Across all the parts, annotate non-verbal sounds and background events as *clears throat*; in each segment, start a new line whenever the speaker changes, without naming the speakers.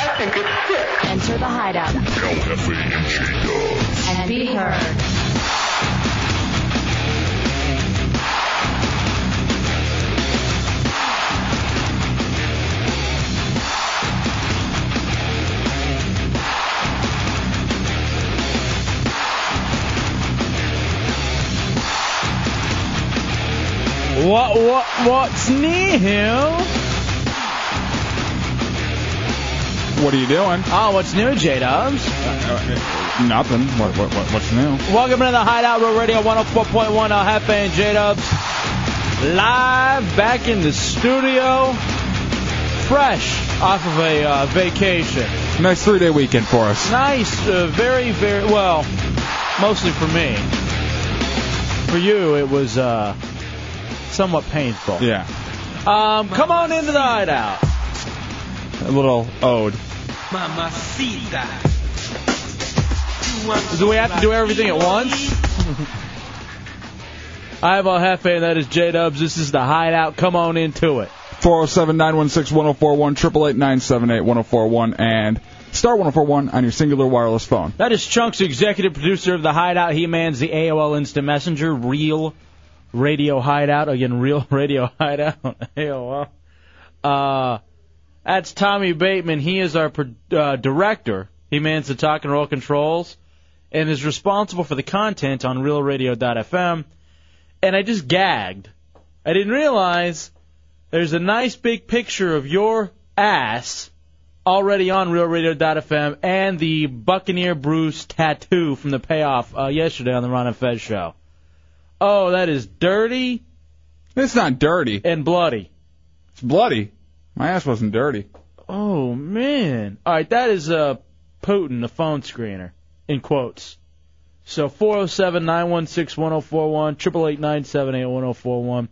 Enter the hideout
El Jefe and She Does.
and be heard.
What what what's new?
What are you doing?
Oh, what's new, J Dubs?
Nothing. What, what, what, what's new?
Welcome to the Hideout Road Radio 104.1 El Jefe uh, and J Dubs. Live back in the studio, fresh off of a uh, vacation.
Nice three day weekend for us.
Nice, uh, very, very well. Mostly for me. For you, it was uh, somewhat painful.
Yeah.
Um, come on into the hideout.
A little ode.
Mamacita.
Do we have to do everything at once? I'm El Jefe, and that is J Dubs. This is the Hideout. Come on into it.
407 916 1041, 888 978 1041, and star 1041 on your singular wireless phone.
That is Chunks, executive producer of the Hideout. He mans the AOL Instant Messenger, Real Radio Hideout. Again, Real *laughs* Radio Hideout. *laughs* AOL. Uh, that's Tommy Bateman. He is our pro- uh, director. He mans the talk and roll controls and is responsible for the content on RealRadio.fm. And I just gagged. I didn't realize there's a nice big picture of your ass already on RealRadio.fm and the Buccaneer Bruce tattoo from the payoff uh, yesterday on the Ron and Fez show. Oh, that is dirty
It's not dirty.
and bloody.
It's bloody. My ass wasn't dirty.
Oh man! All right, that is uh, Putin, the phone screener, in quotes. So 407-916-1041, 888-978-1041,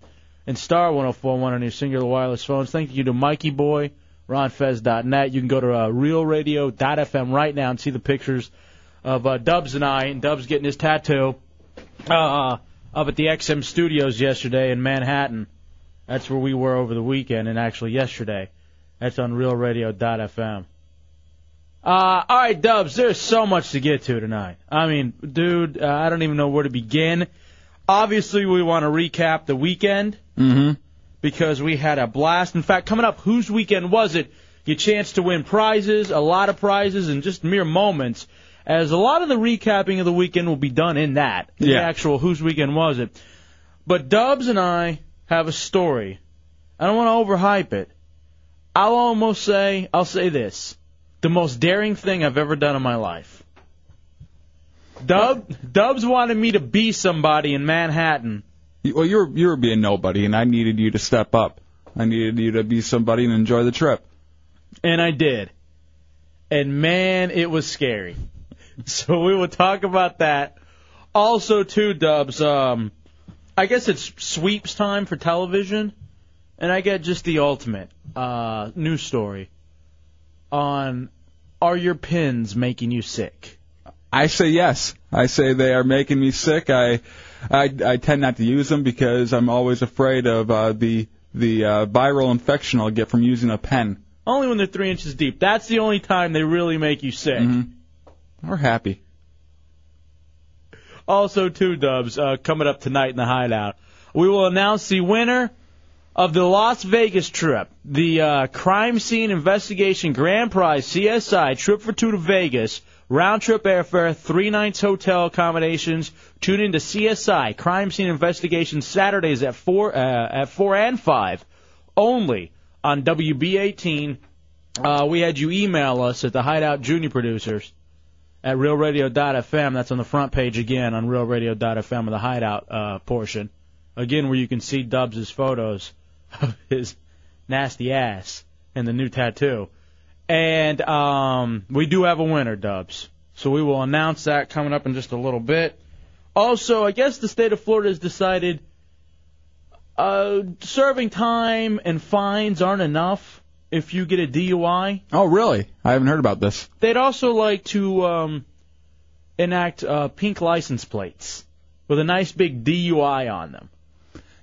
and star 1041 on your singular wireless phones. Thank you to Mikey Boy, RonFez.net. You can go to uh, RealRadio.fm right now and see the pictures of uh, Dubs and I, and Dubs getting his tattoo uh, up at the XM Studios yesterday in Manhattan. That's where we were over the weekend, and actually yesterday. That's on realradio.fm. Uh, all right, Dubs, there's so much to get to tonight. I mean, dude, uh, I don't even know where to begin. Obviously, we want to recap the weekend
Mm
because we had a blast. In fact, coming up, whose weekend was it? Your chance to win prizes, a lot of prizes, and just mere moments, as a lot of the recapping of the weekend will be done in that, in
Yeah.
the actual whose weekend was it. But Dubs and I have a story. I don't want to overhype it. I'll almost say, I'll say this. The most daring thing I've ever done in my life. Dub, Dubs wanted me to be somebody in
hmm.
Manhattan.
Well, you were, you were being nobody, and I needed you to step up. I needed you to be somebody and enjoy the trip.
And I did. And man, it was scary. So we will talk about that. Also, too, Dubs, um, I guess it's sweeps time for television. And I get just the ultimate uh, news story on are your pins making you sick?
I say yes. I say they are making me sick. I, I, I tend not to use them because I'm always afraid of uh, the the uh, viral infection I'll get from using a pen.
Only when they're three inches deep. That's the only time they really make you sick.
Mhm. We're happy.
Also, two dubs uh, coming up tonight in the hideout. We will announce the winner of the Las Vegas trip, the uh, crime scene investigation grand prize CSI trip for two to Vegas, round trip airfare, three nights hotel accommodations. Tune in to CSI crime scene investigation Saturdays at four uh, at four and five only on WB18. Uh, we had you email us at the Hideout Junior Producers at realradio.fm. That's on the front page again on realradio.fm of the hideout uh, portion. Again, where you can see *laughs* Dubs' photos of his nasty ass and the new tattoo. And um, we do have a winner, Dubs. So we will announce that coming up in just a little bit. Also, I guess the state of Florida has decided uh, serving time and fines aren't enough if you get a DUI.
Oh, really? I haven't heard about this.
They'd also like to um, enact uh, pink license plates with a nice big DUI on them.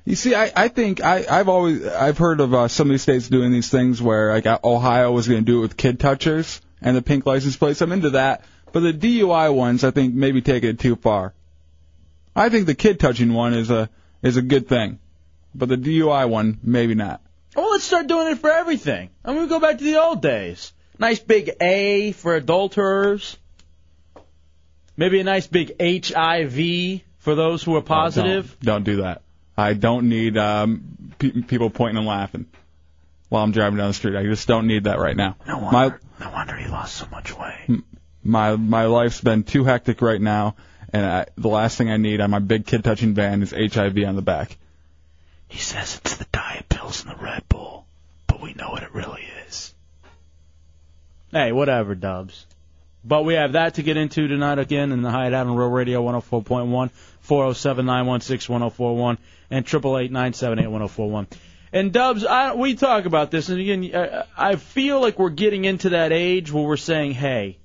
You see, I, I think I, I've always I've heard of uh, some of these states doing these things where like uh, Ohio was going to do it with kid touchers and the pink license plates. I'm into that, but the DUI ones I think maybe take it too far. I think the kid touching one is a is a good thing, but the DUI one maybe not.
Well, let's start doing it for everything. I'm going to go back to the old days. Nice big A for adulterers. Maybe a nice big HIV for those who are positive.
Don't, don't do that. I don't need um, pe- people pointing and laughing while I'm driving down the street. I just don't need that right now. No wonder,
my, no wonder he lost so much weight.
My my life's been too hectic right now, and I, the last thing I need on my big kid touching van is HIV on the back.
He says it's the diet pills and the Red Bull, but we know what it really is. Hey, whatever, Dubs. But we have that to get into tonight again in the Hideout on Real Radio 104.1, 407-916-1041, and 888-978-1041. And Dubs, I, we talk about this, and again, I, I feel like we're getting into that age where we're saying, hey,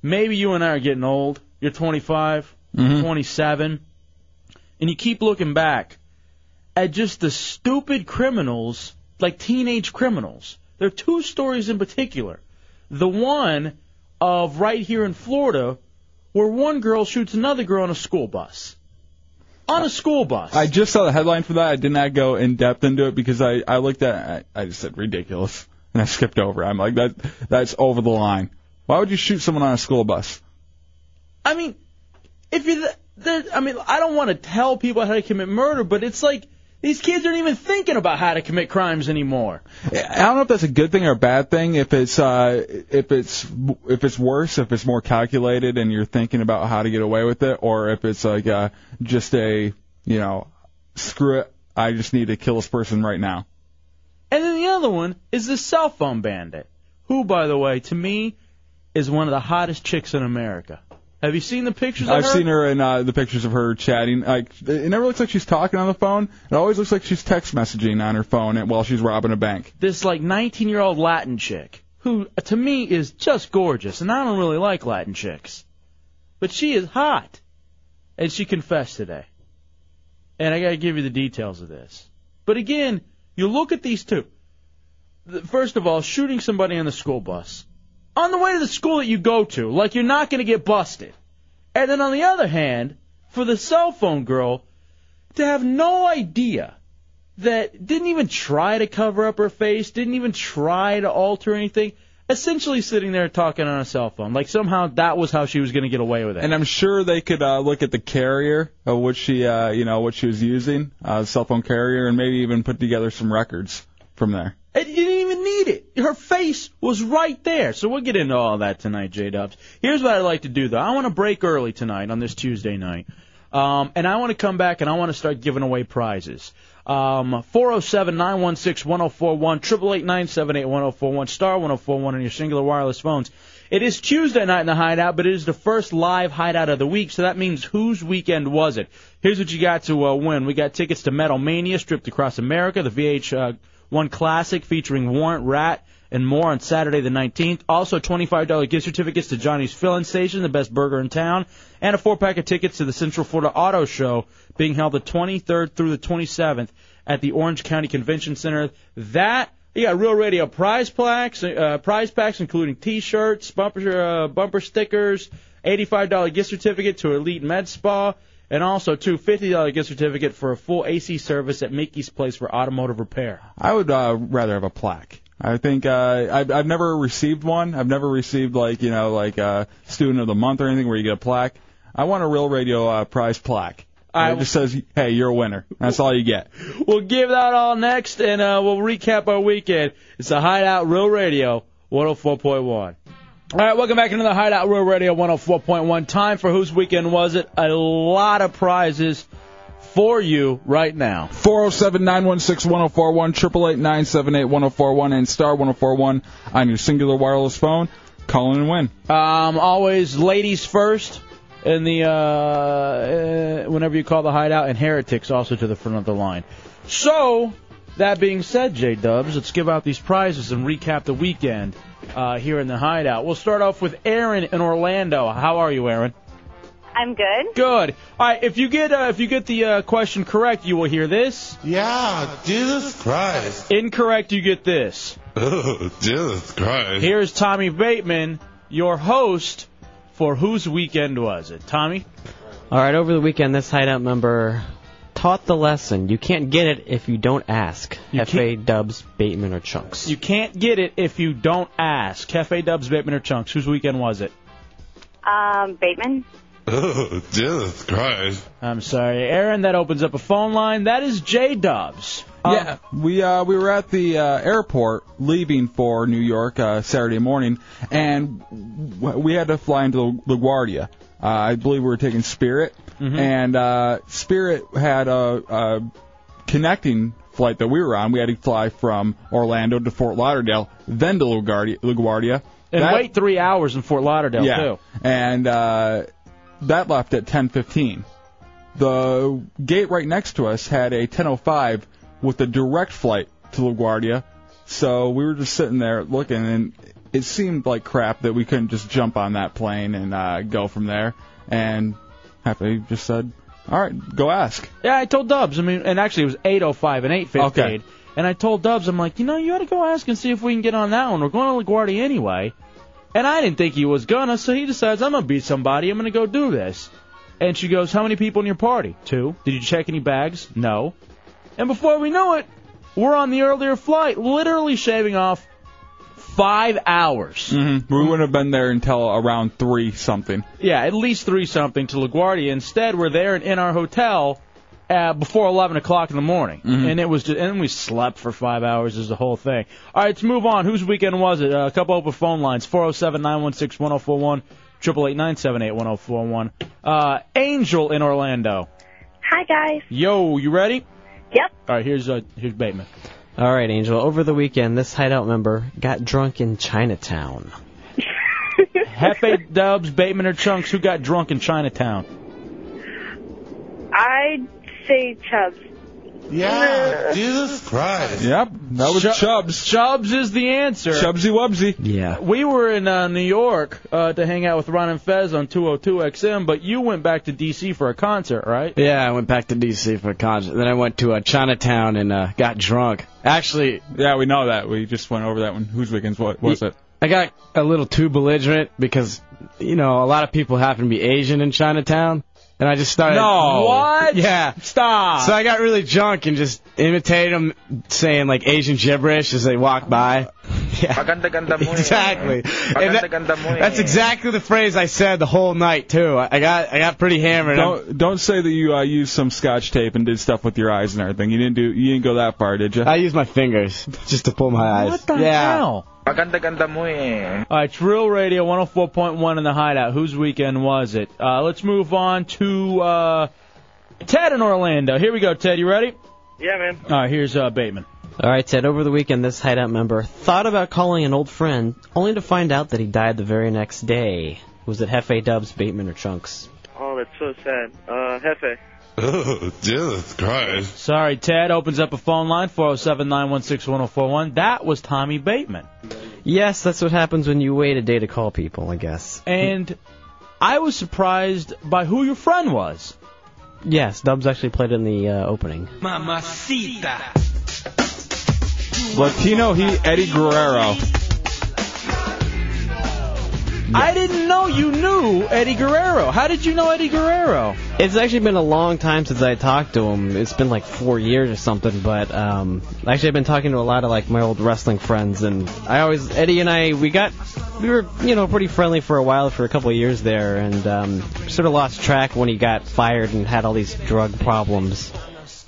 maybe you and I are getting old. You're 25, 27, and you keep looking back at just the stupid criminals, like teenage criminals. There are two stories in particular. The one of right here in Florida, where one girl shoots another girl on a school bus. On a school bus.
I just saw the headline for that. I did not go in depth into it because I I looked at I, I just said ridiculous and I skipped over. it. I'm like that that's over the line. Why would you shoot someone on a school bus?
I mean, if you're the, there, I mean, I don't want to tell people how to commit murder, but it's like these kids aren't even thinking about how to commit crimes anymore.
I don't know if that's a good thing or a bad thing. If it's uh, if it's if it's worse, if it's more calculated, and you're thinking about how to get away with it, or if it's like uh, just a you know, screw it, I just need to kill this person right now.
And then the other one is the cell phone bandit, who, by the way, to me, is one of the hottest chicks in America. Have you seen the pictures? Of
I've
her?
seen her in uh, the pictures of her chatting. Like it never looks like she's talking on the phone. It always looks like she's text messaging on her phone while she's robbing a bank.
this like 19 year old Latin chick who to me is just gorgeous, and I don't really like Latin chicks, but she is hot, and she confessed today. And I gotta give you the details of this. But again, you look at these two. The- First of all, shooting somebody on the school bus, on the way to the school that you go to, like you're not gonna get busted. And then on the other hand, for the cell phone girl to have no idea that didn't even try to cover up her face, didn't even try to alter anything. Essentially, sitting there talking on a cell phone, like somehow that was how she was going to get away with it.
And I'm sure they could uh, look at the carrier of what she, uh, you know, what she was using, uh, cell phone carrier, and maybe even put together some records from there.
And you didn't even need it. Her face was right there. So we'll get into all that tonight, J Dubs. Here's what I'd like to do, though. I want to break early tonight on this Tuesday night. Um, and I want to come back and I want to start giving away prizes. Um, 407 916 1041, 888 978 1041, star 1041 on your singular wireless phones. It is Tuesday night in the hideout, but it is the first live hideout of the week, so that means whose weekend was it? Here's what you got to uh, win. We got tickets to Metal Mania, stripped across America, the VH. Uh, one Classic featuring Warrant Rat and more on Saturday the 19th. Also, $25 gift certificates to Johnny's Fillin' Station, the best burger in town, and a four-pack of tickets to the Central Florida Auto Show being held the 23rd through the 27th at the Orange County Convention Center. That you got real radio prize plaques, uh, prize packs including T-shirts, bumper uh, bumper stickers, $85 gift certificate to Elite Med Spa, and also two $50 gift certificate for a full AC service at Mickey's Place for automotive repair.
I would uh, rather have a plaque. I think uh, I've, I've never received one. I've never received like you know like uh, student of the month or anything where you get a plaque. I want a real radio uh, prize plaque.
I-
it just says, "Hey, you're a winner." That's all you get.
We'll give that all next, and uh, we'll recap our weekend. It's the Hideout Real Radio 104.1. All right, welcome back into the Hideout oh Real Radio 104.1. Time for whose weekend was it? A lot of prizes for you right now.
407 916 1041, 888 978 1041, and star 1041 on your singular wireless phone. Call in and win.
Um, always ladies first in the uh, uh, whenever you call the hideout, and heretics also to the front of the line. So that being said, J Dubs, let's give out these prizes and recap the weekend uh, here in the hideout. We'll start off with Aaron in Orlando. How are you, Aaron?
I'm good.
Good. All right. If you get uh, if you get the uh, question correct, you will hear this.
Yeah, Jesus Christ.
Incorrect, you get this.
Oh, *laughs* Jesus Christ.
Here's Tommy Bateman, your host for whose weekend was it? Tommy.
All right, over the weekend, this hideout member taught the lesson. You can't get it if you don't ask. F.A. Dubs, Bateman, or Chunks.
You can't get it if you don't ask. Cafe Dubs, Bateman, or Chunks. Whose weekend was it?
Um, Bateman.
Oh, *laughs* Jesus Christ.
I'm sorry, Aaron. That opens up a phone line. That is J Dubs.
yeah, we uh, we were at the uh, airport leaving for New York uh, Saturday morning, and w- we had to fly into La- LaGuardia. Uh, I believe we were taking Spirit,
Mm-hmm.
and uh, Spirit had a, a connecting flight that we were on. We had to fly from Orlando to Fort Lauderdale, then to LaGuardia. LaGuardia.
And
That-
wait three hours in Fort Lauderdale
yeah.
too.
And uh, that left at 10:15. The gate right next to us had a 10:05 with a direct flight to LaGuardia. So we were just sitting there looking, and it seemed like crap that we couldn't just jump on that plane and uh, go from there. And happily just said, "All right, go ask."
Yeah, I told Dubs. I mean, and actually it was 8:05 and 8:15.
Okay.
And I told Dubs, I'm like, you know, you ought to go ask and see if we can get on that one. We're going to LaGuardia anyway. And I didn't think he was gonna, so he decides I'm gonna beat somebody. I'm gonna go do this. And she goes, how many people in your party? Two. Did you check any bags? No. And before we know it, we're on the earlier flight, literally shaving off five hours.
Mm-hmm. We wouldn't have been there until around three something.
Yeah, at least three something to LaGuardia. Instead, we're there and in our hotel uh, before 11 o'clock in the morning,
Mm-hmm.
and it was just, and we slept for five hours is the whole thing. All right, let's move on. Whose weekend was it? Uh, a couple open phone lines: 407 916 1041 Triple eight nine seven eight one zero four one. Uh, Angel in Orlando.
Hi guys.
Yo, you ready?
Yep.
All right, here's uh, here's Bateman.
All right, Angel, over the weekend, this hideout member got drunk in Chinatown.
Hefe Dubs, Bateman or Chunks? Who got drunk in Chinatown?
I'd say Chubbs.
Yeah, Jesus Christ.
Yep, that was
Chu-
Chubbs.
Chubbs is the answer.
Chubbsy Wubsy.
Yeah.
We were in uh, New York uh, to hang out with Ron and Fez on 202XM, but you went back to D.C. for a concert, right?
Yeah, I went back to D.C. for a concert. Then I went to uh, Chinatown and uh, got drunk. Actually,
Yeah, we know that. We just went over that one. Whose weekends wa- was it?
I got a little too belligerent because, you know, a lot of people happen to be Asian in Chinatown. And I just started.
No. What?
Yeah.
Stop.
So I got really drunk and just imitated them saying like Asian gibberish as they walk by. *laughs* Yeah. Exactly. And that- that's exactly the phrase I said the whole night too. I I got I got pretty hammered. I'm-
Don't don't say that you uh, used some scotch tape and did stuff with your eyes and everything. You didn't do you didn't go that far, did you?
I use my fingers just to pull my eyes.
What the
yeah.
hell? All right, it's Real Radio 104.1 in the Hideout. Whose weekend was it? Uh, let's move on to uh, Ted in Orlando. Here we go, Ted. You ready?
Yeah, man.
All right, here's uh, Bateman.
All right, Ted, over the weekend, this hideout member thought about calling an old friend, only to find out that he died the very next day. Was it Hefe, Dubs, Bateman, or Chunks?
Oh, that's so sad. Uh, Hefe.
Oh, Jesus Christ.
Sorry, Ted opens up a phone line 407 916 1041. That was Tommy Bateman.
Yes, that's what happens when you wait a day to call people, I guess.
And I was surprised by who your friend was.
Yes, Dubs actually played in the uh, opening.
Latino he Eddie Guerrero.
I didn't know you knew Eddie Guerrero. How did you know Eddie Guerrero?
It's actually been a long time since I talked to him. It's been like four years or something, but um, actually I've been talking to a lot of like my old wrestling friends, and I always Eddie and I we got we were you know pretty friendly for a while for a couple of years there, and um, sort of lost track when he got fired and had all these drug problems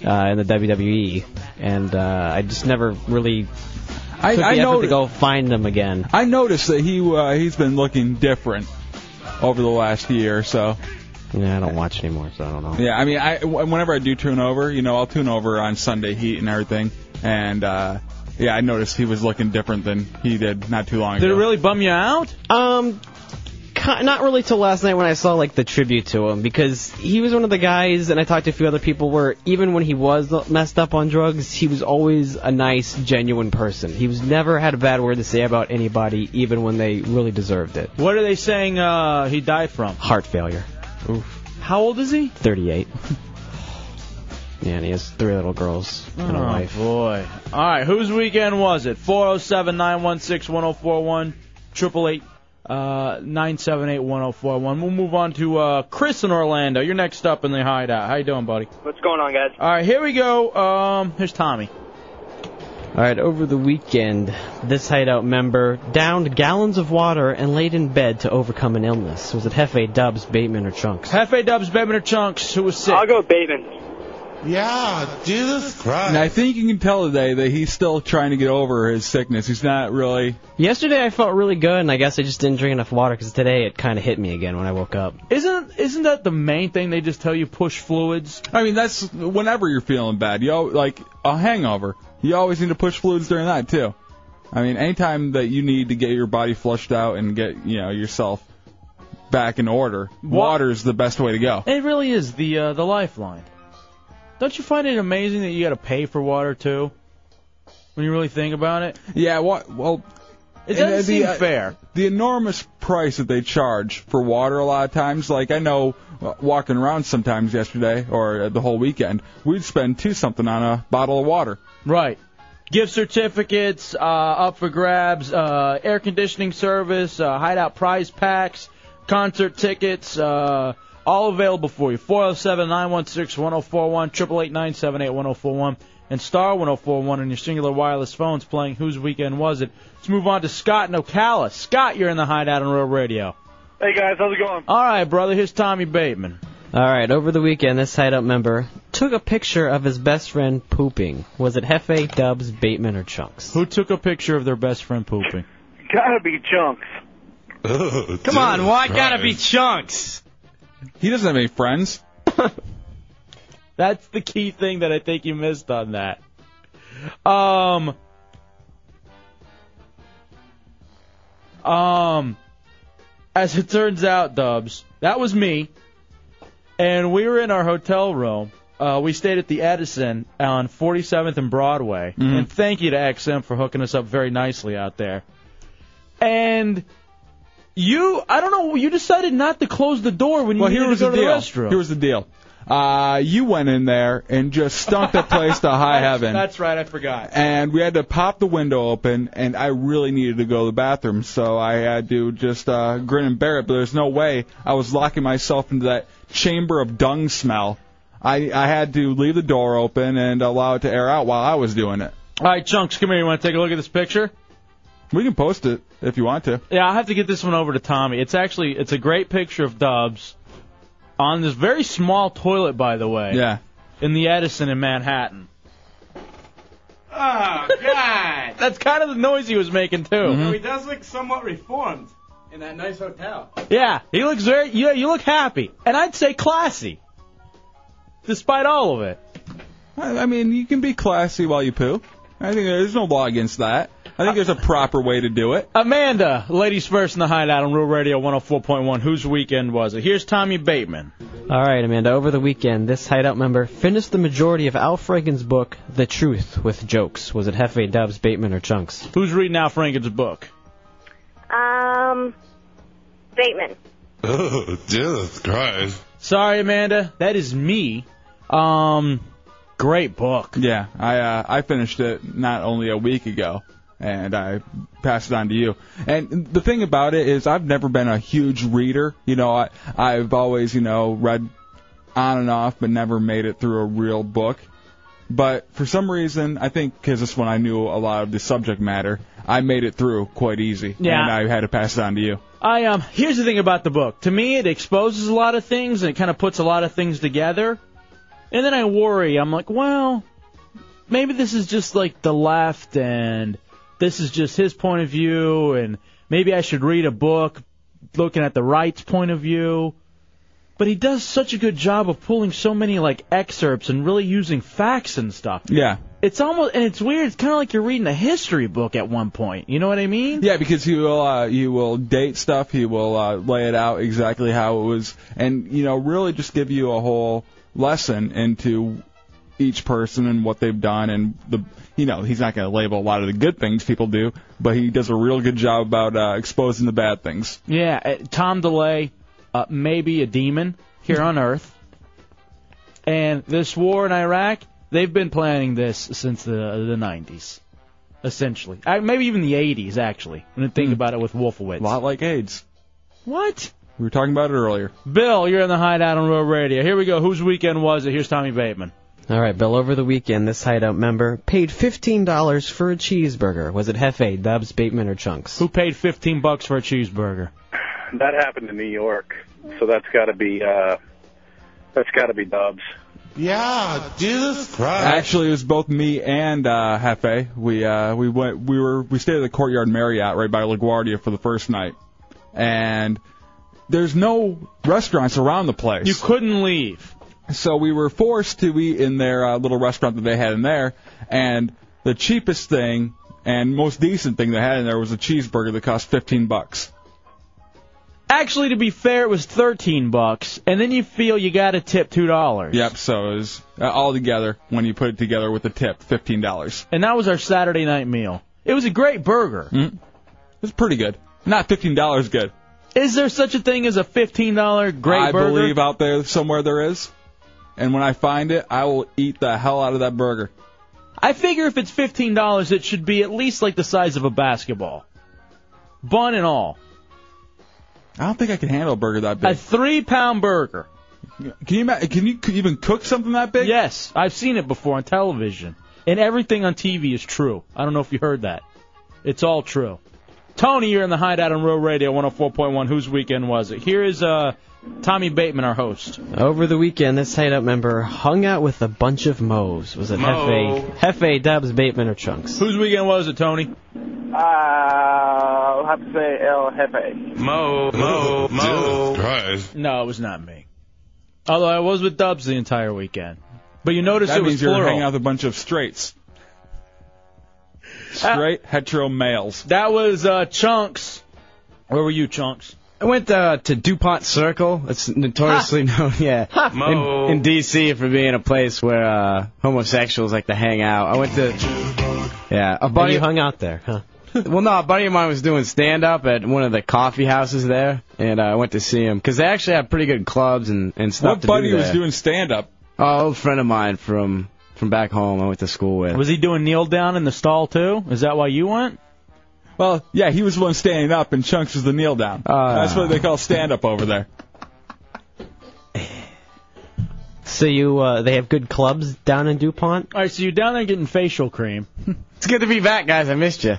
uh, in the WWE, and uh, I just never really took
I,
the
I
effort to
noticed
go find him again.
I noticed that he uh, he's been looking different over the last year or so.
Yeah, I don't watch anymore, so I don't know.
Yeah, I mean, I w- whenever I do tune over, you know, I'll tune over on Sunday Heat and everything, and uh yeah, I noticed he was looking different than he did not too long ago.
Did it really bum you out?
Um, ki- not really till last night when I saw like the tribute to him because he was one of the guys, and I talked to a few other people where even when he was messed up on drugs, he was always a nice, genuine person. He was never had a bad word to say about anybody, even when they really deserved it.
What are they saying uh, he died from?
Heart failure.
How old is he? *laughs*
38. yeah, and he has three little girls and a
Oh,
wife.
boy. All right, whose weekend was it? 407 916 1041, 888 uh, 978 1041. We'll move on to uh, Chris in Orlando. You're next up in the hideout. How you doing, buddy?
What's going on, guys?
All right, here we go. Um, here's Tommy.
All right, over the weekend, this hideout member downed gallons of water and laid in bed to overcome an illness. Was it Hefe, Dubs, Bateman, or Chunks?
Hefe, Dubs, Bateman, or Chunks? Who was sick? I'll
go Bateman.
Yeah, Jesus Christ.
And I think you can tell today that he's still trying to get over his sickness. He's not really.
Yesterday I felt really good, and I guess I just didn't drink enough water because today it kind of hit me again when I woke up.
Isn't isn't that the main thing they just tell you? Push fluids.
I mean, that's whenever you're feeling bad. You al like a hangover. You always need to push fluids during that too. I mean, anytime that you need to get your body flushed out and get you know yourself back in order, water's the best way to go.
It really is the uh, the lifeline. Don't you find it amazing that you got to pay for water too? When you really think about it,
Yeah. Wa- well,
it doesn't
and
seem
uh,
fair.
The enormous price that they charge for water a lot of times, like I know uh, walking around sometimes yesterday or uh, the whole weekend, we'd spend two something on a bottle of water.
Right. Gift certificates uh, up for grabs, uh, air conditioning service, uh, hideout prize packs, concert tickets, uh, all available for you. 407 916 1041, 888 978 1041, and star 1041 on your singular wireless phones playing Whose Weekend Was It? Let's move on to Scott in Ocala. Scott, you're in the hideout on Real Radio.
Hey, guys, how's it going?
All right, brother, here's Tommy Bateman.
All right, over the weekend, this hideout member took a picture of his best friend pooping. Was it Hefe, Dubs, Bateman, or Chunks?
Who took a picture of their best friend pooping?
Gotta be Chunks.
Come on, why gotta be chunks?
He doesn't have any friends.
*laughs* That's the key thing that I think you missed on that. Um. Um. As it turns out, Dubs, that was me. And we were in our hotel room. Uh, we stayed at the Edison on 47th and Broadway.
Mm-hmm.
And thank you to XM for hooking us up very nicely out there. And you, I don't know, you decided not to close the door when you
Well,
needed
here was
to go
the
to the
deal.
restroom.
Here was the deal. Uh, you went in there and just stunk the place to
Oh,
high heaven.
*laughs* That's right, I forgot.
and we had to pop the window open, and I really needed to go to the bathroom, so I had to just uh, grin and bear it. But there's no way I was locking myself into that chamber of dung smell. I I had to leave the door open and allow it to air out while I was doing it.
All right, Chunks, come here. You want to take a look at this picture?
We can post it if you want to.
Yeah, I have to get this one over to Tommy. It's actually it's a great picture of Dubs on this very small toilet, by the way.
Yeah.
In the Edison in Manhattan.
Oh *laughs* God! Mm-hmm.
That's kind of the noise he was making too.
he does look somewhat reformed in that nice hotel.
Yeah, he looks very. Yeah, you look happy, and I'd say classy, despite all of it.
I, I mean, you can be classy while you poo. I think there's no law against that. I think there's a proper way to do it.
Amanda, ladies first in the hideout on Real Radio 104.1. Whose weekend was it? Here's Tommy Bateman.
All right, Amanda, over the weekend, this hideout member finished the majority of Al Franken's book, The Truth, with jokes. Was it Hefe, Dubs, Bateman, or Chunks?
Who's reading Al Franken's book?
Um, Bateman.
*laughs* Jesus Christ.
Sorry, Amanda. That is me. Um, great book.
Yeah, I uh, I finished it not only a week ago, and I passed it on to you. And the thing about it is, I've never been a huge reader. You know, I I've always you know read on and off, but never made it through a real book. But for some reason, I think because this one I knew a lot of the subject matter, I made it through quite easy,
Yeah.
and I had to pass it on to you.
I um. Here's the thing about the book. To me, it exposes a lot of things and it kind of puts a lot of things together. And then I worry. I'm like, well, maybe this is just like the left, and this is just his point of view, and maybe I should read a book looking at the right's point of view. But he does such a good job of pulling so many like excerpts and really using facts and stuff.
Yeah.
It's almost and it's weird. It's kind of like you're reading a history book at one point. You know what I mean?
Yeah, because he will uh, he will date stuff. He will uh, lay it out exactly how it was, and you know, really just give you a whole lesson into each person and what they've done, and the you know, he's not going to label a lot of the good things people do, but he does a real good job about uh, exposing the bad things.
Yeah, uh, Tom DeLay, uh, maybe a demon here on Earth. And this war in Iraq, they've been planning this since the the 90s, essentially. Uh, maybe even the 80s, actually, when you think about it with Wolfowitz. A lot
Hmm. like AIDS.
What?
We were talking about it earlier.
Bill, you're in the hideout on Real Radio. Here we go. Whose weekend was it? Here's Tommy Bateman.
All right, Bill. Over the weekend, this hideout member paid fifteen dollars for a cheeseburger. Was it Hefe, Dubs, Bateman, or Chunks?
Who paid fifteen bucks for a cheeseburger?
That happened in New York, so that's got to be uh, that's got to be Dubs.
Yeah, Jesus Christ.
Actually, it was both me and uh, Hefe. We uh, we went we were we stayed at the Courtyard Marriott right by LaGuardia for the first night, and there's no restaurants around the place.
You couldn't leave.
So we were forced to eat in their uh, little restaurant that they had in there, and the cheapest thing and most decent thing they had in there was a cheeseburger that cost 15 bucks.
Actually, to be fair, it was thirteen bucks, and then you feel you got to tip two dollars.
Yep. So it was uh, all together when you put it together with the tip, fifteen dollars.
And that was our Saturday night meal. It was a great burger.
Mm-hmm. It was pretty good. Not fifteen dollars good.
Is there such a thing as a fifteen dollar great
I
burger?
believe out there somewhere there is, and when I find it, I will eat the hell out of that burger.
I figure if it's fifteen dollars, it should be at least like the size of a basketball, bun and all.
I don't think I can handle a burger that
A
big.
three pound burger.
Can you ima- can you c- even cook something that big?
Yes, I've seen it before on television, and everything on TV is true. I don't know if you heard that. It's all true. Tony, you're in the hideout on Real Radio 104.1. Whose weekend was it? Here is uh, Tommy Bateman, our host.
Over the weekend, this hideout member hung out with a bunch of Moes. Was it
Mo.
Hefe, Hefe, Dubs, Bateman, or Chunks?
Whose weekend was it, Tony?
Uh, I'll have to say El Jefe.
Mo,
Mo, Mo.
No, it was not me. Although I was with Dubs the entire weekend. But you notice
that
it was
means you're
plural.
hanging out with a bunch of
*laughs*
straights. Straight hetero males.
That was uh, Chunks. Where were you, Chunks?
I went uh, to DuPont Circle. It's notoriously known, yeah,
Mo.
in, in D.C. for being a place where uh, homosexuals like to hang out. I went to, yeah, a buddy.
you hung out there, huh?
well, no, a buddy of mine was doing stand up at one of the coffee houses there, and uh, I went to see him because they actually have pretty good clubs and and stuff.
What
to
buddy
do
was
there.
doing stand up?
Oh, old friend of mine from from back home. I went to school with.
Was he doing kneel down in the stall, too? Is that why you went?
Well, yeah, he was the one standing up, and Chunks was the kneel down.
Uh.
That's what they call stand up over there.
So you, uh, they have good clubs down in Dupont.
All right, so you're down there getting facial cream.
*laughs* It's good to be back, guys. I missed you.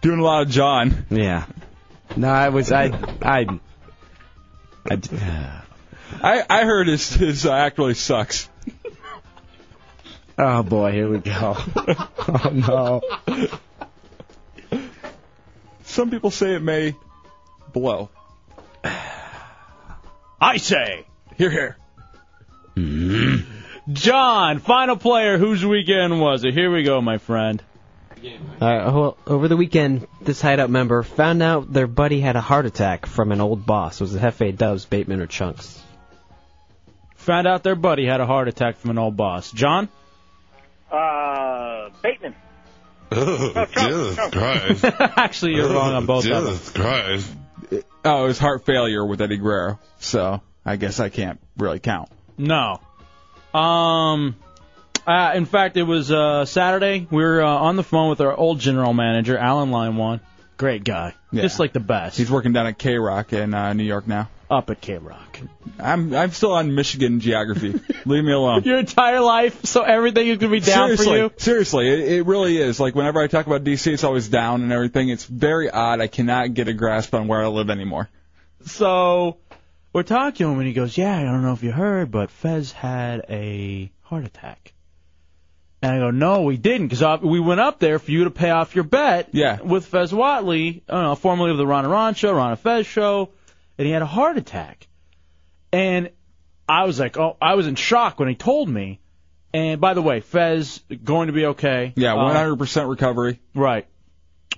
Doing a lot of John.
Yeah. No, I was. I. I. I d-
I, I heard his, his uh, act really sucks.
oh boy, here we go. oh no.
*laughs* Some people say it may blow.
I say.
Here, here.
John, final player. Whose weekend was it? Here we go, my friend.
Uh, well, over the weekend, this hideout member found out their buddy had a heart attack from an old boss. Was it Hefe, Dubs, Bateman, or Chunks?
Found out their buddy had a heart attack from an old boss. John?
Uh, Bateman.
Oh, *laughs* Jesus Christ.
*laughs* Actually, you're wrong on both of them.
Jesus Christ.
Oh, it was heart failure with Eddie Guerrero, so I guess I can't really count.
No. Um. Uh, in fact, it was uh, Saturday. We were uh, on the phone with our old general manager, Alan Line One. Great guy.
Yeah.
Just like the best.
He's working down at K Rock in uh, New York now.
up at K Rock.
I'm I'm still on Michigan
*laughs*
geography. Leave me alone.
Your entire life, so everything is going to be down
seriously,
for you.
Seriously, it, it really is. Like whenever I talk about DC, it's always down and everything. It's very odd. I cannot get a grasp on where I live anymore.
So we're talking to him, and he goes, "Yeah, I don't know if you heard, but Fez had a heart attack." And I go, "No, we didn't, because we went up there for you to pay off your bet
Yeah.
with Fez Watley, uh, formerly of the Ron and Ron show, Ron and Fez show, and he had a heart attack. And I was like, oh, I was in shock when he told me. And by the way, Fez going to be okay.
Yeah,
Uh,
100% recovery.
Right.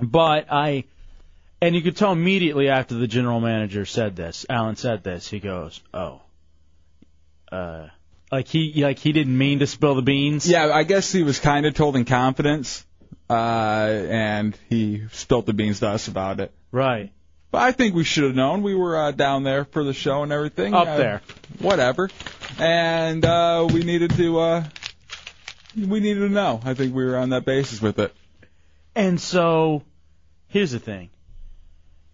But I, and you could tell immediately after the general manager said this, Alan said this, he goes, oh, uh, like he, like he didn't mean to spill the beans.
Yeah, I guess he was kind of told in confidence, uh, and he spilt the beans to us about it.
Right.
But I think we should have known. We were uh, down there for the show and everything.
Up
Uh,
there.
Whatever. And uh, we needed to. Uh, we needed to know. I think we were on that basis with it.
And so, here's the thing.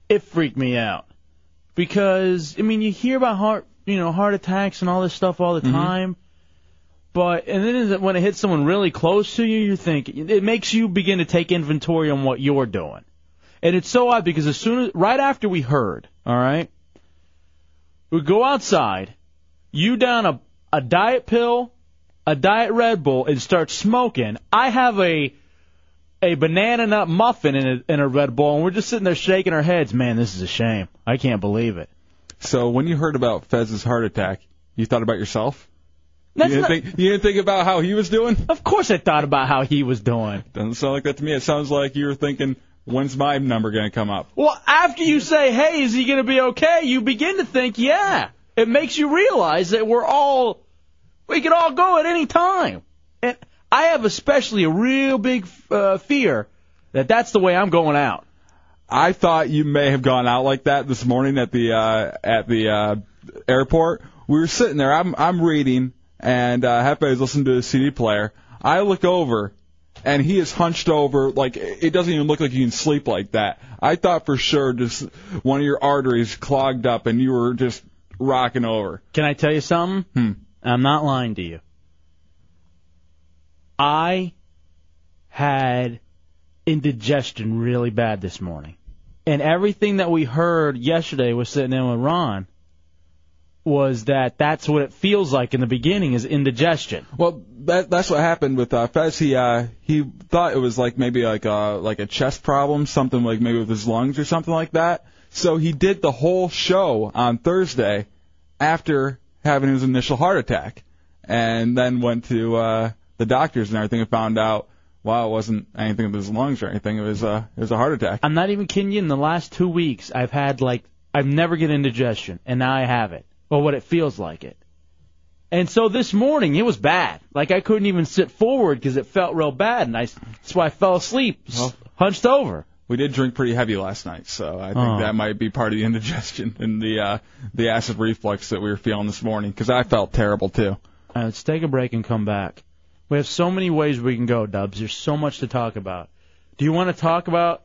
It freaked me out because I mean, you hear about heart, you know, heart attacks and all this stuff all the
Mm-hmm.
time. But and then is it- when it hits someone really close to you, you think it makes you begin to take inventory on what you're doing. And it's so odd because as soon as right after we heard, all right, we go outside, you down a a diet pill, a diet Red Bull, and start smoking. I have a a banana nut muffin in a, in a Red Bull, and we're just sitting there shaking our heads. Man, this is a shame. I can't believe it.
So when you heard about Fez's heart attack, you thought about yourself.
That's
you didn't
not-
think you didn't think about how he was doing.
Of course, I thought about how he was doing.
Doesn't sound like that to me. It sounds like you were thinking, when's my number gonna come up?
Well, after you say, "Hey, is he going to be okay?" you begin to think, "Yeah." It makes you realize that we're all we could all go at any time. And I have especially a real big uh, fear that that's the way I'm going out.
I thought you may have gone out like that this morning at the uh, at the uh, airport. We were sitting there. I'm I'm reading, and uh, Hefe's listening to his CD player. I look over, and he is hunched over. Like it doesn't even look like you can sleep like that. I thought for sure just one of your arteries clogged up, and you were just rocking over.
Can I tell you something?
Hmm.
I'm not lying to you. I had indigestion really bad this morning. And everything that we heard yesterday was sitting in with Ron was that that's what it feels like in the beginning is indigestion.
Well, that that's what happened with uh, Fez. He uh, he thought it was like maybe like a like a chest problem, something like maybe with his lungs or something like that. So he did the whole show on Thursday after having his initial heart attack, and then went to uh, the doctors and everything and found out. Wow, it wasn't anything with his lungs or anything. It was uh, it was a heart attack.
I'm not even kidding you. In the last two weeks, I've had like I've never get indigestion, and now I have it, or what it feels like it. And so this morning it was bad. Like I couldn't even sit forward because it felt real bad, and I that's why I fell asleep, s- hunched over.
We did drink pretty heavy last night, so I think
Oh.
that might be part of the *laughs* indigestion and the uh, the acid reflux that we were feeling this morning because I felt terrible too.
All right, Uh, let's take a break and come back. We have so many ways we can go, Dubs. There's so much to talk about. Do you want to talk about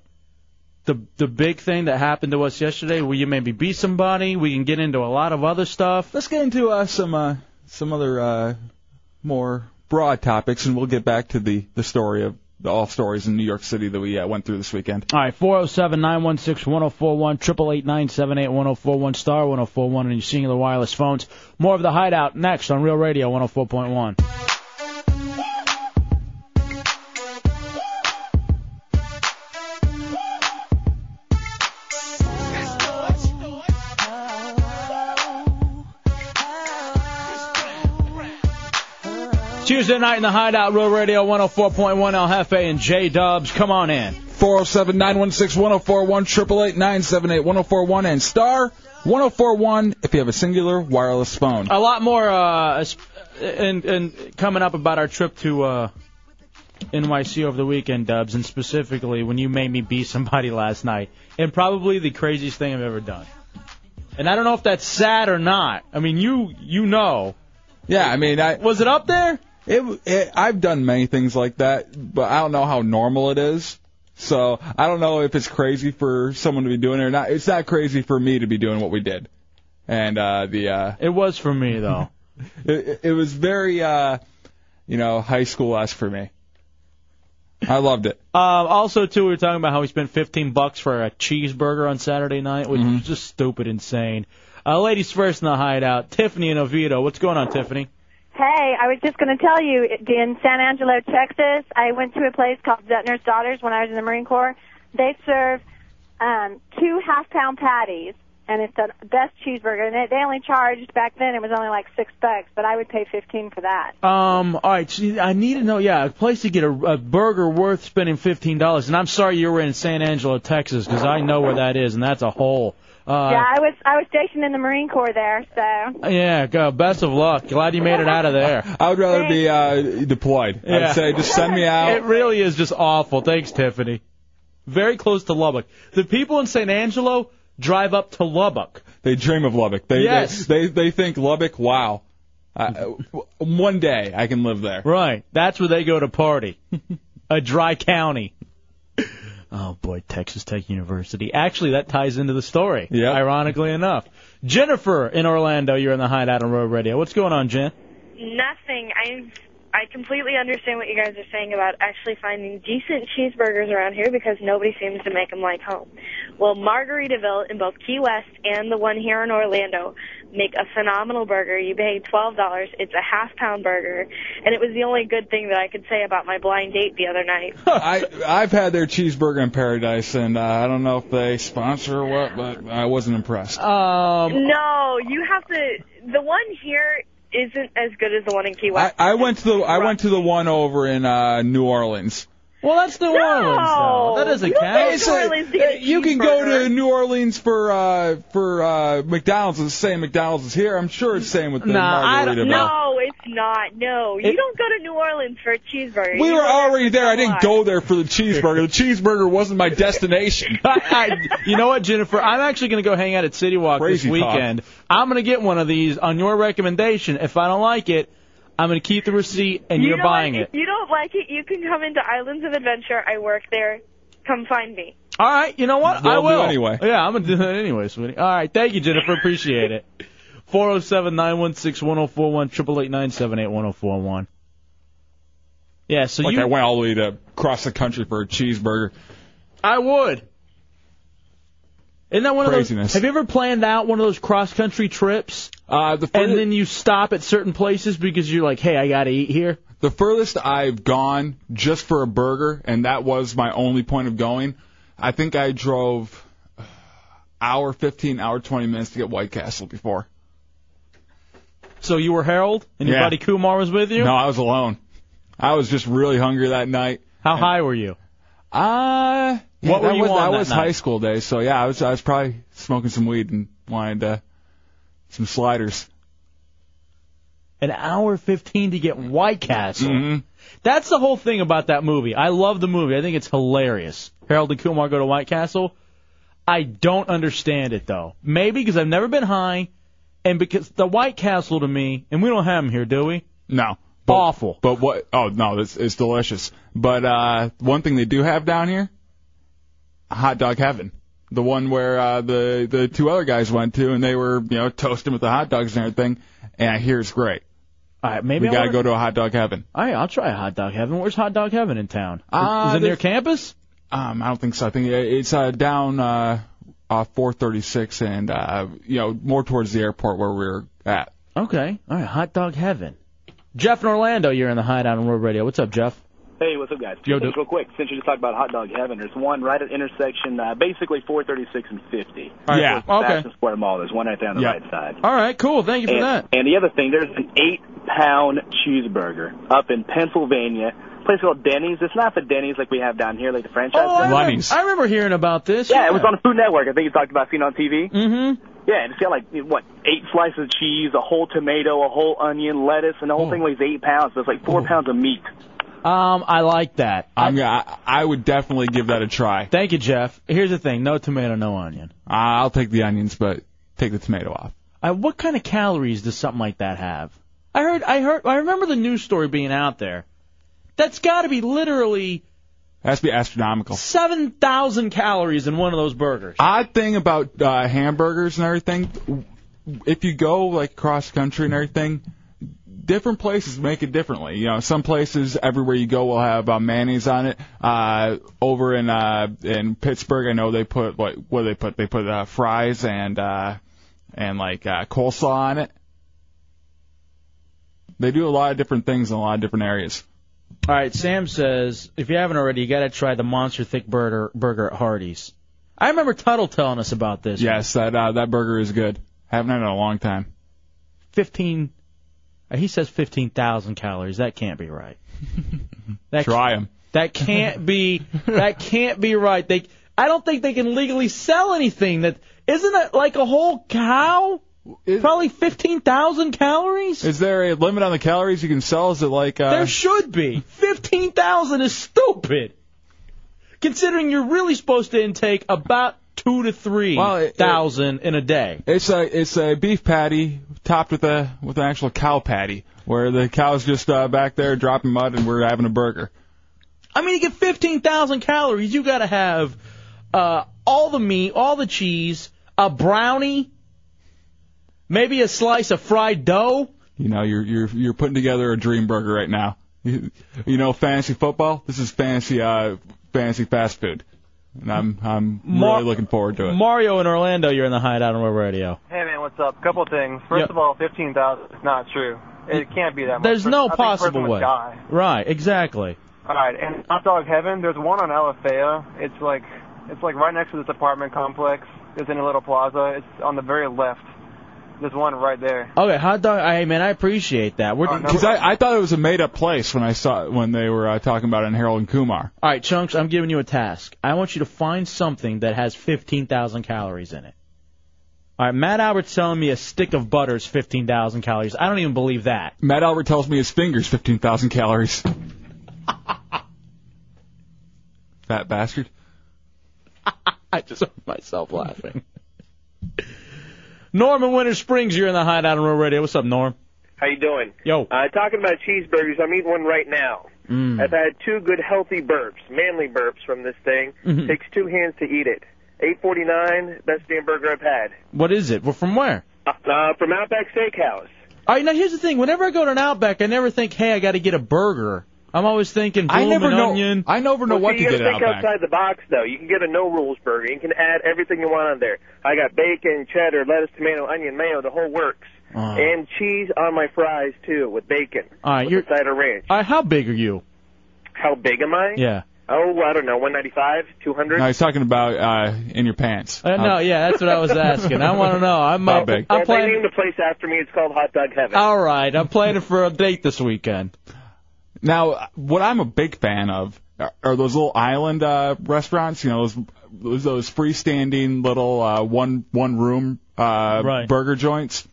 the the big thing that happened to us yesterday? Will you maybe be somebody? We can get into a lot of other stuff.
Let's get into uh, some uh, some other uh, more broad topics, and we'll get back to the the story of the all stories in New York City that we uh, went through this weekend.
All right, 407 916 1041, 888 978 1041, star 1041 on your singular wireless phones. More of the hideout next on Real Radio 104.1. Tuesday night in the hideout, Real Radio 104.1, El Jefe and J Dubs. Come on in.
407 916 1041, 888 978 1041, and star 1041 if you have a singular wireless phone.
A lot more uh, as- and and coming up about our trip to uh, NYC over the weekend, Dubs, and specifically when you made me be somebody *laughs* last night, and probably the craziest thing I've ever done. And I don't know if that's sad or not. I mean, you you know.
Yeah, I mean, I
was it up there?
It, it I've done many things like that, but I don't know how normal it is. So I don't know if it's crazy for someone to be doing it or not. It's not crazy for me to be doing what we did. And uh, the uh,
it was for me though.
*laughs* it, it was very uh, you know high school esque for me. I loved it.
Uh, also, too, we were talking about how we spent 15 bucks for a cheeseburger on Saturday night,
Mm-hmm.
which was just stupid, insane. Uh, ladies first in the hideout, Tiffany and Oviedo. What's going on, Tiffany?
Hey, I was just going to tell you in San Angelo, Texas, I went to a place called Zutner's Daughters when I was in the Marine Corps. They serve um, two half pound patties and it's the best cheeseburger. And it, they only charged back then; it was only like six bucks, but I would pay fifteen for that.
Um. All right. She, I need to know. Yeah, a place to get a, a burger worth spending fifteen dollars. And I'm sorry you were in San Angelo, Texas, because I know where that is, and that's a hole. Uh,
yeah, I was I was stationed in the Marine Corps there, so
Yeah, go. Best of luck. Glad you made it out of there.
I would rather be uh, deployed. I'd say just send me out.
It really is just awful. Thanks, Tiffany. Very close to Lubbock. The people in St. Angelo drive up to Lubbock.
They dream of Lubbock. They,
Yes.
They, they they think Lubbock. Wow. Uh, w- one day I can live there.
Right. That's where they go to party. *laughs* a dry county. *laughs* Oh boy, Texas Tech University. Actually, that ties into the story. Yeah. Ironically enough, Jennifer in Orlando, you're in the hideout on Road Radio. What's going on, Jen?
Nothing. I I completely understand what you guys are saying about actually finding decent cheeseburgers around here because nobody seems to make them like home. Well, Margaritaville in both Key West and the one here in Orlando make a phenomenal burger. You pay twelve dollars. It's a half pound burger, and it was the only good thing that I could say about my blind date the other night.
I I've had their cheeseburger in paradise, and uh, I don't know if they sponsor or what, but I wasn't impressed.
Um.
No, you have to. The one here isn't as good as the one in Key
I,
West.
I went to the I went to the one over in uh, New Orleans.
Well, that's New Orleans, though. That doesn't count.
you can go to New Orleans for uh, for uh, McDonald's. It's the same McDonald's as here. I'm sure it's the same with the
Nah,
I don't-
Margaritaville.
No, it's not. No, you
It-
don't go to New Orleans for a cheeseburger.
We
You
were
go there
already
for
there. I didn't
bar.
go there for the cheeseburger. The cheeseburger wasn't my destination. *laughs*
I, *laughs* you know what, Jennifer? I'm actually going to go hang out at City Walk
Crazy
this
talk.
weekend. I'm going to get one of these on your recommendation. If I don't like it, I'm going to keep the receipt and
You
you're
don't like
buying it.
If you don't like it, you can come into Islands of Adventure. I work there. Come find me.
All right, you know what?
Well,
I
do
will.
anyway.
Yeah, I'm going to do that anyway, sweetie. All right, thank you, Jennifer.
*laughs*
Appreciate it. 407 916 1041, 888 978 1041. Yeah, so
like
you-
I went all the way to across the country for a cheeseburger.
I would. Isn't that one of
Craziness.
those? Have you ever planned out one of those cross country trips?
Uh, the
and then you stop at certain places because you're like, hey, I gotta eat here.
The furthest I've gone just for a burger, and that was my only point of going. I think I drove uh, hour 15, hour 20 minutes to get White Castle before.
So you were Harold, and your
Yeah.
buddy Kumar was with you.
No, I was alone. I was just really hungry that night.
How high were you?
Uh, yeah,
What were
that
you
was,
on
That
that
was
night?
high school days, so yeah, I was I was probably smoking some weed and wanted uh, some sliders.
An hour fifteen to get White Castle.
Mm-hmm.
That's the whole thing about that movie. I love the movie. I think it's hilarious. Harold and Kumar go to White Castle. I don't understand it though. Maybe because I've never been high, and because the White Castle to me, and we don't have them here, do we?
No.
Awful.
But what? Oh no, it's, it's delicious. But uh, one thing they do have down here, hot dog heaven. The one where uh, the the two other guys went to, and they were you know toasting with the hot dogs and everything. And I hear it's great.
All right, maybe
we
I
gotta
wanna-
go to a hot dog heaven.
All right, I'll try Hot Dog Heaven. Where's Hot Dog Heaven in town?
Uh,
Is it near
there's-
campus?
Um, I don't think so. I think it- it's uh, down uh, uh, 436 and uh, you know more towards the airport where we were at.
Okay. All right. Hot Dog Heaven. Jeff in Orlando, you're in the hideout on Road Radio. What's up, Jeff?
Hey, what's up, guys? Two
Yo,
things
dude.
real quick, since you just talked about hot dog heaven, there's one right at intersection, uh, basically 436 and 50.
All right, Yeah. cool. Okay.
Madison Square Mall. There's one right there on the
Yeah.
right side.
All right, cool. Thank you for
and,
that.
and the other thing, there's an eight-pound cheeseburger up in Pennsylvania, a place called Denny's. It's not the Denny's like we have down here, like the franchise.
Oh, I
Denny's.
remember- I remember hearing about this.
Yeah, it was on Food Network. I think you talked about seeing it on TV.
Mm-hmm.
Yeah, and it's got like what eight slices of cheese, a whole tomato, a whole onion, lettuce, and the whole thing weighs eight pounds. So it's like four pounds of meat.
Um, I like that.
I'm gonna, I, I would definitely give that a try.
Thank you, Jeff. Here's the thing: no tomato, no onion.
I'll take the onions, but take the tomato off.
I, what kind of calories does something like that have? I heard. I heard. I remember the news story being out there. That's got to be literally
It has to be astronomical.
seven thousand calories in one of those burgers.
Odd thing about uh, hamburgers and everything, if you go like cross country and everything, different places make it differently. You know, some places everywhere you go will have uh, mayonnaise on it. Uh, over in uh, in Pittsburgh, I know they put like what do they put? They put uh, fries and uh, and like uh, coleslaw on it. They do a lot of different things in a lot of different areas.
All right, Sam says if you haven't already, you got to try the monster thick burger burger at Hardee's. I remember Tuttle telling us about this.
Yes, that uh, that burger is good. Haven't had it in a long time.
Fifteen. uh, He says fifteen thousand calories. That can't be right. That
Try them.
That can't be. that can't be right. They. I don't think they can legally sell anything that isn't it like a whole cow. Probably fifteen thousand calories.
Is there a limit on the calories you can sell? Is it like uh,
There should be. 15,000 is stupid. Considering you're really supposed to intake about two to three thousand in a day.
It's a it's a beef patty topped with a with an actual cow patty where the cow's just uh, back there dropping mud and we're having a burger.
I mean, to get 15,000 calories, you gotta have, uh, all the meat, all the cheese, a brownie, maybe a slice of fried dough.
You know, you're you're you're putting together a dream burger right now. You, you know, fantasy football. This is fantasy uh fantasy fast food, and I'm I'm
Mar-
really looking forward to it.
Mario in Orlando, you're in the hideout on Web Radio.
Hey man, what's up? Couple things. First
Yep.
of all, fifteen thousand is not true. It can't be that much.
There's no
I think a person
possible
would
way.
Die.
Right, exactly.
All right, and Hot Dog Heaven. There's one on Alafaya. It's like it's like right next to this apartment complex. It's in a little plaza. It's on the very left. There's one right there.
Okay, hot dog. Hey, man, I appreciate that. We're,
Because Uh, I, I thought it was a made up place when I saw when they were uh, talking about it in Harold and Kumar.
All right, Chunks, I'm giving you a task. I want you to find something that has 15,000 calories in it. All right, Matt Albert's telling me a stick of butter is 15,000 calories. I don't even believe that.
Matt Albert tells me his fingers fifteen thousand calories. *laughs* Fat bastard.
*laughs* I just heard myself *laughs* laughing. Norm in Winter Springs, you're in the hideout on Real Radio. What's up, Norm?
How you doing?
Yo. Mm-hmm.
Uh, talking about cheeseburgers, I'm eating one right now.
Mm.
I've had two good healthy burps, manly burps from this thing.
Mhm.
Takes two hands to eat it. 8.49, best damn burger I've had.
What is it? Well, from where?
Uh, from Outback Steakhouse.
All right, now here's the thing. Whenever I go to an Outback, I never think, hey, I got to get a burger. I'm always thinking,
I
Bloomin'
never know-
Onion. I
never
Well, see, you gotta think outside the box, though. You can get a no rules burger. You can add everything you want on there. I got bacon, cheddar, lettuce, tomato, onion, mayo, the whole works,
Oh.
and cheese on my fries too, with bacon,
All right, you're.
with cider ranch.
All right, how big are you?
How big am I?
Yeah.
Oh, I don't know, 195, 200.
No, he's talking about uh, in your pants.
Uh, no, yeah, that's what I was
*laughs*
asking. I want to know. I'm,
How
uh,
big?
I'm
Well,
playing.
They named the place after me. It's called Hot Dog Heaven.
All right, I'm planning for a date this weekend.
Now, what I'm a big fan of are- are those little island uh, restaurants. You know, those those- those freestanding little uh, one one room uh, burger joints.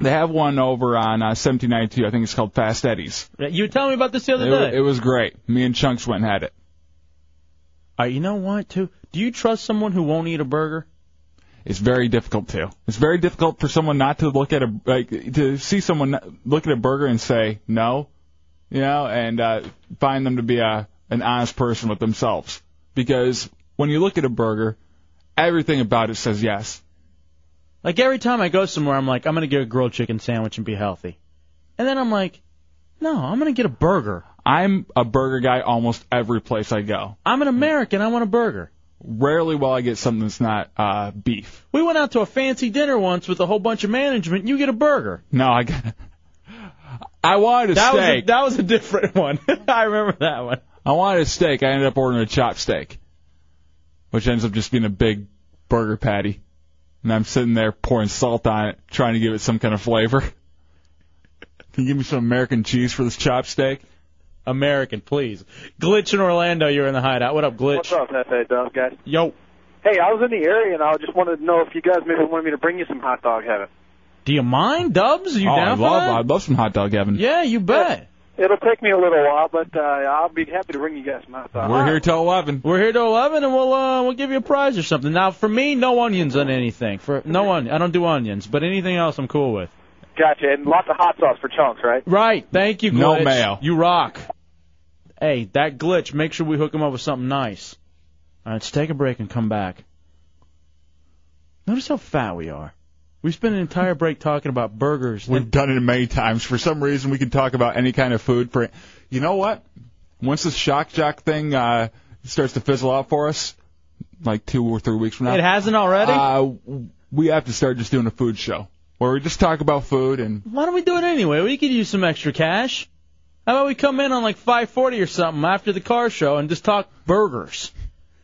They have one over on uh, 1792. I think it's called Fast Eddie's.
You were telling me about this the other
It,
day.
wa- it was great. Me and Chunks went and had it.
All right, Uh, you know what? Too, do you trust someone who won't eat a burger?
It's very difficult to. It's very difficult for someone not to look at a like to see someone not- look at a burger and say no, you know, and uh, find them to be a an honest person with themselves. Because when you look at a burger, everything about it says yes.
Like every time I go somewhere, I'm like, I'm gonna get a grilled chicken sandwich and be healthy, and then I'm like, no, I'm gonna get a burger.
I'm a burger guy almost every place I go.
I'm an American. I want a burger.
Rarely will I get something that's not uh, beef.
We went out to a fancy dinner once with a whole bunch of management. and You get a burger.
No, I got. I wanted a
that was
steak.
a, that was a different one. *laughs* I remember that one.
I wanted a steak. I ended up ordering a chop steak, which ends up just being a big burger patty. And I'm sitting there pouring salt on it, trying to give it some kind of flavor. *laughs* Can you give me some American cheese for this chop steak?
American, please. Glitch in Orlando, you're in the hideout. What up, Glitch?
What's up, Hefe, Dove guys?
Yo,
Hey, I was in the area and I just wanted to know if you guys maybe wanted me to bring you some hot dog heaven.
do you mind, Dubs? Are you
oh, I
down for
love,
that?
I love some hot dog, Evan.
Yeah, you bet.
It'll take me a little while, but uh, I'll be happy to bring you guys some hot dog.
We're here till eleven.
We're here till eleven, and we'll uh, we'll give you a prize or something. Now, for me, no onions on anything. For no onion, I don't do onions, but anything else, I'm cool with.
Gotcha, and lots of hot sauce for chunks, right?
Right. Thank you,
No
Glitch.
mail.
You rock. Hey, that glitch. Make sure we hook him up with something nice. All right, let's take a break and come back. Notice how fat we are. We spent an entire break talking about burgers.
We've done it many times. For some reason, we can talk about any kind of food. For you know what? Once this shock jock thing uh, starts to fizzle out for us, like two or three weeks from now,
It hasn't already?
Uh, we have to start just doing a food show where we just talk about food and
Why don't we do it anyway? We could use some extra cash. How about we come in on like 5:40 or something after the car show and just talk burgers,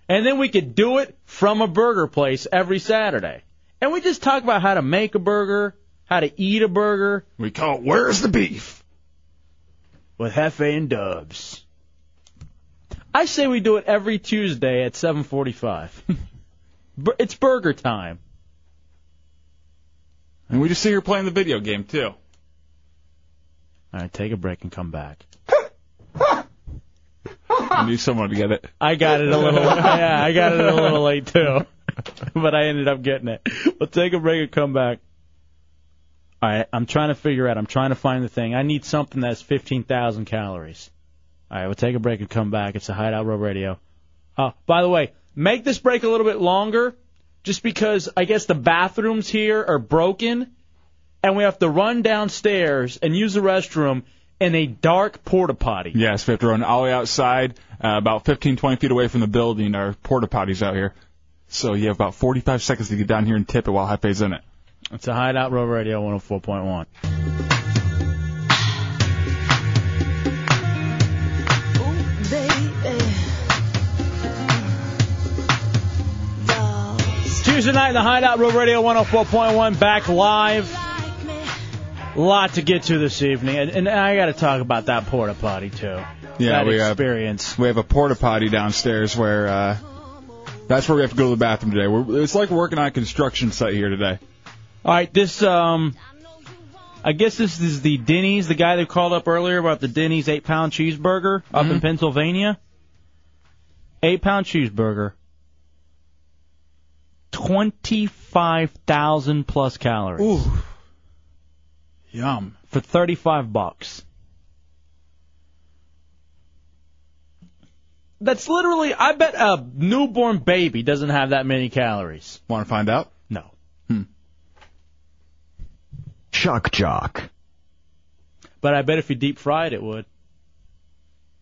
And then we could do it from a burger place every Saturday. And we just talk about how to make a burger, how to eat a burger. We call it Where's the Beef? With Hefe and Dubs. I say we do it every Tuesday at 7:45. *laughs* Bu- it's burger time.
And we just see her playing the video game too.
All right, take a break and come back.
I knew someone would get it.
I got it a little. yeah, I got it a little late too, *laughs* but I ended up getting it. We'll take a break and come back. All right, I'm trying to figure out. I'm trying to find the thing. I need something that's 15,000 calories. All right, we'll take a break and come back. It's the Hideout Row Radio. Uh, by the way, make this break a little bit longer, just because I guess the bathrooms here are broken, and we have to run downstairs and use the restroom in a dark porta potty.
Yes, we have to run all the way outside, uh, about 15, 20 feet away from the building. Our porta potties out here, so you have about 45 seconds to get down here and tip it while Hefe's in it.
It's a Hideout Row Radio 104.1. Tuesday night, in the Hideout Row Radio 104.1, back live. Lot to get to this evening, and, and I got to talk about that porta potty too.
Yeah,
That
we have
experience.
we have a porta potty downstairs where uh, that's where we have to go to the bathroom today. We're, it's like working on a construction site here today.
All right, this um, I guess this is the Denny's, the guy that called up earlier about the Denny's eight pound cheeseburger up
Mm-hmm.
in Pennsylvania. Eight pound cheeseburger, twenty five thousand plus calories. Ooh,
yum!
For thirty five bucks. That's literally. I bet a newborn baby doesn't have that many calories.
Want to find out? Hmm.
No.
Shock jock.
But I bet if you deep fried it would.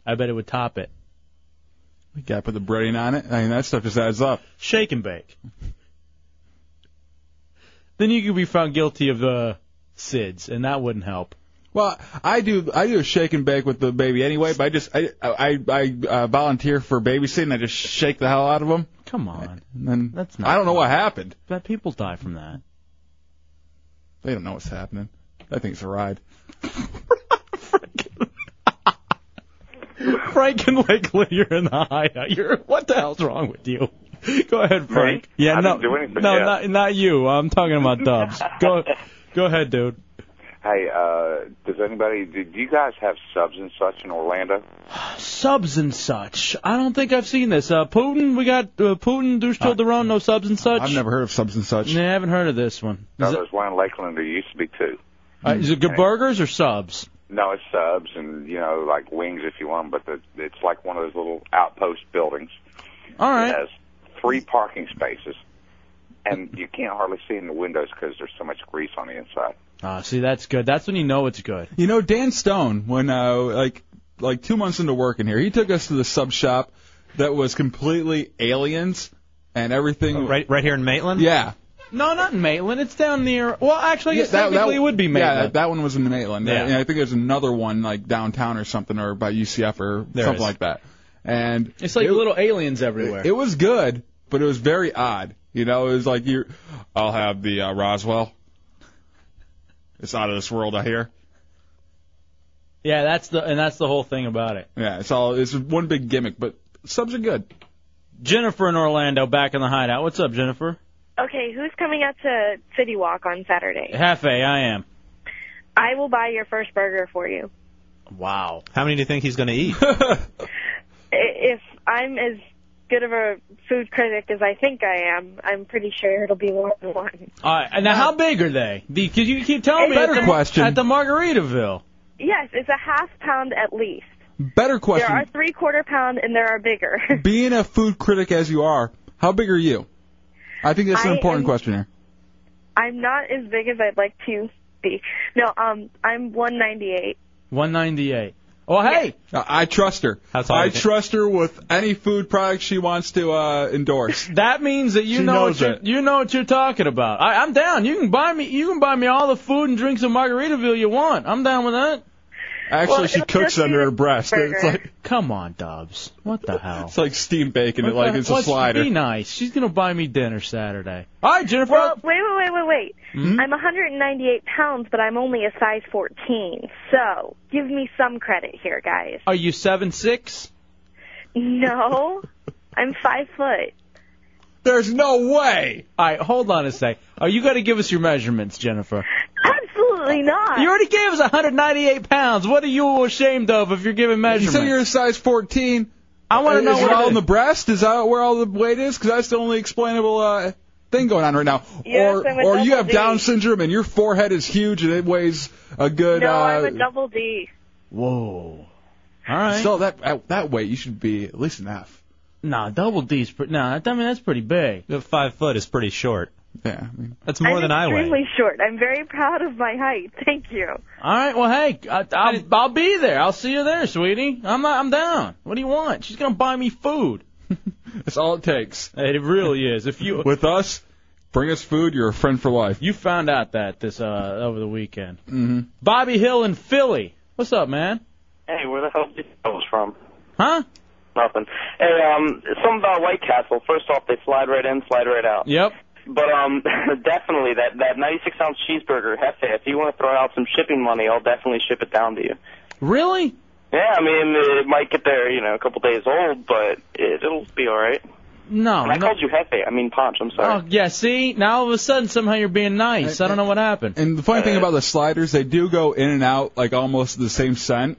I bet it would top it.
We got to put the breading on it. I mean, that stuff just adds up.
Shake and bake. Then you could be found guilty of uh, SIDS, and that wouldn't help.
Well, I do I do a shake and bake with the baby anyway, but I just I I, I uh, volunteer for babysitting. I just shake the hell out of them.
Come on,
and then
that's
I don't know what happened.
But people die from that.
They don't know what's happening. I think it's a ride.
*laughs* Frank and Lakely, you're in the hideout. You're what the hell's wrong with you? *laughs* Go ahead, Frank.
Me?
Yeah,
I
no,
didn't do anything,
no,
yeah.
not not you. I'm talking about Dubs. go, go ahead, dude.
Hey, uh, does anybody, do do you guys have subs and such in Orlando?
Subs and such. I don't think I've seen this. Uh, Putin, we got uh, Putin, Douche Till Daron, no subs and such.
I've never heard of subs and such.
Yeah, I haven't heard of this one.
No, there's one in Lakeland. There used to be two.
Uh, is it good
Okay.
burgers or subs?
No, it's subs and, you know, like wings if you want, but the, it's like one of those little outpost buildings.
All right.
It has three parking spaces, and you can't hardly see in the windows because there's so much grease on the inside.
Ah, see, that's good. That's when you know it's good.
You know, Dan Stone, when uh, like like two months into working here, he took us to the sub shop that was completely aliens and everything. right,
Oh, right here in Maitland.
Yeah,
No, not in Maitland. It's down near. Well, actually,
Yeah,
it technically would be Maitland.
Yeah, that, that one was in Maitland.
Yeah.
And I think there's another one like downtown or something, or by UCF or
There
something
is.
like that. And
It's like
it-
little aliens everywhere.
It, it was good, but it was very odd. You know, it was like you. I'll have the uh, Roswell. It's out of this world, I hear.
yeah, that's the and that's the whole thing about it.
Yeah, it's all it's one big gimmick, but subs are good.
Jennifer in Orlando, back in the hideout. What's up, Jennifer?
Okay, who's coming out to City Walk on Saturday?
Hefe, I am.
I will buy your first burger for you.
Wow.
How many do you think he's going
*laughs*
to eat?
I- If I'm as good of a food critic as I think I am, I'm pretty sure it'll be more than one.
All right, and now how big are they? Because you keep telling me
Better
at the,
question.
at the Margaritaville.
Yes, it's a half pound at least.
Better question.
There are three quarter pound and there are bigger. *laughs*
Being a food critic as you are, how big are you? I think that's an
I
important
am-
question here.
I'm not as big as I'd like to be. No, um, I'm 198.
198. Well, Oh, hey,
I I trust her.
all
I
I think.
trust her with any food product she wants to uh, endorse.
*laughs* That means that you
She
know
knows
what you're,
it.
you know what you're talking about. I, I'm down. You can buy me you can buy me all the food and drinks in Margaritaville you want. I'm down with that.
Actually,
Well,
she
it'll
cooks
just be
under
the
her breast.
burger.
It's like
come on, Dobbs. What the hell?
it's like steamed bacon.
What
It like
the-
it's a
let's
slider.
Be nice. She's gonna buy me dinner Saturday. All right, Jennifer.
Well, wait, wait, wait, wait, wait.
Mm-hmm.
Mhm.
I'm 198 pounds, but I'm only a size 14. So give me some credit here, guys.
Are you seven six?
*laughs*
No, I'm five foot.
There's no way.
All right, hold on a sec. Are you gonna give us your measurements, Jennifer?
Absolutely not.
You already gave us 198 pounds. What are you ashamed of if you're giving
You
measurements?
said you're a size 14.
I want to know
is
what
it all
it
in
is.
the breast? Is that where all the weight is? Because that's the only explainable uh, thing going on right now.
Yes,
or
I'm a
or you
double
have
D.
Down syndrome and your forehead is huge and it weighs a good.
no,
uh,
I'm a double D.
Whoa. All right.
Still, that at that weight, you should be at least an F.
Nah, double D's. Pre- nah, I mean that's pretty big.
The five foot is pretty short.
Yeah.
That's more
I'm
than I weigh.
extremely short. I'm very proud of my height. *laughs* Thank you.
All right. Well, hey, I, I'll, I'll be there. I'll see you there, sweetie. I'm not, I'm down. What do you want? She's gonna buy me food.
That's all it takes.
It really is. If you
With us, bring us food. You're a friend for life.
you found out that this uh over the weekend,
Mm-hmm.
Bobby Hill in Philly. What's up, man?
Hey, where the hell did you get those from?
Huh?
Nothing. Hey, um, something about White Castle. First off, they slide right in, slide right out.
Yep.
But um, *laughs* definitely that that 96 ounce cheeseburger, Hefe. If you want to throw out some shipping money, I'll definitely ship it down to you.
Really?
Yeah, I mean it might get there, you know, a couple days old, but it, it'll be all right.
No.
Oh,
And I
no.
called you Hefe. I mean Ponch. I'm sorry.
Oh yeah. See, now all of a sudden somehow you're being nice. I don't know what happened.
And the funny thing about the sliders, they do go in and out like almost the same scent.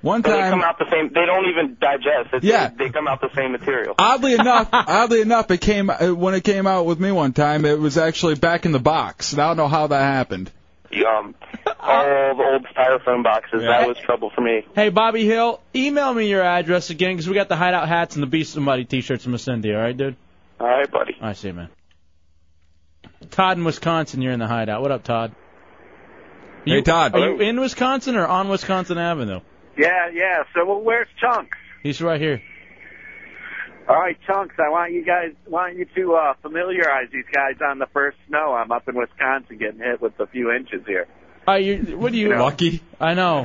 One
But they
time,
come out the same. They don't even digest. It's,
Yeah.
They come out the same material.
*laughs*
Oddly enough, oddly enough, it came uh, when it came out with me one time. It was actually back in the box, and I don't know how that happened.
*laughs* Um, all the old styrofoam boxes. That was trouble for me.
Hey, Bobby Hill, email me your address again 'cause we got the hideout hats and the Beast of Muddy t-shirts I'm gonna send to you. All right, dude.
All right, buddy.
I see, you, man. Todd in Wisconsin, you're in the hideout. What up, Todd?
Hey, Todd.
Are you in Wisconsin or on Wisconsin Avenue?
Yeah, yeah. So well, where's Chunks?
He's right here.
All right, Chunks. I want you guys, want you to uh, familiarize these guys on the first snow. I'm up in Wisconsin, getting hit with a few inches here.
Are you? What do you?
You know.
Lucky. *laughs*
I know.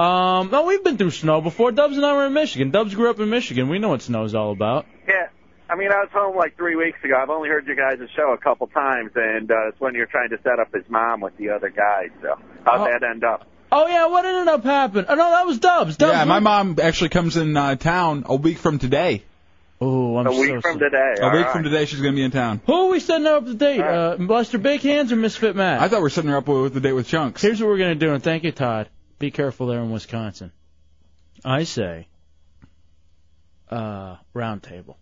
Um, no, we've been through snow before. Dubs and I were in Michigan. Dubs grew up in Michigan. We know what snow's all about.
Yeah. I mean, I was home like three weeks ago. I've only heard your guys' show a couple times, and uh, it's when you're trying to set up his mom with the other guys. So how'd
Oh.
that end up?
Oh yeah, what ended up happening? Oh no, that was Dubs. Dubs.
yeah,
we-
my mom actually comes in uh, town a week from today.
Oh, I'm
a week
so
from
sorry.
today.
a
all
week
right.
from today, she's gonna be in town.
Who are we setting up the date? Uh, Buster Big Hands or Misfit Matt?
I thought we were setting her up with the date with Chunks.
Here's what we're gonna do, and thank you, Todd. Be careful there in Wisconsin. I say, uh, round table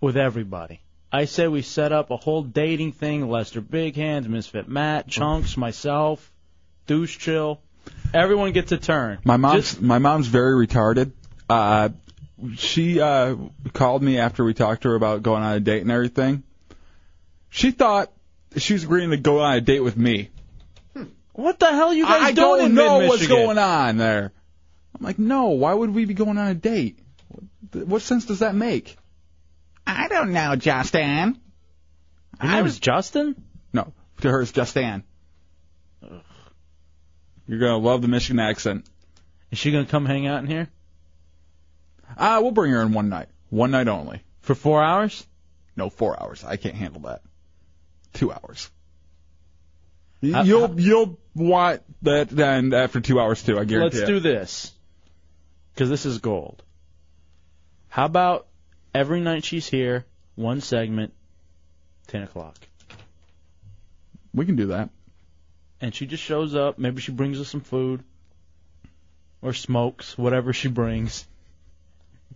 with everybody. I say we set up a whole dating thing. Lester Big Hands, Misfit Matt, Chunks, myself, Deuce Chill. Everyone gets a turn.
My mom's my mom's very retarded. Uh, she uh, called me after we talked to her about going on a date and everything. She thought she was agreeing to go on a date with me.
What the hell are you guys
I
doing
don't
in
know
mid-Michigan?
what's going on there. I'm like, no. Why would we be going on a date? What, what sense does that make? I don't know, Justin.
Your name is Justin?
No, to her it's Justin. You're gonna love the Michigan accent.
Is she gonna come hang out in here?
Ah, we'll bring her in one night, one night only.
For four hours?
No, four hours. I can't handle that. Two hours.
I-
You'll you'll want that then after two hours too. I guarantee.
Let's
it.
do this. 'Cause this is gold. How about every night she's here, one segment, 10 o'clock?
We can do that.
And she just shows up. Maybe she brings us some food or smokes, whatever she brings.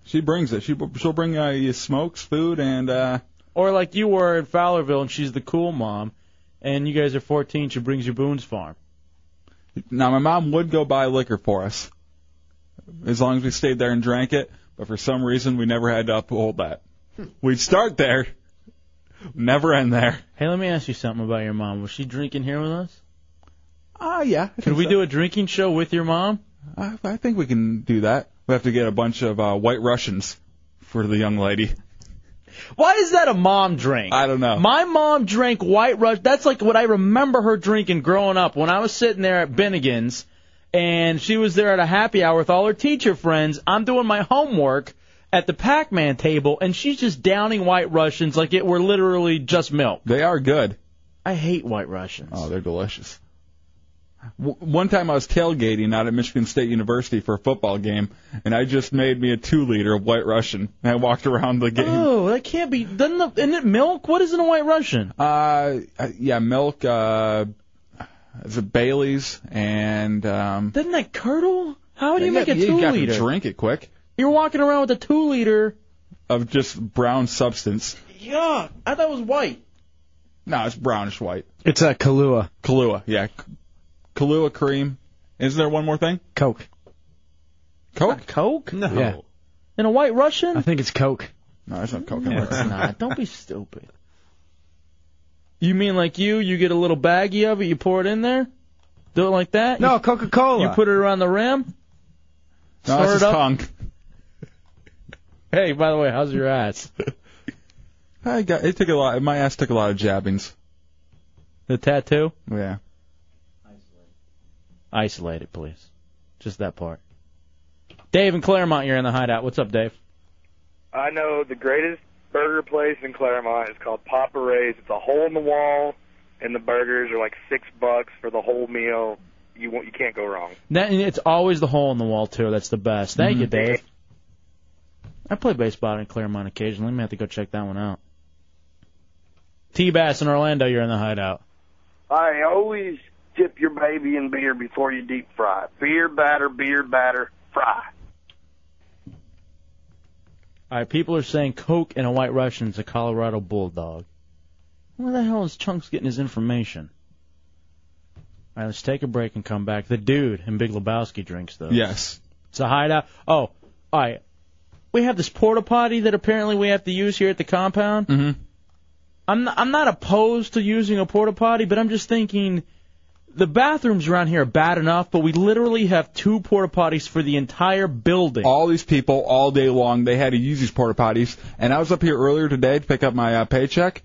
She brings it. She she'll bring uh, you smokes, food, and uh
Or like you were in Fowlerville and she's the cool mom, and you guys are 14, she brings you Boone's Farm.
now my mom would go buy liquor for us, as long as we stayed there and drank it. But for some reason, we never had to uphold that.
Hmm.
We'd start there, never end there.
Hey, let me ask you something about your mom. Was she drinking here with us?
Ah, yeah.
Could we do a drinking show with your mom?
I, I think we can do that. We have to get a bunch of uh, white Russians for the young lady.
Why is that a mom drink?
I don't know.
My mom drank White Rush. That's like what I remember her drinking growing up. When I was sitting there at Bennigan's, and she was there at a happy hour with all her teacher friends. I'm doing my homework at the Pac-Man table, and she's just downing White Russians like it were literally just milk.
They are good.
I hate White Russians.
Oh, they're delicious. W- one time I was tailgating out at Michigan State University for a football game, and I just made me a two-liter of White Russian, and I walked around the game.
Oh, that can't be. Doesn't the, isn't it milk? What is in a White Russian?
Uh, uh, yeah, milk. Uh, is it Bailey's and um.
Doesn't that curdle? How do you
yeah,
make a
yeah, You got to
two-liter?
drink it quick.
You're walking around with a two-liter.
Of just brown substance.
Yeah, I thought it was white.
No, it's brownish white.
It's a Kahlua.
Kahlua, yeah. K- Kahlua cream. Is there one more thing?
Coke.
Coke?
Coke?
No.
Yeah.
In a White Russian?
I think it's Coke.
No, it's not Coke.
No, it's not. Don't be stupid. You mean like you? You get a little baggie of it, you pour it in there? Do it like that?
No, Coca Cola.
You put it around the rim?
No,
Stir
it's
it
his
up?
tongue.
Hey, by the way, how's your ass?
*laughs* I got. It took a lot. My ass took a lot of jabbings.
The tattoo?
Yeah.
Isolate it, please. Just that part. Dave and Claremont, you're in the hideout. What's up, Dave?
I know the greatest burger place in Claremont is called Papa Ray's. It's a hole in the wall, and the burgers are like six bucks for the whole meal. You won't, you can't go wrong.
That, and it's always the hole in the wall too. That's the best. Thank you,
Mhm.
Dave. I play baseball in Claremont occasionally. May have to go check that one out. T Bass in Orlando, you're in the hideout.
I always dip your baby in beer before you deep fry. Beer batter, beer batter, fry.
All right, people are saying Coke and a White Russian's a Colorado Bulldog. Where the hell is Chunks getting his information? All right, let's take a break and come back. The dude in Big Lebowski drinks those.
Yes.
It's a hideout. Oh, all right. We have this porta potty that apparently we have to use here at the compound.
Mm-hmm.
I'm not, I'm not opposed to using a porta potty, but I'm just thinking the bathrooms around here are bad enough, but we literally have two porta potties for the entire building.
All these people all day long, they had to use these porta potties. And I was up here earlier today to pick up my uh, paycheck,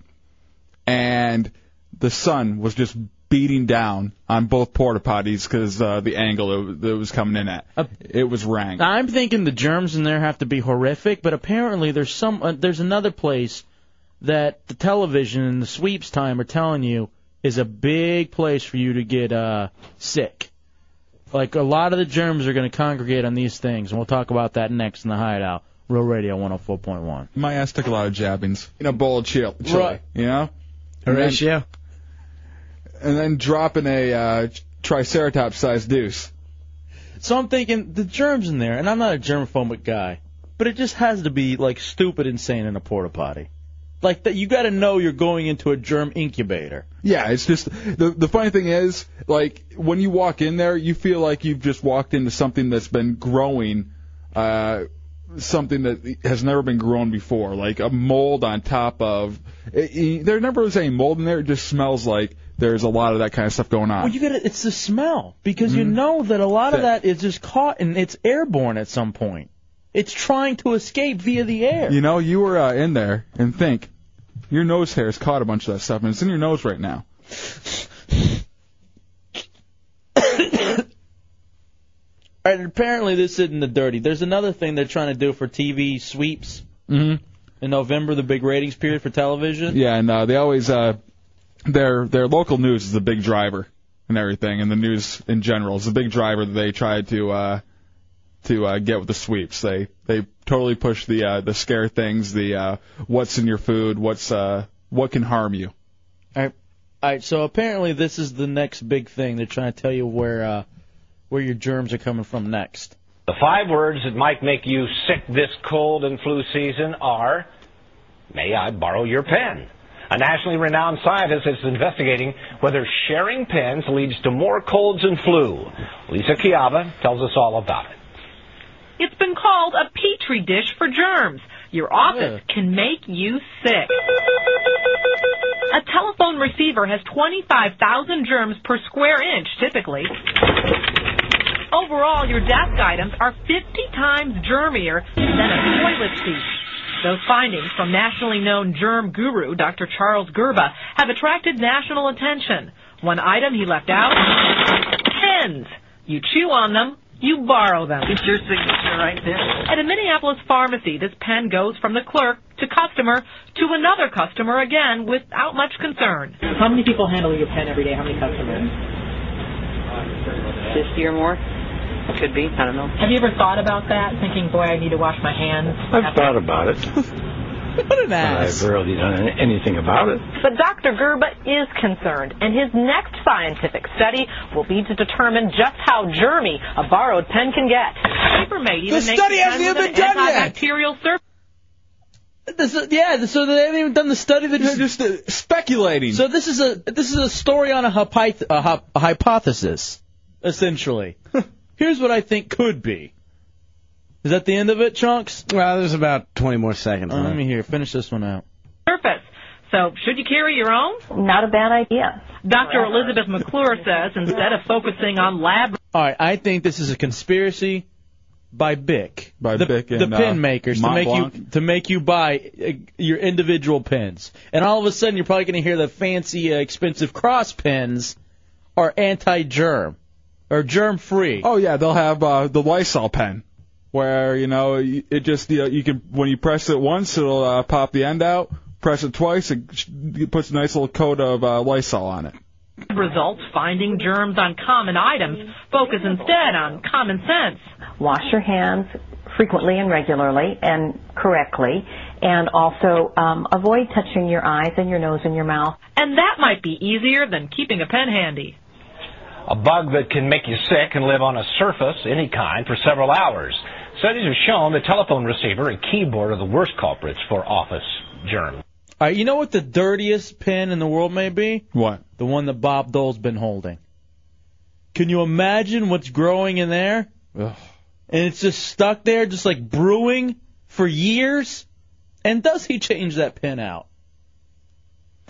and the sun was just beating down on both porta potties because uh, the angle it, it was coming in
Uh,
at. It was rank.
Now, I'm thinking the germs in there have to be horrific, but apparently there's some uh, there's another place that the television and the sweeps time are telling you is a big place for you to get uh sick. Like a lot of the germs are going to congregate on these things, and we'll talk about that next in the hideout. Real Radio 104.1.
My ass took a lot of jabbings in a bowl of chili. chili
Right.
You know?
Horatio.
And then, and then dropping a uh, triceratops sized deuce.
So I'm thinking the germs in there, and I'm not a germophobic guy, but it just has to be like stupid insane in a porta potty. Like that, you got to know you're going into a germ incubator.
Yeah, it's just the the funny thing is, like when you walk in there, you feel like you've just walked into something that's been growing, uh, something that has never been grown before, like a mold on top of. It, it- there never is any mold in there. It just smells like there's a lot of that kind of stuff going on.
Well, you got to it's the smell because
Mm-hmm.
you know that a lot of that is just caught and it's airborne at some point. It's trying to escape via the air.
You know, you were uh, in there and think your nose hair's caught a bunch of that stuff, and it's in your nose right now.
And apparently this isn't the dirty. There's another thing they're trying to do for TV sweeps
Mm-hmm.
in November, the big ratings period for television.
Yeah, and uh, they always uh, their their local news is a big driver and everything, and the news in general is a big driver that they try to uh, to uh, get with the sweeps. They they totally push the uh, the scare things, the uh, what's in your food, what's uh, what can harm you.
All right. All right. So apparently this is the next big thing. They're trying to tell you where uh, where your germs are coming from next.
The five words that might make you sick this cold and flu season are May I borrow your pen? A nationally renowned scientist is investigating whether sharing pens leads to more colds and flu. Lisa Chiava tells us all about it.
It's been called a petri dish for germs. Your office can make you sick. A telephone receiver has 25,000 germs per square inch, typically. Overall, your desk items are 50 times germier than a toilet seat. Those findings from nationally known germ guru Dr. Charles Gerba have attracted national attention. One item he left out pens. You chew on them. You borrow them. It's your signature right there. At a Minneapolis pharmacy, this pen goes from the clerk to customer to another customer again without much concern.
How many people handle your pen every day? How many customers? 50 or more? Could be. I don't know. Have you ever thought about that? Thinking, boy, I need to wash my hands.
I've thought about
*laughs*
it.
What an
But I've really done anything about it.
But Dr. Gerba is concerned, and his next scientific study will be to determine just how germy a borrowed pen can get. Paper may even
The
make
study
the pen
hasn't
with
even
an
been done yet.
antibacterial surface.
This, yeah, so they haven't even done the study. They're just,
uh,
speculating. So this is a this is a story on a, hypoth- a, hy- a hypothesis,
*laughs*
essentially. Here's what I think could be. Is that the end of it, Chunks? Uh,
Well, there's about 20 more seconds.
let me hear. Finish this one out.
surface. So, should you carry your own? Not a bad idea. Dr. Elizabeth McClure says instead of focusing on lab
All right, I think this is a conspiracy by Bic, by the,
Bic and,
the pen
uh,
makers to
Mont
make you
Blanc.
to make you buy uh, your individual pens, and all of a sudden you're probably going to hear the fancy, uh, expensive cross pens are anti-germ or germ-free.
Oh yeah, they'll have uh, the Lysol pen, where you know you- it just you, know, you can when you press it once it'll uh, pop the end out. Press it twice, it sh- it puts a nice little coat of uh, Lysol on it.
results finding germs on common items, focus instead on common sense.
Wash your hands frequently and regularly and correctly, and also um, avoid touching your eyes and your nose and your mouth.
And that might be easier than keeping a pen handy.
a bug that can make you sick and live on a surface, any kind, for several hours. Studies have shown the telephone receiver and keyboard are the worst culprits for office germs.
All right, you know what the dirtiest pen in the world may be?
What?
The one that Bob Dole's been holding. Can you imagine what's growing in there? And it's just stuck there, just like brewing for years. And does he change that pen out?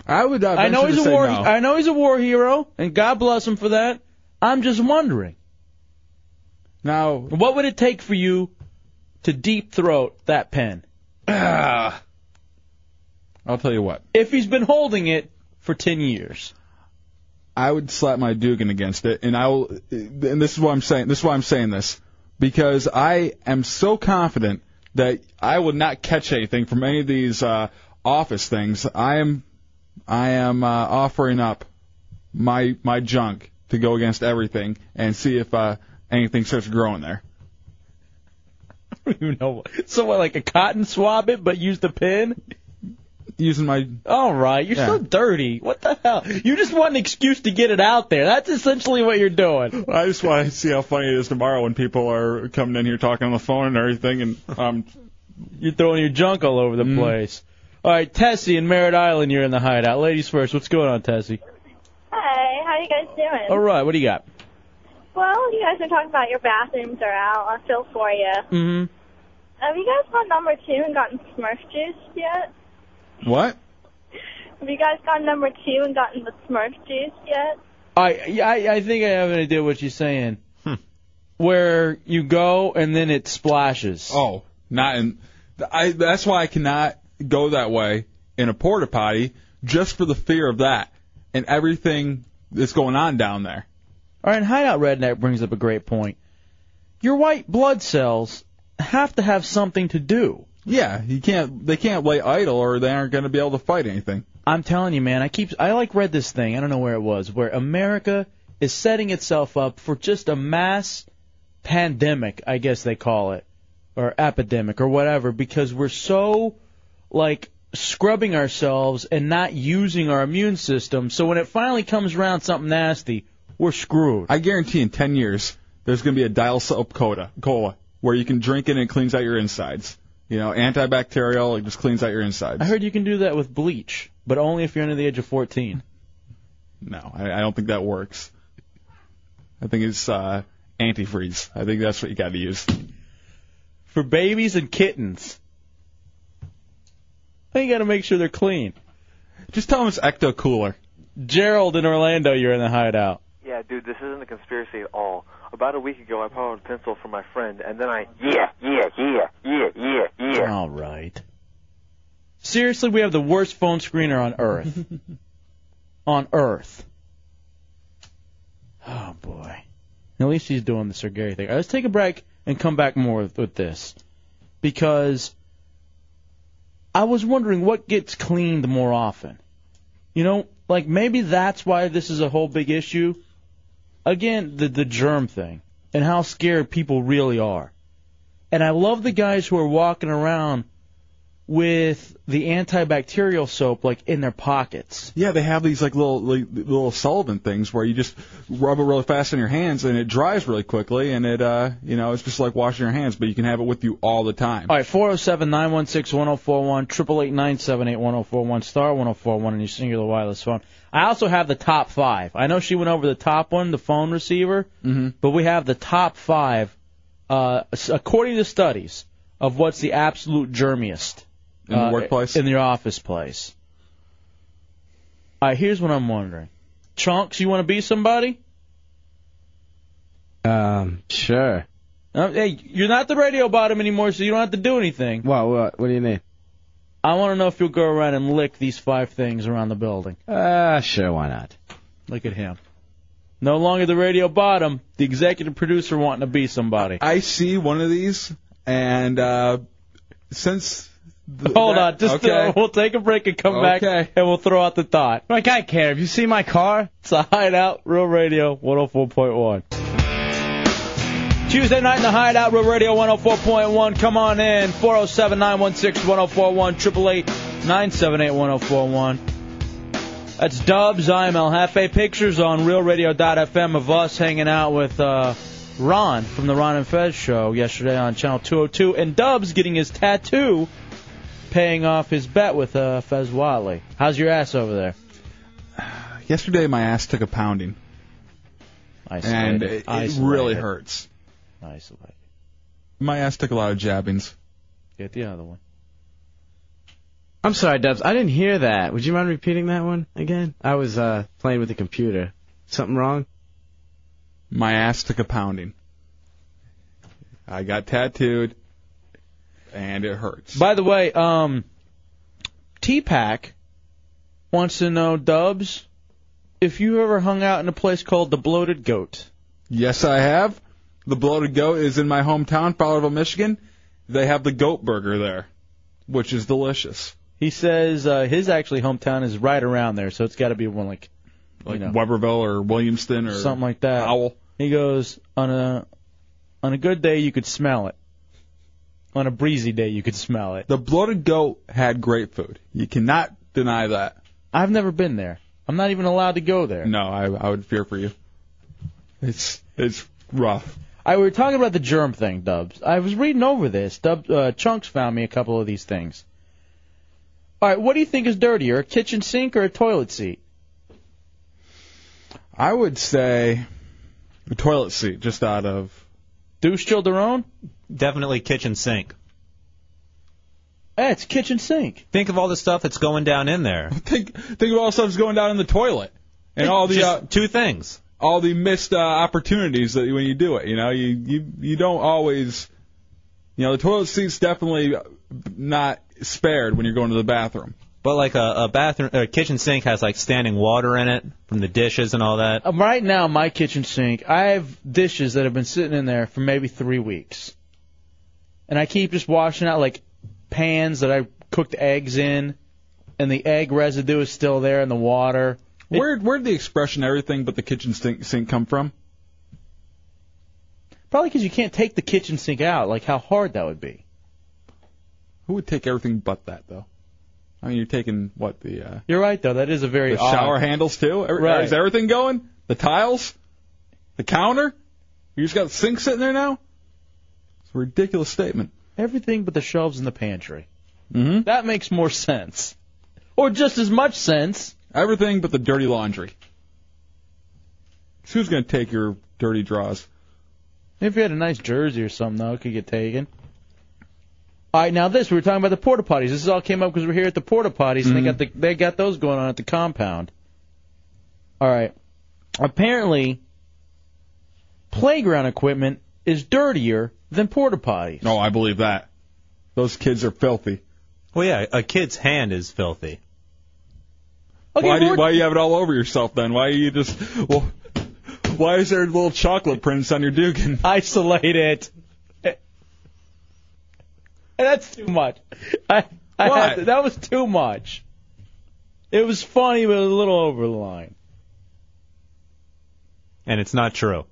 I would. Uh,
I know
venture
he's
to
a
say
war.
no.
I know he's a war hero, and God bless him for that. I'm just wondering.
Now,
what would it take for you to deep throat that pen?
I'll tell you what.
If he's been holding it for ten years. *laughs*
I would slap my Dugan against it, and I will. And this is why I'm saying this is why I'm saying this because I am so confident that I will not catch anything from any of these uh, office things. I am, I am uh, offering up my my junk to go against everything and see if uh, anything starts growing there.
you know, so what, like a cotton swab it, but use the pen?
Using my.
All right, you're so dirty. What the hell? You just want an excuse to get it out there. That's essentially what you're doing.
I just want to see how funny it is tomorrow when people are coming in here talking on the phone and everything, and um,
You're throwing your junk all over the
Mm.
place. All right, Tessie in Merritt Island, you're in the hideout. Ladies first, what's going on, Tessie?
Hi, how you guys doing?
All right, what do you got?
Well, you guys are talking about your bathrooms are out. I'll fill for you.
Mm-hmm.
Have you guys gone number two and gotten Smurf juice yet?
What?
Have you guys gone number two and gotten the Smurf juice yet?
I, yeah, I I think I have an idea what you're saying.
Hmm.
Where you go and then it splashes.
Oh, not in. I. That's why I cannot go that way in a porta potty, just for the fear of that and everything that's going on down there.
All right, and Hideout Redneck brings up a great point. Your white blood cells have to have something to do.
Yeah, you can't. They can't lay idle, or they aren't going to be able to fight anything.
I'm telling you, man. I keep I like read this thing. I don't know where it was, where America is setting itself up for just a mass pandemic, I guess they call it, or epidemic or whatever, because we're so like scrubbing ourselves and not using our immune system. So when it finally comes around something nasty, we're screwed.
I guarantee in ten years there's going to be a dial soap coda cola where you can drink it and it cleans out your insides. You know, antibacterial. It just cleans out your insides.
I heard you can do that with bleach, but only if you're under the age of 14.
No, I, I don't think that works. I think it's uh, antifreeze. I think that's what you got to use.
For babies and kittens. I think you got to make sure they're clean.
Just tell them it's Ecto Cooler.
Gerald in Orlando, you're in the hideout.
Yeah, dude, this isn't a conspiracy at all. About a week ago, I borrowed a pencil from my friend, and then I yeah, yeah, yeah, yeah, yeah, yeah.
All right. Seriously, we have the worst phone screener on earth. on earth. Oh boy. At least he's doing the Sir Gary thing. All right, let's take a break and come back more with, with this. Because I was wondering what gets cleaned more often. You know, like maybe that's why this is a whole big issue. Again, the, the germ thing and how scared people really are. And I love the guys who are walking around with the antibacterial soap like in their pockets.
Yeah, they have these like little like, little solvent things where you just rub it really fast in your hands and it dries really quickly and it uh you know it's just like washing your hands but you can have it with you all the time.
All right, 407 916 1041, 888 978 1041, star 1041 on your singular wireless phone. I also have the top five. I know she went over the top one, the phone receiver,
Mm-hmm.
but we have the top five, uh, s- according to studies, of what's the absolute germiest uh,
In the workplace?
In your office place. All right, here's what I'm wondering. Chunks, you want to be somebody?
Um, sure.
Uh, hey, you're not the radio bottom anymore, so you don't have to do anything.
What? What? What do you mean?
I want to know if you'll go around and lick these five things around the building.
Uh, sure, why not?
Look at him. No longer the radio bottom, the executive producer wanting to be somebody.
I see one of these and uh since the,
Hold
that-
on, just
okay.
uh, we'll take a break and come
Okay.
back and we'll throw out the thought.
Like I care. Have you seen my car?
It's a hideout, Real Radio 104.1. Tuesday night in the hideout, Real Radio 104.1. Come on in, 407 916 1041, 888 978 1041. That's Dubs. I'm El Jefe. Pictures on RealRadio.fm of us hanging out with uh, Ron from the Ron and Fez show yesterday on Channel 202, and Dubs getting his tattoo, paying off his bet with uh, Fez Watley. How's your ass over there?
Yesterday my ass took a pounding. And
Isolated.
it, it
Isolated.
really hurts.
Isolated.
My ass took a lot of jabbings.
Get the other one.
I'm sorry, Dubs. I didn't hear that. Would you mind repeating that one again? I was uh playing with the computer. Something wrong?
My ass took a pounding. I got tattooed and it hurts.
By the way, um, T Pack wants to know, Dubs, if you ever hung out in a place called the Bloated Goat.
Yes, I have. The Bloated Goat is in my hometown, Fowlerville, Michigan. They have the goat burger there, which is delicious.
He says uh, his actually hometown is right around there, so it's got to be one like,
Like
you know,
Weberville or Williamston or
something like that.
Owl.
He goes on a on a good day you could smell it. On a breezy day you could smell it.
The Bloated Goat had great food. You cannot deny that.
I've never been there. I'm not even allowed to go there.
No, I, I would fear for you. It's it's rough.
I we were talking about the germ thing, Dubs. I was reading over this. Dub uh, Chunks found me a couple of these things. All right, what do you think is dirtier, a kitchen sink or a toilet seat?
I would say a toilet seat just out of
douche childerone.
Definitely kitchen sink.
Hey, it's kitchen sink.
Think of all the stuff that's going down in there.
*laughs* Think think of all the stuff that's going down in the toilet and all the
Just
uh,
two things.
all the missed uh, opportunities that when you do it. You know, you you you don't always. You know, the toilet seat's definitely not spared when you're going to the bathroom.
But like a, a bathroom or a kitchen sink has like standing water in it from the dishes and all that.
Um, right now, my kitchen sink, I have dishes that have been sitting in there for maybe three weeks, and I keep just washing out like pans that I cooked eggs in, and the egg residue is still there in the water.
Where where'd the expression "everything but the kitchen sink, sink" come from?
Probably because you can't take the kitchen sink out. Like how hard that would be.
Who would take everything but that though? I mean, you're taking what the uh,
You're right though. That is a very
the shower
odd-
handles too. Every,
Right.
Is everything going? The tiles, the counter. You just got the sink sitting there now. It's a ridiculous statement.
Everything but the shelves in the pantry.
Mm-hmm.
That makes more sense, or just as much sense.
Everything but the dirty laundry. 'Cause Who's gonna take your dirty draws?
If you had a nice jersey or something, though, it could get taken. All right, now this we were talking about the porta potties. This all came up because we're here at the porta potties, and they got
Mm-hmm.
the they got those going on at the compound. All right, apparently, playground equipment is dirtier than porta potties.
No, Oh, I believe that. Those kids are filthy.
Well, yeah, a kid's hand is filthy.
Okay,
why do you,
Lord-
why you have it all over yourself then? Why you just well, Why is there little chocolate prints on your Dugan?
Isolate it. *laughs* That's too much. I, I
Why?
had to- that was too much. It was funny, but it was a little over the line.
And it's not true.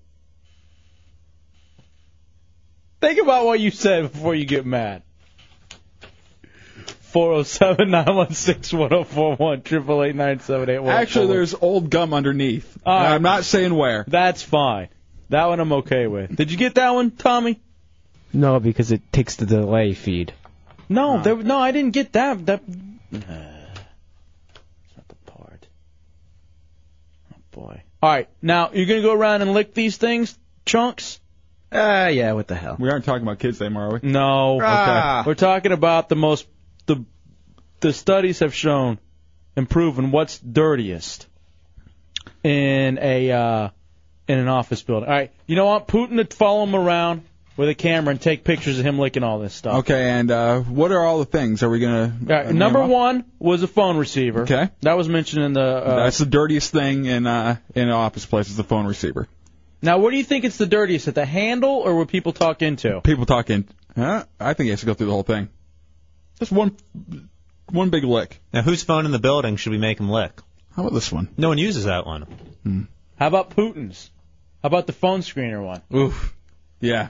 Think about what you said before you get mad. 407 916 1041
Actually, there's old gum underneath. And I'm not saying where.
That's fine. That one I'm okay with. Did you get that one, Tommy?
No, because it takes the delay feed.
No, there, no, I didn't get that. That Oh, boy. All right, now you're gonna go around and lick these things, chunks. Ah, yeah. What the hell?
We aren't talking about kids' name, are we?
No.
Ah.
We're talking about the most the the studies have shown and proven what's dirtiest in a uh, in an office building. All right, you know what? Putin to follow him around with a camera and take pictures of him licking all this stuff.
Okay, and uh, what are all the things? Are we gonna?
All right, Uh, number one was a phone receiver.
Uh, Okay.
That was mentioned in the. Uh,
That's the dirtiest thing in uh, in an office place is the phone receiver.
Now, what do you think it's the dirtiest at the handle or what people talk into?
People talking. Huh? I think he has to go through the whole thing. Just one one big lick.
Now, whose phone in the building should we make him lick?
How about this one? Hmm.
No one uses that one.
How about Putin's? How about the phone screener one?
Oof. Yeah.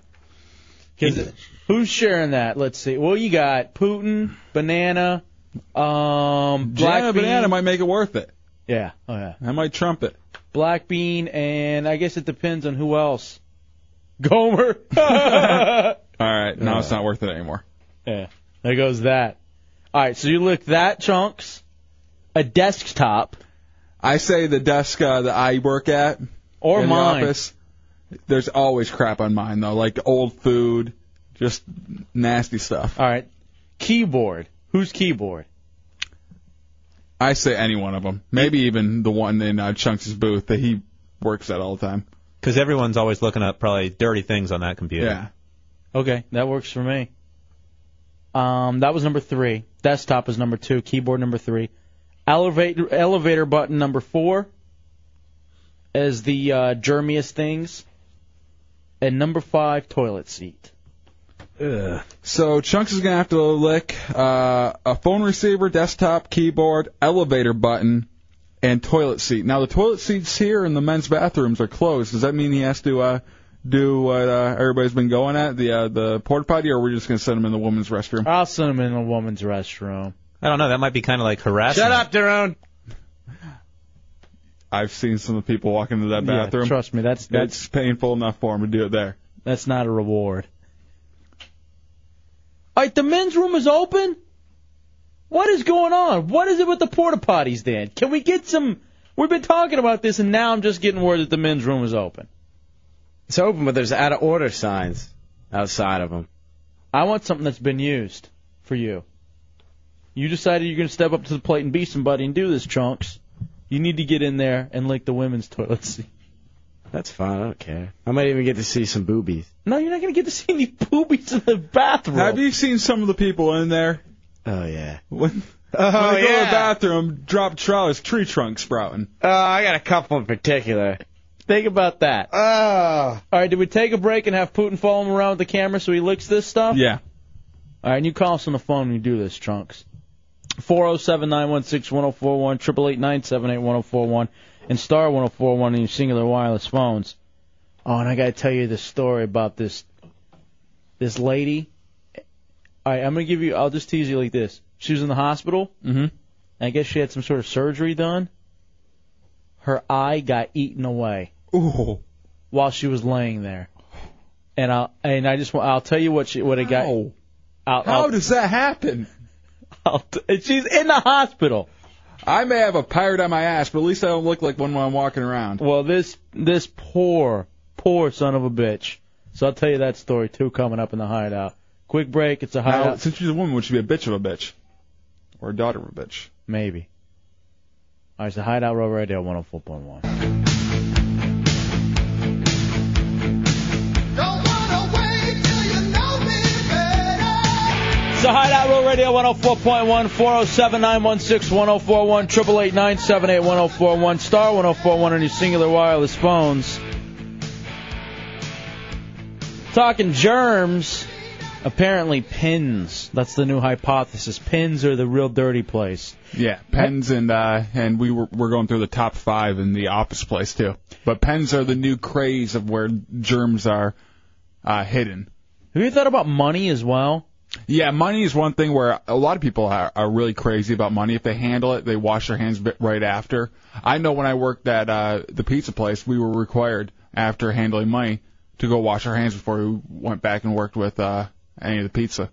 'Cause who's sharing that? Let's see. Well, you got Putin, banana, um, black
Jam and
bean,
banana might make it worth it.
Yeah. Oh yeah.
I might trump it.
black bean, and I guess it depends on who else.
*laughs*
Gomer. *laughs*
All right. No,
Uh,
it's not worth it anymore.
Yeah. There goes that. All right. So you lick that chunks, a desktop.
I say the desk uh, that I work at
Or
in
mine.
The office, there's always crap on mine though, like old food, just nasty stuff.
All right, keyboard. Whose keyboard?
I say any one of them. Maybe even the one in uh, Chunks' booth that he works at all the time.
Because everyone's always looking up probably dirty things on that computer.
Yeah.
Okay, that works for me. Um, that was number three. Desktop is number two. Keyboard number three. Elevator elevator button number four is the uh, germiest things. And number five, toilet seat.
Ugh. So Chunks is gonna have to lick uh, a phone receiver, desktop, keyboard, elevator button, and toilet seat. Now the toilet seats here in the men's bathrooms are closed. Does that mean he has to uh, do what uh, everybody's been going at the uh, the porta potty, or we're just gonna send him in the women's restroom?
I'll send him in a woman's restroom.
I don't know. That might be kind of like harassment.
Shut up, Daron.
I've seen some of the people walk into that
Yeah,
bathroom.
trust me, that's-
that's painful enough for him to do it there.
That's not a reward. All right, the men's room is open. What is going on? What is it with the porta potties, Dan? Can we get some? We've been talking about this, and now I'm just getting word that the men's room is open.
It's open, but there's out of order signs outside of them.
I want something that's been used for you. You decided you're going to step up to the plate and be somebody and do this, Chunks. You need to get in there and lick the women's toilet seat.
That's fine. I don't care. I might even get to see some boobies.
*laughs* No, you're not going to get to see any boobies in the bathroom.
Have you seen some of the people in there
Oh yeah.
when,
Oh,
when they go to
yeah.
the bathroom, drop trellis, Oh, tree trunk sprouting?
Oh, I got a couple in particular.
Think about that.
Oh.
All right, did we take a break and have Putin follow him around with the camera so he licks this stuff?
Yeah.
All right, and you call us on the phone when you do this, Trunks. 407 916 1041, 888 978 1041, and star 1041 on your singular wireless phones. Oh, and I got to tell you this story about this this lady. All right, I'm going to give you, I'll just tease you like this. She was in the hospital.
Mm-hmm.
I guess she had some sort of surgery done. Her eye got eaten away
Ooh.
while she was laying there. And I'll and I just want I'll tell you what she what it got. I'll,
How
I'll,
does that happen?
I'll t- and she's in the hospital.
I may have a pirate on my ass, but at least I don't look like one when I'm walking around.
Well, this this poor poor son of a bitch. So I'll tell you that story too coming up in the hideout. Quick break. It's a hideout.
Now, since she's a woman, would she be a bitch of a bitch? Or a daughter of a bitch?
Maybe. All right, oh so Hideout Row Radio 104.1. So Hideout Row Radio 104.1, 407 916 1041, 888 978 1041, star 1041 on your singular wireless phones. Talking germs, apparently pins. That's the new hypothesis. Pins are the real dirty place.
Yeah, Penn's and uh, and we were we're going through the top five in the office place too. But Penn's are the new craze of where germs are uh, hidden.
Have you thought about money as well?
Yeah, money is one thing where a lot of people are, are really crazy about money. If they handle it, they wash their hands bit- right after. I know when I worked at uh, the pizza place, we were required after handling money to go wash our hands before we went back and worked with uh, any of the pizza.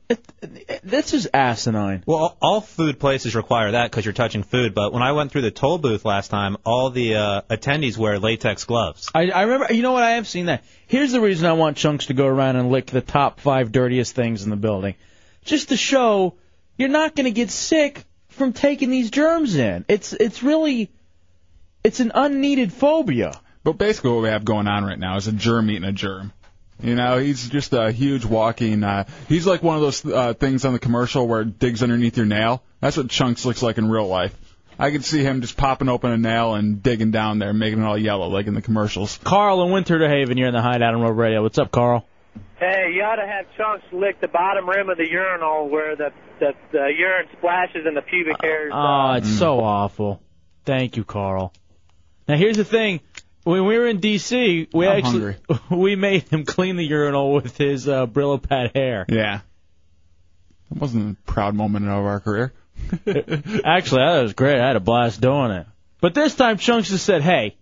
This is asinine.
Well, all- all food places require that because you're touching food. But when I went through the toll booth last time, all the uh, attendees wear latex gloves.
I, I remember. You know what? I have seen that. Here's the reason I want Chunks to go around and lick the top five dirtiest things in the building, just to show you're not going to get sick from taking these germs in. It's it's really it's an unneeded phobia.
But basically, what we have going on right now is a germ eating a germ. You know, he's just a huge walking. Uh, he's like one of those uh, things on the commercial where it digs underneath your nail. That's what Chunks looks like in real life. I could see him just popping open a nail and digging down there, making it all yellow, like in the commercials.
Carl in Winter Haven, you're in the hideout on Road Radio. What's up, Carl?
Hey, you ought to have chunks lick the bottom rim of the urinal where the the, the urine splashes and the pubic hairs.
Oh, it's so awful. Thank you, Carl. Now here's the thing. When we were in D.C., we
I'm
actually *laughs* we made him clean the urinal with his uh, Brillo pad
*laughs*
hair.
Yeah. That wasn't a proud moment of our career.
Actually, that was great. I had a blast doing it. But this time, Chunks just said, "Hey,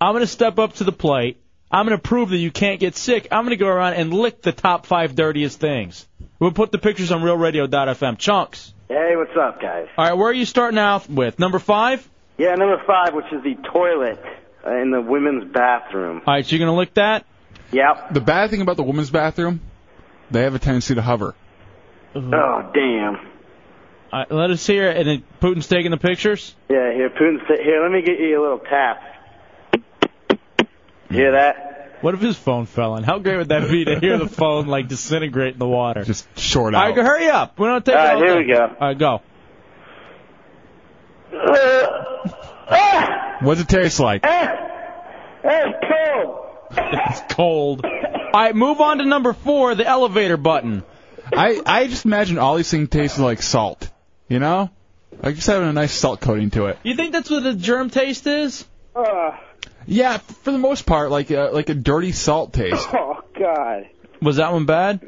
I'm going to step up to the plate. I'm going to prove that you can't get sick. I'm going to go around and lick the top five dirtiest things." We'll put the pictures on RealRadio.fm. Chunks.
Hey, what's up, guys?
All right, where are you starting out with? Number five.
Yeah, number five, which is the toilet uh, in the women's bathroom.
All right, so you're gonna lick that?
Yep.
The bad thing about the women's bathroom, they have a tendency to hover.
Oh, damn.
Mm-hmm. All right, let us hear it. And then Putin's taking the pictures.
Yeah, here, Putin's here. Let me get you a little tap. Hear that?
What if his phone fell in? How great would that be to hear the phone like disintegrate in the water? Just
short
All right,
out.
hurry up. We're not taking.
All right,
all
here
day.
we go.
All right, go.
What's it taste like?
That's cold.
*laughs* It's cold. All right, move on to number four, the elevator button.
I I just imagine all these things tasting like salt. You know, like just having a nice salt coating to it.
You think that's what the germ taste is?
Uh.
Yeah, f- for the most part, like a, like a dirty salt taste.
*laughs* Oh God.
Was that one bad?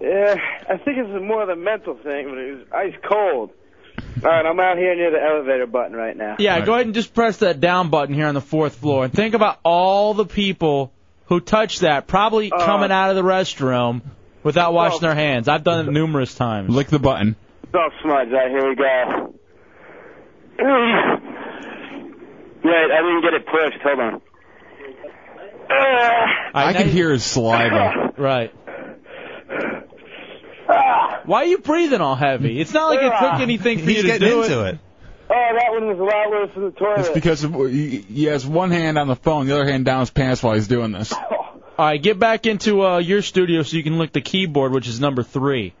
Yeah, I think it's more of a mental thing, but it was ice cold. All right, I'm out here near the elevator button right now.
Yeah, go ahead and just press that down button here on the fourth floor and think about all the people who touch that, probably
Uh.
coming out of the restroom without washing their hands. I've done it numerous times.
Lick the button.
Don't smudge. All right, here we go. *clears throat* Wait, I didn't get it pushed. Hold on.
I can hear his saliva.
*laughs* Right. Why are you breathing all heavy? It's not like it took anything for you to do it.
Oh, that one was a lot worse than the
It's
toilet.
because of, he, he has one hand on the phone, the other hand down his pants while he's doing this.
All right, get back into uh, your studio so you can lick the keyboard, which is number three.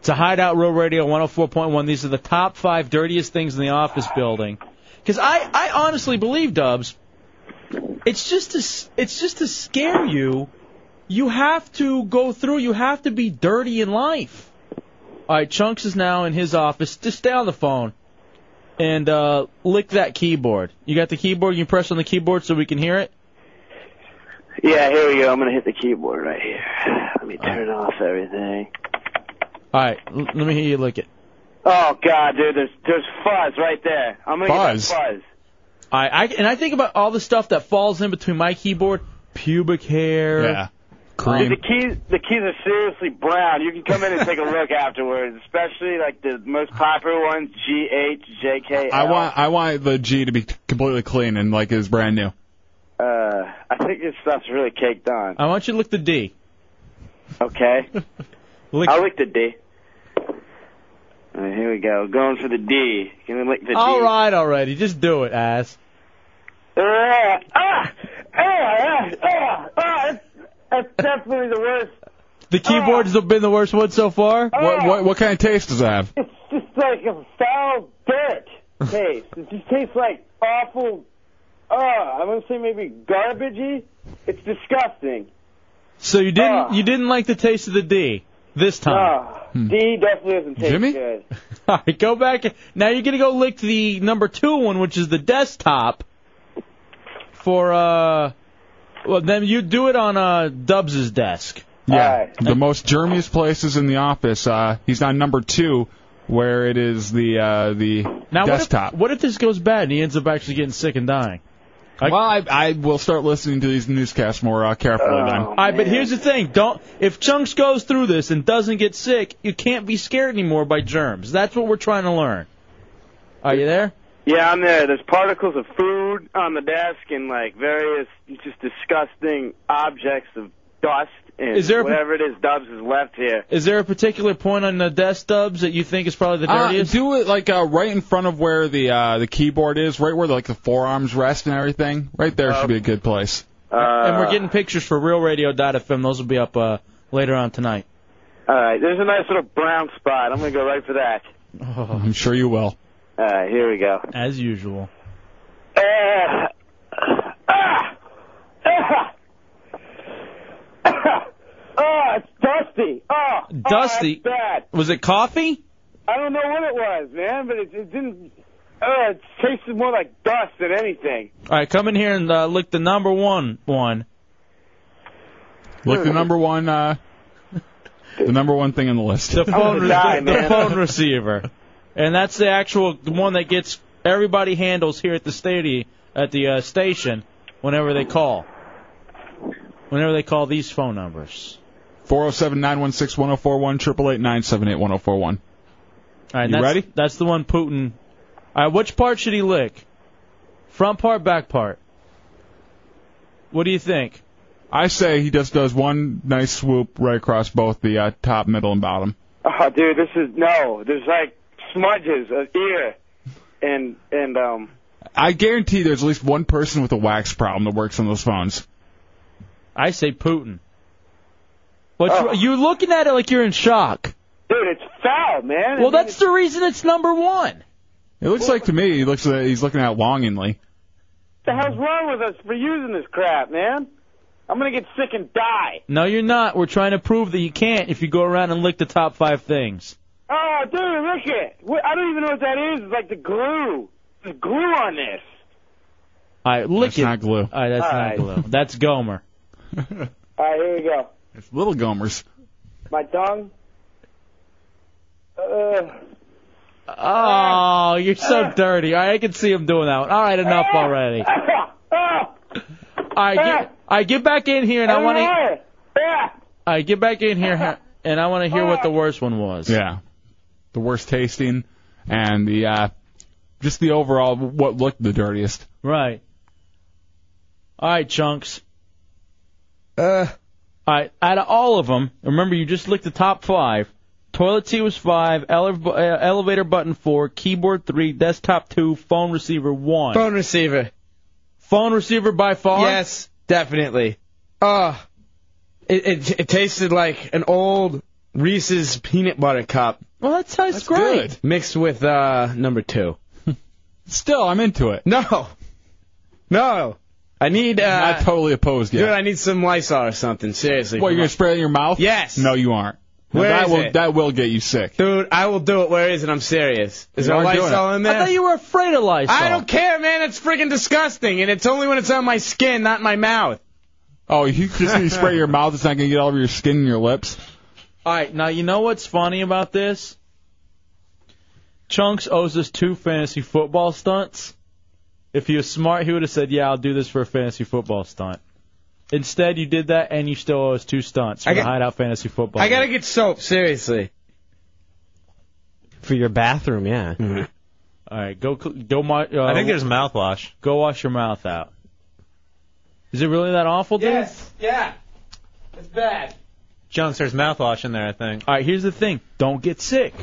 It's a Hideout Row Radio 104.1. These are the top five dirtiest things in the office building. Because I, I honestly believe, Dubs, it's just to, s- it's just to scare you. You have to go through. You have to be dirty in life. All right, Chunks is now in his office. Just stay on the phone and uh, lick that keyboard. You got the keyboard? You can press on the keyboard so we can hear it.
Yeah, here we go. I'm gonna hit the keyboard right here. Let me turn off everything.
All right, l- let me hear you lick it.
Oh God, dude, there's there's fuzz right there. I'm gonna
Fuzz?
get that fuzz.
I, I and I think about all the stuff that falls in between my keyboard, pubic hair.
Yeah. Dude, the keys the keys are seriously brown. You can come in and take a look afterwards, especially like the most popular ones, G H J K.
I want I want the G to be completely clean and like it's brand new.
Uh, I think this stuff's really caked on.
I want you to lick the D.
Okay.
Lick-
I'll lick the D. All right, here we go. Going for the D. Gonna lick the
All
D.
right, already, just do it, ass.
Ah, ah, ah, ah, ah, that's, that's definitely the worst.
The
Ah.
keyboard's been the worst one so far.
What what what kind of taste does it have?
It's just like a foul dirt taste. It just tastes like awful. Uh, I want to say maybe garbagey. It's disgusting.
So you didn't you didn't like the taste of the D this time.
Ah.
Hmm.
D definitely doesn't taste
Jimmy?
good.
*laughs* All right, go back. Now you're gonna go lick the number two one, which is the desktop. For uh, well then you do it on uh Dubs's desk.
Yeah, the most germiest places in the office. Uh, he's on number two, where it is the uh, the
Now
desktop.
What if, what if this goes bad and he ends up actually getting sick and dying?
well, I, I will start listening to these newscasts more uh, carefully. then.
All right, but here's the thing: don't if Chunks goes through this and doesn't get sick, you can't be scared anymore by germs. That's what we're trying to learn. Are you there?
Yeah, I'm there. There's particles of food on the desk and like various just disgusting objects of dust and
Is there a-
whatever it is Dubs has left here.
Is there a particular point on the desk dubs that you think is probably the
Uh,
dirtiest?
do it like uh, right in front of where the uh, the keyboard is, right where like the forearms rest and everything. Right there should be a good place.
and
Uh,
we're getting pictures for RealRadio.fm. Those will be up uh, later on tonight.
All right, there's a nice little brown spot. I'm gonna go right for that.
Oh, I'm sure you will.
All right, here we go.
As usual.
oh, it's dusty. Oh,
Dusty.
Oh, that's bad.
Was it coffee?
I don't know what it was, man, but it, it didn't. Uh, it tasted more like dust than anything.
All right, come in here and uh, lick the number one one.
Look, the
Hmm.
number one, uh, the number one thing on the
*laughs*
list.
The *laughs* phone, re- the phone receiver, and that's the actual the one that gets everybody handles here at the stadium at the uh, station whenever they call. Whenever they call these phone numbers.
407 916 1041, 888 978 1041.
All right,
You
that's,
ready?
That's the one Putin. All right, which part should he lick? Front part, back part? What do you think?
I say he just does one nice swoop right across both the uh, top, middle, and bottom.
Oh, dude, this is no. There's like smudges of ear, and and um.
I guarantee there's at least one person with a wax problem that works on those phones.
I say Putin. What's, You're looking at it like you're in shock.
Oh. Dude, it's foul, man.
Well, that's the reason it's number one.
It looks like to me he looks uh, he's looking at longingly.
What the hell's wrong with us for using this crap, man? I'm gonna get sick and die.
No, you're not. We're trying to prove that you can't if you go around and lick the top five things.
Oh, dude, look at what, I don't even know what that is. It's like the glue. There's glue on this.
All right, lick it.
Not glue.
All right, that's not
All right.
glue. That's Gomer.
All right, here we go.
It's little gomers.
My tongue. Uh,
Oh, you're so dirty. All right, I can see him doing that one. All right, enough
Ah!
already.
*laughs*
All right, get,
Ah!
all right, get back in here, and I want to. All right, get back in here, and I want to hear what the worst one was.
Yeah. The worst tasting and the uh just the overall what looked the dirtiest.
Right. All right, chunks.
Uh.
All right, out of all of them, remember you just licked the top five. Toilet seat was five, ele- uh, elevator button four, keyboard three, desktop two, phone receiver one.
Phone receiver.
Phone receiver by far?
Yes, definitely. Uh, it, it, it tasted like an old Reese's peanut butter cup.
Well, that sounds great.
Mixed with uh number two.
*laughs* Still, I'm into it.
No, no. I need. Uh,
I'm not totally opposed yet.
Dude, I need some Lysol or something. Seriously.
What, you're gonna spray it in your mouth?
Yes.
No, you aren't. Now,
Where
that
is
will
it?
that will get you sick.
Dude, I will do it. Where is it? I'm serious. Is
You
there
are doing
Lysol
it.
in there?
I
thought you were afraid of Lysol.
I don't care, man. It's freaking disgusting, and it's only when it's on my skin, not my mouth.
Oh, you just you spray your mouth, it's not gonna get all over your skin and your lips.
All right, now you know what's funny about this? Chunks owes us two fantasy football stunts. If he was smart, he would have said, "Yeah, I'll do this for a fantasy football stunt." Instead, you did that, and you still owe us two stunts for
I
the
got-
Hideout Fantasy Football.
I gotta get soap, seriously.
for your bathroom, yeah.
Mm-hmm.
All right, go cl- go. My, uh,
I think there's mouthwash.
Go wash your mouth out. Is it really that awful, dude?
Yeah. It's bad.
Junks, there's mouthwash in there, I think.
All right, here's the thing: don't get sick.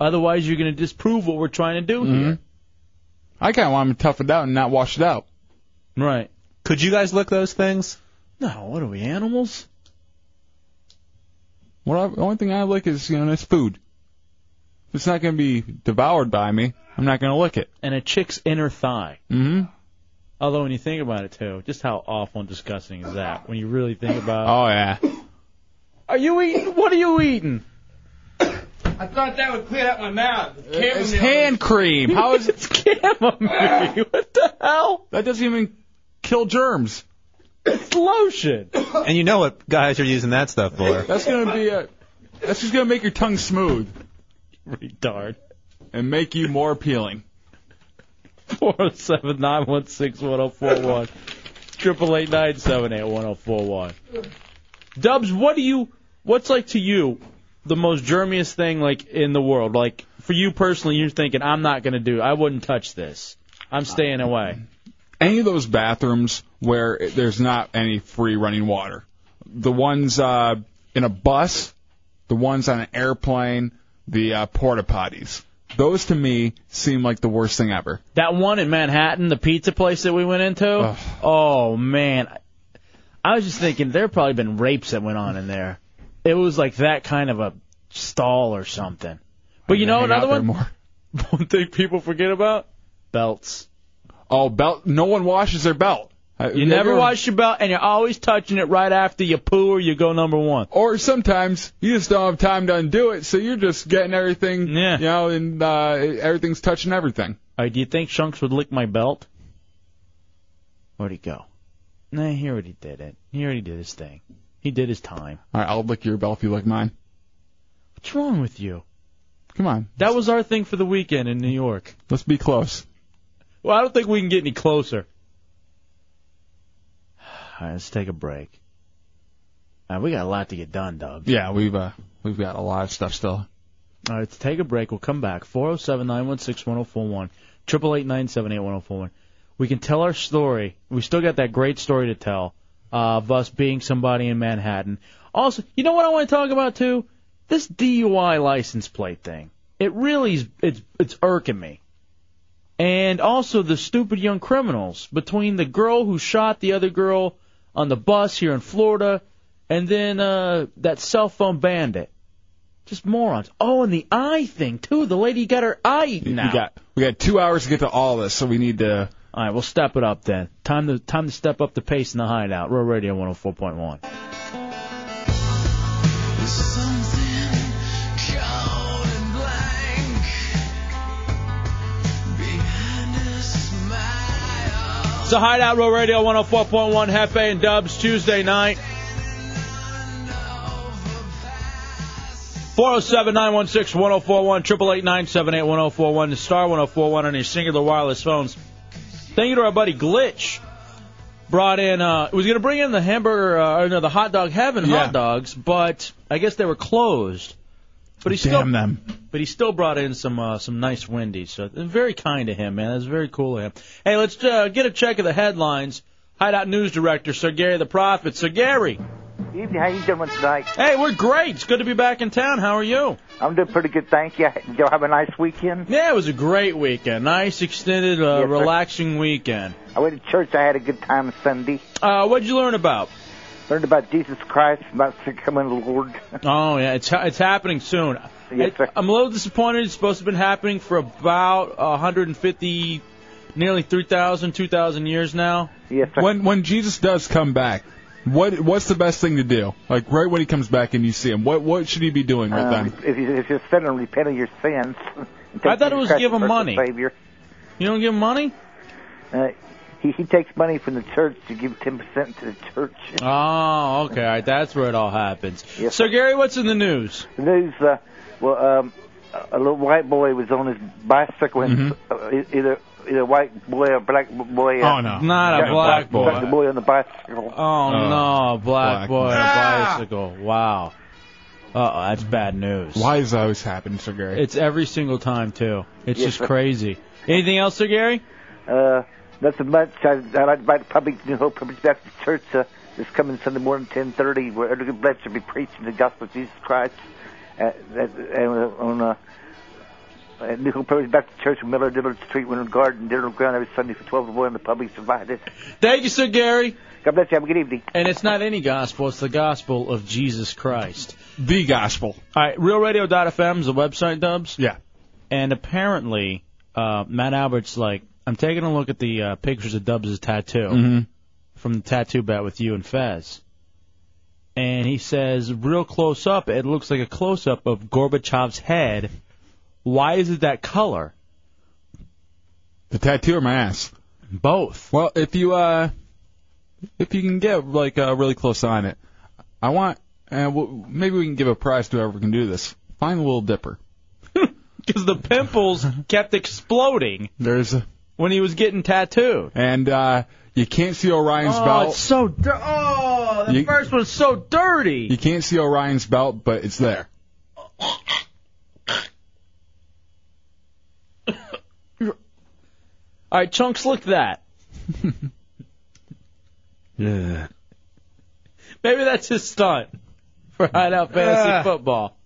Otherwise, you're going to disprove what we're trying to do
Mm-hmm.
here.
I kinda want him to tough it out and not wash it out.
Right.
Could you guys lick those things?
No, what are we animals?
What I, the only thing I lick is you know it's food. If it's not gonna be devoured by me, I'm not gonna lick it.
And a chick's inner thigh.
Mm-hmm.
Although when you think about it too, just how awful and disgusting is that? When you really think about.
Oh yeah.
Are you eating? What are you eating?
I thought that would clear up my mouth.
It's hand cream. How
*laughs*
is it
chamomile? *laughs* What the hell?
That doesn't even kill germs.
It's lotion.
And you know what guys are using that stuff for?
That's gonna be a. That's just gonna make your tongue smooth.
*laughs* Retard.
And make you more appealing.
*laughs* Four zero seven nine one six one zero four one. Triple eight nine seven eight one zero four one. Dubs, what do you? What's like to you the most germiest thing like in the world? Like for you personally, you're thinking I'm not gonna do. I wouldn't touch this. I'm staying away.
any of those bathrooms where it- there's not any free running water. The ones uh, in a bus, the ones on an airplane, the uh, porta potties. Those to me seem like the worst thing ever.
That one in Manhattan, the pizza place that we went into. Oh man, I was just thinking there probably been rapes that went on in there. It was like that kind of a stall or something. But you know
Hang out
another
there
one.
more.
*laughs* One thing people forget about belts.
Oh, belt. No one washes their belt. I-
You never wash your belt, and you're always touching it right after you poo or you go number one.
Or sometimes you just don't have time to undo it, so you're just getting everything. Yeah. You know, and uh, everything's touching everything.
All right, do you think Shunks would lick my belt? Where'd he go? Nah, he already did it. He already did his thing. He did his time.
All right, I'll lick your belt if you lick mine.
What's wrong with you?
Come on,
That was our thing for the weekend in New York.
let's be close.
Well, I don't think we can get any closer. All right, let's take a break. All right, Uh, we got a lot to get done, Doug.
Yeah, we've uh, we've got a lot of stuff still.
All right, let's take a break. We'll come back. 407 916 1041. 888 978 1041. We can tell our story. We still got that great story to tell uh, of us being somebody in Manhattan. Also, you know what I want to talk about too? This DUI license plate thing. It really is, it's, it's irking me. And also the stupid young criminals between the girl who shot the other girl on the bus here in Florida and then uh, that cell phone bandit. Just morons. Oh, and the eye thing too. The lady got her eye eaten out.
We got we got two hours to get to all this, so we need to.
All right, we'll step it up then. Time to time to step up the pace in the hideout. Real Radio 104.1. It's the Hideout Row Radio 104.1 Hefe and Dubs Tuesday night. 407-916-1041, 888-978-1041, the star 1041 on your singular wireless phones. Thank you to our buddy Glitch. Brought in, uh, was going to bring in the hamburger, uh, or no, the hot dog heaven hot dogs, but I guess they were closed. But he still,
Damn them.
but he still brought in some uh, some nice Wendy's. So very kind of him, man. That's very cool of him. Hey, let's uh, get a check of the headlines. Hideout News Director Sir Gary the Prophet. Sir Gary.
Evening, how you doing tonight?
Hey, we're great. It's good to be back in town. How are you?
I'm doing pretty good, thank you. Did y'all have a nice weekend?
Yeah, it was a great weekend. Nice extended, uh,
Yes, sir.
relaxing weekend.
I went to church. I had a good time Sunday.
Uh, what'd you learn about?
Learned about Jesus Christ, about *laughs* the coming of the Lord.
Oh yeah, it's it's happening soon.
Yes,
It- I'm a little disappointed. It's supposed to have been happening for about 150, nearly 3,000, 2,000 years now.
Yes,
When when Jesus does come back, what what's the best thing to do? Like right when he comes back and you see him, what what should he be doing right
Um,
then?
if, you, if you're sinning, repent of your sins. *laughs* and take
I thought it
Jesus
was
Christ
give
as
'em
personal
money.
Savior.
You don't give him money?
Uh, he, he takes money from the church to give 10% to the church.
Oh, okay. All right, that's where it all happens. So, Gary, what's in the news?
The news, uh, well, um, a- a little white boy was on his bicycle, and uh, e- either either white boy or black boy. Uh,
Mm-hmm. Oh, no. Not a
got-
black boy.
got The boy on the bicycle.
Oh, no, black, boy on a bicycle. Wow. Uh-oh, that's bad news. Why
does that always happen, Sir Gary?
It's every single time, too. It's
Yes,
just
sir.
crazy. Anything else, Sir Gary?
Uh, nothing much. I, I'd invite public New Hope Public Baptist Church uh, this coming Sunday morning, ten thirty, where Edgar Blitz will be preaching the gospel of Jesus Christ at, at, and, uh, on uh, at New Hope Public Baptist Church on Miller Dillard Street, Winter Garden, Dillard Ground every Sunday from twelve to one. The public's invited.
Thank you, Sir Gary.
God bless you. Have a good evening.
And it's not any gospel, it's the gospel of Jesus Christ.
The gospel.
All right, realradio.fm is the website, Dubs.
Yeah.
And apparently, uh, Matt Albert's like, I'm taking a look at the uh, pictures of Dubs' tattoo
Uh, Mm-hmm.
from the tattoo bat with you and Fez. And he says, real close up, it looks like a close up of Gorbachev's head. Why is it that color?
The tattoo or my ass?
Both.
Well, if you uh, if you can get like uh, really close on it, I want. Uh, well, maybe we can give a prize to whoever can do this. Find the little *laughs* dipper.
Because the pimples kept exploding.
There's a,
when he was getting tattooed.
And uh, you can't see Orion's
oh,
belt.
it's so dirty. Oh, the
You-
first one's so dirty.
You can't see Orion's belt, but it's there.
All right, chunks, look that.
Yeah.
Maybe that's his stunt for *laughs* hideout fantasy
Ah.
football.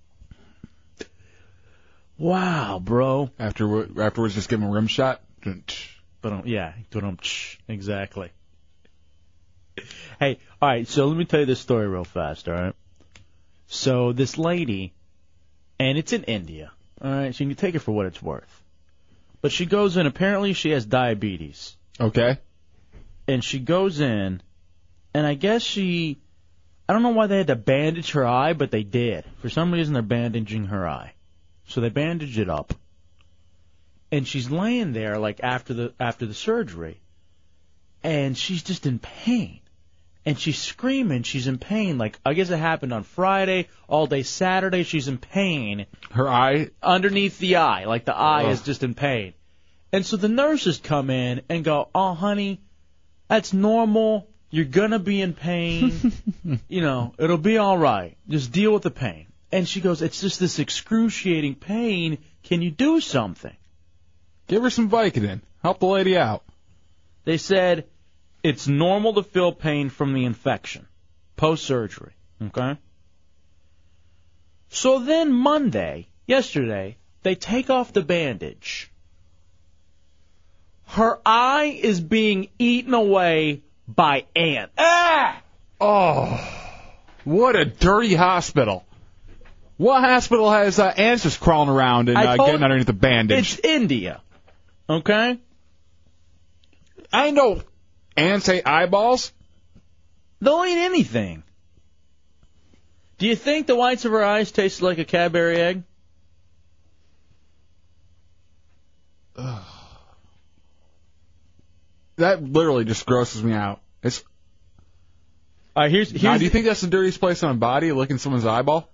Wow, bro.
After afterwards, just give him a rim shot.
But um, yeah, dun-dum-tsh. exactly. Hey, all right. So let me tell you this story real fast. All right. So this lady, and it's in India. All right, so you can take it for what it's worth. But she goes in. Apparently, she has diabetes.
Okay.
And she goes in, and I guess she, I don't know why they had to bandage her eye, but they did. For some reason, they're bandaging her eye, so they bandage it up. And she's laying there like after the after the surgery, and she's just in pain. And she's screaming, she's in pain. Like I guess it happened on Friday, all day Saturday, she's in pain.
Her eye
underneath the eye, like the eye is
Ugh.
just in pain. And so the nurses come in and go, "Oh, honey, that's normal. You're gonna be in
*laughs*
pain. you know, it'll be all right. Just deal with the pain." And she goes, "It's just this excruciating pain. Can you do something?"
Give her some Vicodin. Help the lady out.
They said it's normal to feel pain from the infection post surgery. Okay. So then Monday, yesterday, they take off the bandage. Her eye is being eaten away by ants. Ah!
Oh, what a dirty hospital. What hospital has uh, ants just crawling around and
I
uh,
told-
getting underneath the bandage?
It's India. Okay?
I know. Ants ate eyeballs?
They'll eat anything. Do you think the whites of her eyes tasted like a Cadbury egg?
That literally just grosses me out. It's.
here's,
now, do you think that's the dirtiest place on a body, licking someone's eyeball?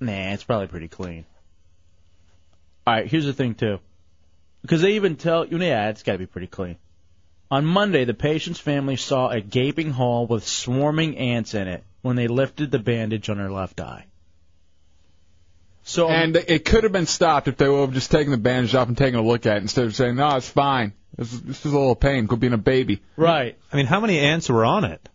Nah, it's probably pretty clean. All right, here's the thing too, because they even tell you, yeah, it's got to be pretty clean. On Monday, the patient's family saw a gaping hole with swarming ants in it when they lifted the bandage on her left eye. So um,
and it could have been stopped if they would have just taken the bandage off and taken a look at it instead of saying, "No, it's fine. This is, this is a little pain. Could be in a baby."
Right.
I mean, how many ants were on it?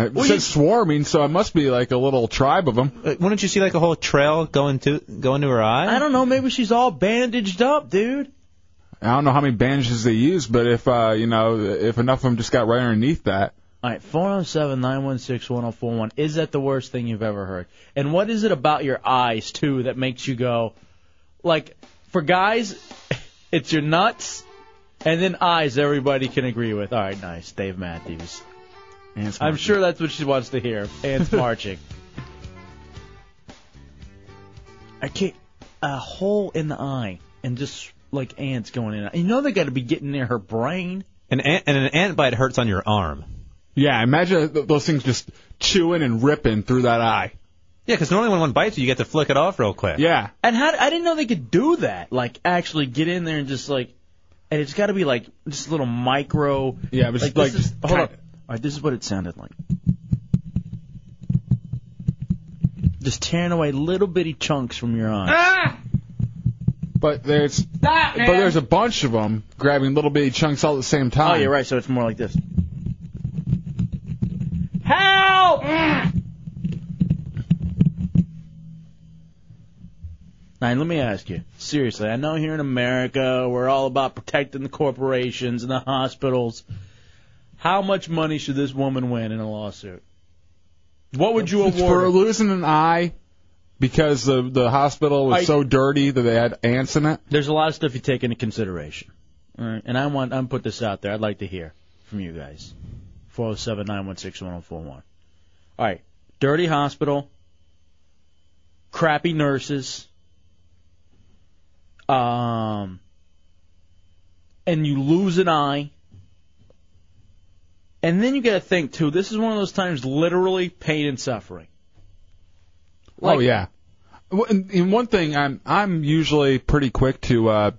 Uh, It said swarming, so it must be like a little tribe of them.
Uh, Wouldn't you see like a whole trail going to going to her eye?
I don't know, maybe she's all bandaged up, dude.
I don't know how many bandages they used, but if uh, you know, if enough of them just got right underneath that,
All right, 407 916 1041. Is that the worst thing you've ever heard? And what is it about your eyes, too, that makes you go, like, for guys, *laughs* it's your nuts, and then eyes everybody can agree with. All right, nice. Dave Matthews.
Ants
I'm sure that's what she wants to hear. Ants marching. I can't. A hole in the eye, and just like ants going in. You know they got to be getting near her brain.
An ant, and an ant bite hurts on your arm.
yeah, imagine th- those things just chewing and ripping through that eye.
Yeah, 'cause normally when one bites you, you get to flick it off real quick.
Yeah.
And how I didn't know they could do that. Like actually get in there and just like, and it's got to be like just little micro.
Yeah, but
like,
just
this
like,
is-
just
hold
kinda-
up. All right, this is what it sounded like. Just tearing away little bitty chunks from your eye.
Ah!
But there's, but there's a bunch of them grabbing little bitty chunks all at the same time.
Oh, you're right. So it's more like this. Help! Mm. Now, let me ask you seriously. I know here in America we're all about protecting the corporations and the hospitals. How much money should this woman win in a lawsuit? What would you award?
for
her?
losing an eye because the the hospital was
I-
so dirty that they had ants in it?
There's a lot of stuff you take into consideration. All right, and I want I'm put this out there. I'd like to hear from you guys. Four zero seven nine one six one zero four one. All right, dirty hospital, crappy nurses, um, and you lose an eye, and then you got to think too. This is one of those times, literally pain and suffering.
oh yeah. Well, and, and one thing I'm I'm usually pretty quick to uh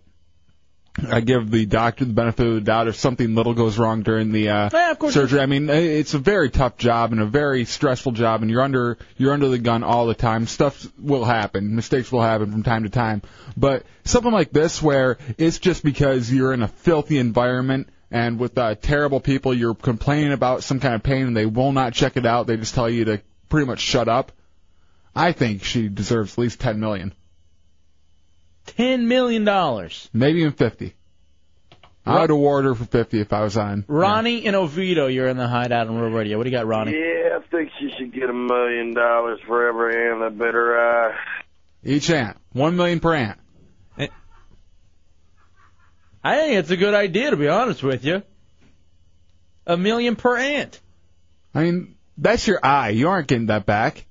I give the doctor the benefit of the doubt if something little goes wrong during the uh
Yeah, Eh, of course.
surgery. I mean, i- it's a very tough job and a very stressful job and you're under you're under the gun all the time. Stuff will happen. Mistakes will happen from time to time. But something like this where it's just because you're in a filthy environment and with uh, terrible people you're complaining about some kind of pain and they will not check it out. They just tell you to pretty much shut up. I think she deserves at least 10 million.
Ten million dollars.
Maybe even 50. I would award her for 50 if I was on.
Ronnie and Oviedo, you're in the hideout on Real Radio. What do you got, Ronnie?
Yeah, I think she should get a million dollars for every hand that bit her eye.
Each ant. 1 million per ant.
Eh. I think it's a good idea, to be honest with you. A million per ant.
I mean, that's your eye. You aren't getting that back.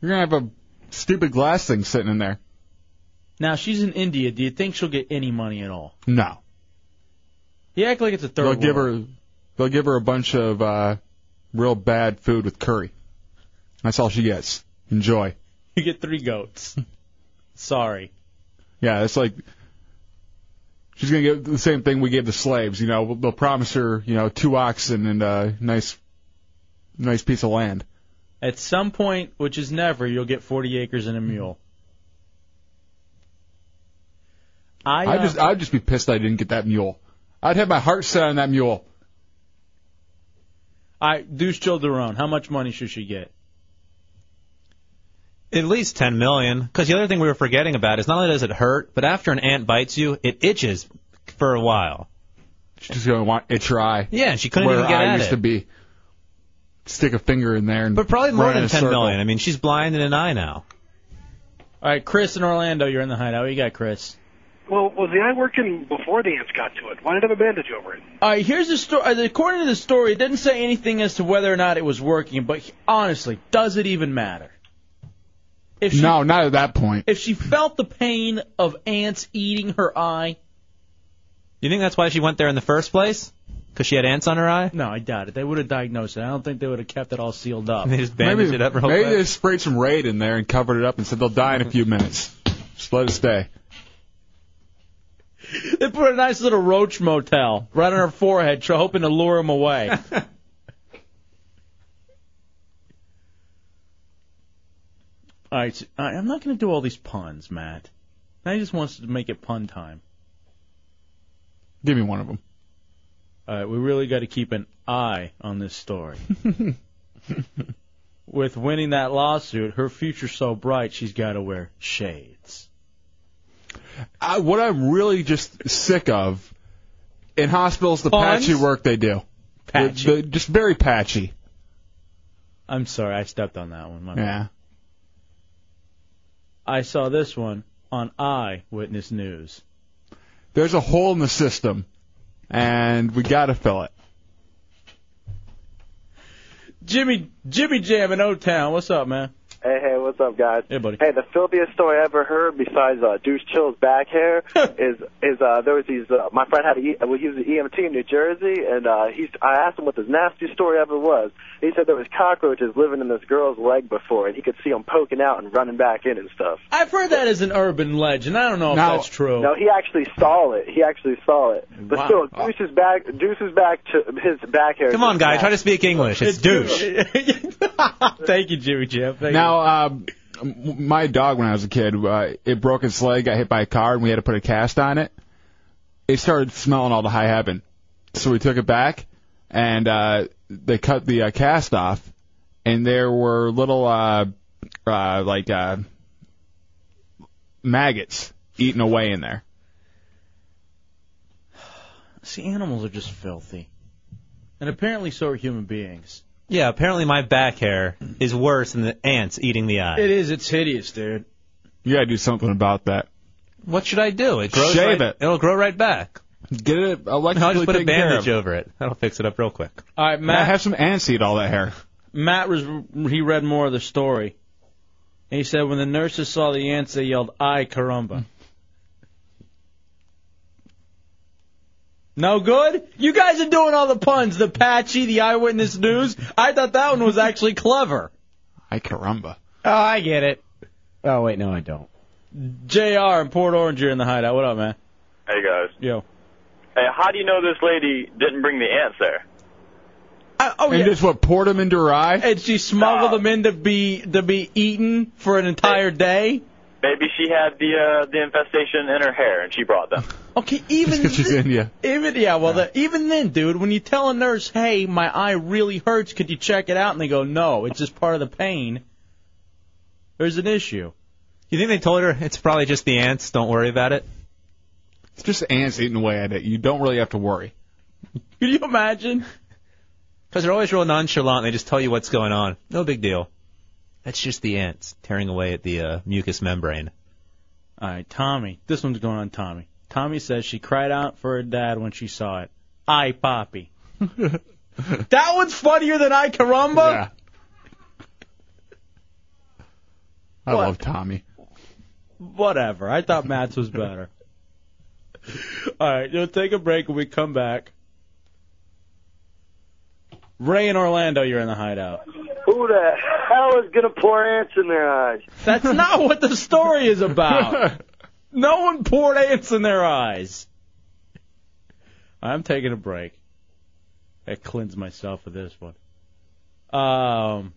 You're going to have a stupid glass thing sitting in there.
Now she's in India. Do you think she'll get any money at all?
No.
You act like it's a 3rd
They'll
world.
give her they'll give her a bunch of uh real bad food with curry. That's all she gets. Enjoy.
You get three
*laughs*
goats. Sorry.
Yeah, it's like she's gonna get the same thing we gave the slaves. You know, they'll promise her, you know, two oxen and a nice, nice piece of land.
At some point, which is never, you'll get 40 acres and a mule. I,
I
uh,
just, I'd just be pissed I didn't get that mule. I'd have my heart set on that mule.
I Deuce Childerone, how much money should she get?
At least 10 million. Because the other thing we were forgetting about is not only does it hurt, but after an ant bites you, it itches for a while.
She's gonna want itch her eye.
Yeah, and she couldn't
where
even get
I
at
used
it.
to be. Stick a finger in there and. But
Probably more than 10 million. I mean, she's blind in an eye now.
All right, Chris in Orlando, you're in the hideout. What you got, Chris?
Well, was the eye working before the ants got to it? Why did it have a bandage over it?
All right, here's the story. According to the story, it didn't say anything as to whether or not it was working, but he- honestly, does it even matter? If she,
No, not at that point.
If she felt the pain of ants eating her eye,
You think that's why she went there in the first place? Because she had ants on her eye?
No, I doubt it. They would have diagnosed it. I don't think they would have kept it all sealed up.
They just bandaged
maybe
it up real
maybe
quick.
they sprayed some raid in there and covered it up and said they'll die in a few minutes. Just let it stay.
They put a nice little roach motel right on her forehead, tr- hoping to lure
*laughs*
him away. all right, so- I- I'm not going to do all these puns, Matt. I just wants to make it pun time.
Give me one of them.
All right, we really got to keep an eye on
*laughs*
this story. With winning that lawsuit, her future's so bright she's got to wear shades.
I, what I'm really just sick of in hospitals, the
Puns?
patchy work they do.
Patchy.
The- the- just very patchy.
I'm sorry, I stepped on that one. My bad.
Yeah.
I saw this one on Eyewitness News.
There's a hole in the system, and we got to fill it.
Jimmy Jimmy Jam in O Town, what's up, man?
Hey, hey, what's up, guys?
Hey, buddy.
Hey, the filthiest story I ever heard, besides uh, Deuce Chill's back
*laughs*
hair, is is uh, there was these. Uh, my friend had a, E- well, he was an EMT in New Jersey, and uh, he's. I asked him what the nastiest story ever was. He said there was cockroaches living in this girl's leg before, and he could see them poking out and running back in and stuff.
I've heard that as an urban legend. I don't know if
No.
that's
Oh.
true.
No, he actually saw it. He actually saw it. But
Wow.
still, Deuce's back. Deuce's back to his back hair.
Oh. Come on, guy.
guys,
Try to speak English. It's, douche.
*laughs* Thank you, Jimmy Jam. Thank
now, um, m- my dog when I was a kid, uh, it broke its leg, got hit by a car, and we had to put a cast on it. It started smelling all the high heaven, so we took it back, and uh, they cut the uh, cast off, and there were little uh, uh, like uh, maggots eating away in there.
you. See, animals are just filthy. And apparently so are human beings.
Yeah, apparently my back hair is worse than the ants eating the eye.
It is. It's hideous, dude.
You gotta do something about that.
What should I do? It grows
Shave
right, it. It'll grow right back.
Get it electrically
I'll just put a
taken care
bandage
of.
over it. That'll fix it up real quick.
All right,
Matt,
Matt.
have some aniseed all that
*laughs*
hair.
Matt was he read more of the story. He said when the nurses saw the ants, they yelled "I caramba." No good. You guys are doing all the puns. The patchy, the eyewitness news. I thought that one was actually clever.
I caramba.
Oh, I get it.
Oh wait, no, I don't.
Jr. and Port Orange are in the hideout. What up, man?
Hey guys.
Yo.
Hey, how do you know this lady didn't bring the ants there?
oh
and
yeah. Uh,
just what poured him into her eye.
And she smuggled them in to be to be eaten for an entire day.
Maybe she had the uh, the infestation in her hair and she brought them.
Okay, even
Because she's India.
Even yeah, well, the, even then, dude, when you tell a nurse, "Hey, my eye really hurts. Could you check it out?" and they go, "No, it's just part of the pain." There's an issue.
You think they told her it's probably just the ants? Don't worry about it.
It's just ants eating away at it. You don't really have to
*laughs*
worry.
Can you imagine?
Because they're always real nonchalant. They just tell you what's going on. No big deal. That's just the ants tearing away at the uh, mucous membrane.
All right, Tommy. This one's going on Tommy. Tommy says she cried out for her dad when she saw it. I
*laughs*
Poppy. that one's funnier than I Caramba.
Yeah. I love Tommy.
Whatever. I thought Matt's was
*laughs*
better. All right, you'll take a break when we come back. Ray in Orlando, you're in the hideout.
Who the hell is gonna pour ants in their eyes?
*laughs*
*laughs*
That's not what the story is about. No one poured ants in their eyes. I'm taking a break. I cleanse myself of this one. Um,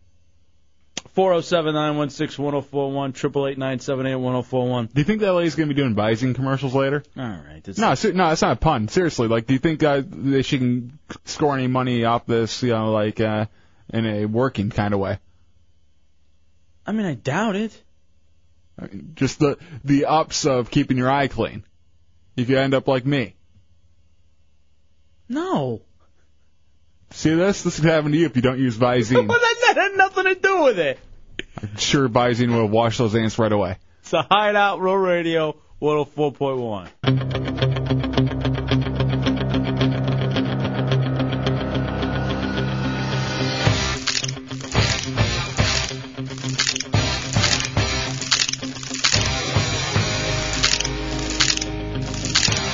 four zero seven nine one six one zero four one triple eight nine seven eight one zero four one.
Do you think that lady's gonna be doing Visine commercials later?
All right. This
No, ser- no, it's not a pun. Seriously, like, do you think uh, that she can score any money off this? You know, like uh, in a working kind of way.
I mean, I doubt it.
I mean, just the the ups of keeping your eye clean. You could end up like me.
No.
See this? This could happen to you if you don't use Visine.
*laughs* Well, that, that had nothing to do with it.
I'm sure Visine will wash those ants right away.
It's the Hideout Row Radio 104.1.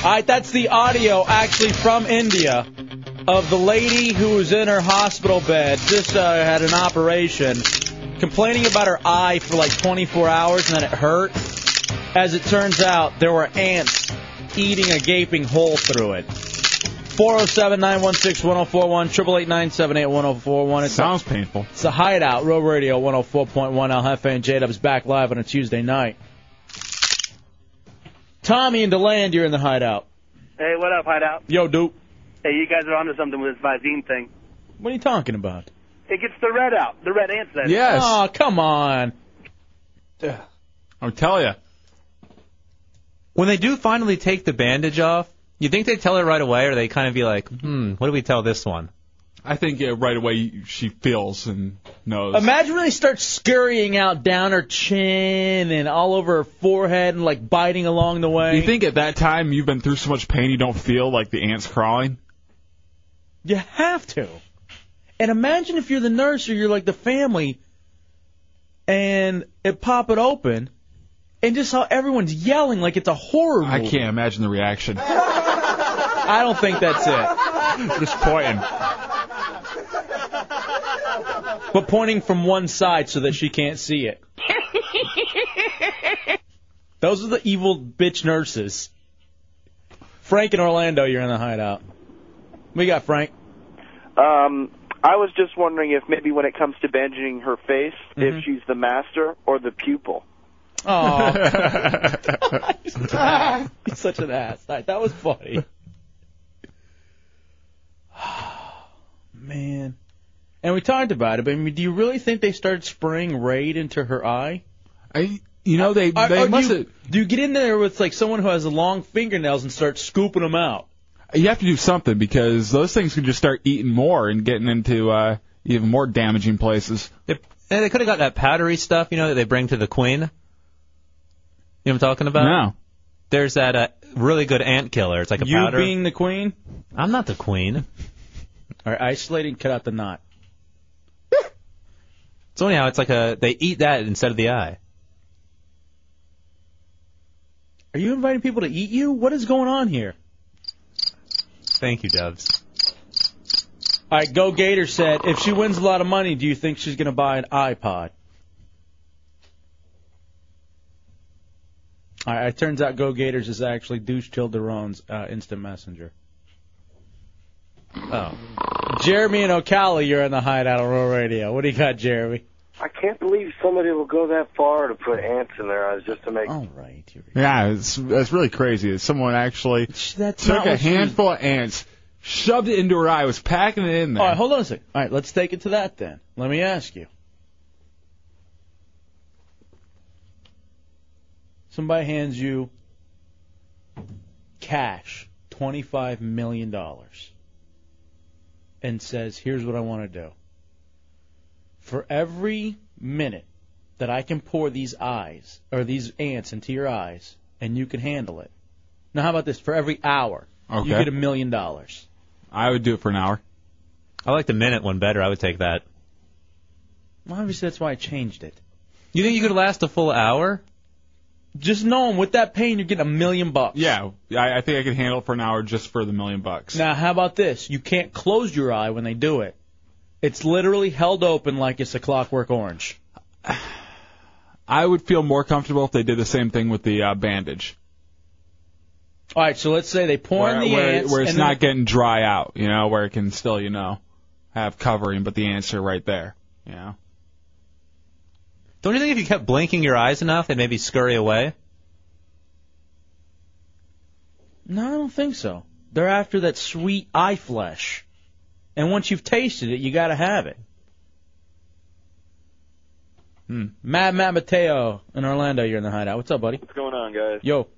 All right, that's the audio actually from India of the lady who was in her hospital bed, just uh, had an operation, complaining about her eye for like 24 hours and then it hurt. As it turns out, there were ants eating a gaping hole through it. 407 916 1041, 888 978 1041.
Sounds painful.
It's the Hideout, Row Radio 104.1. Al Jefe and J Dub's back live on a Tuesday night. Tommy and Deland, you're in the Hideout.
Hey, what up, Hideout?
Yo, dude,
Hey, you guys are onto something with this Visine thing.
what are you talking about?
It gets the red out, the red ants. That is.
Oh, come on.
I'll tell you.
When they do finally take the bandage off, you think they tell her right away, or they kind of be like, hmm, what do we tell this one?
I think uh, right away she feels and knows.
Imagine when they start scurrying out down her chin and all over her forehead and like biting along the way.
You think at that time you've been through so much pain you don't feel like the ants crawling?
You have to. And imagine if you're the nurse or you're like the family and it pop it open and just how everyone's yelling like it's a horror movie.
I can't imagine the reaction.
*laughs* I don't think that's it.
Just pointing.
But pointing from one side so that she can't see it. Those are the evil bitch nurses. Frank in Orlando, you're in the hideout. We got Frank.
*laughs*
Um, I was just wondering if maybe when it comes to bandaging her face,
Mm-hmm.
if she's the master or the pupil. *laughs*
*laughs* Oh, he's such an ass. All right, that was funny. *sighs* Man, and we talked about it. But I mean, do you really think they started spraying raid into her eye?
I, you know, they
Or-
they
or do
must
you-
have-
Do you get in there with like someone who has long fingernails and start scooping them out?
You have to do something because those things can just start eating more and getting into uh, even more damaging places.
And they could have got that powdery stuff, you know, that they bring to the queen. You know what I'm talking about?
No.
There's that uh, really good ant killer. It's like a
you
powder.
being the queen?
I'm not the queen.
All right, isolating, cut out the knot.
*laughs* So anyhow, it's like a they eat that instead of the eye.
Are you inviting people to eat you? What is going on here?
Thank you, Doves.
All right, Go Gator said, if she wins a lot of money, do you think she's going to buy an iPod? All right, it turns out Go Gators is actually Douche Childerone's uh, instant messenger. Oh. Jeremy and O'Callaghan, you're in the hideout on Rural Radio. What do you got, Jeremy?
I can't believe somebody will go that far to put ants in their eyes just to make.
All right.
Yeah, it's that's really crazy. that Someone actually
not
took a
what she-
handful of ants, shoved it into her eye, was packing it in there.
All right, hold on a second. All right, let's take it to that then. Let me ask you. Somebody hands you cash, $25 million, and says, here's what I want to do. For every minute that I can pour these eyes, or these ants into your eyes, and you can handle it. Now, how about this? For every hour,
Okay.
you get a million dollars.
I would do it for an hour.
I like the minute one better. I would take that.
Well, obviously that's why I changed it.
You think you could last a full hour?
Just knowing with that pain, you're getting a million bucks.
Yeah, I, I think I could handle it for an hour just for the million bucks.
Now, how about this? You can't close your eye when they do it. It's literally held open like it's a clockwork orange.
I would feel more comfortable if they did the same thing with the uh, bandage,
All right, so let's say they pour
where,
in the
where,
ants.
where it's
and then-
not getting dry out. You know, where it can still, you know, have covering, but the ants are right there. You know.
Don't you think if you kept blinking your eyes enough, they'd maybe scurry away?
No, I don't think so. They're after that sweet eye flesh. And once you've tasted it, you got to have it. Hmm. Mad Matt Mateo in Orlando, you're in the hideout. What's up, buddy?
What's going on, guys?
Yo.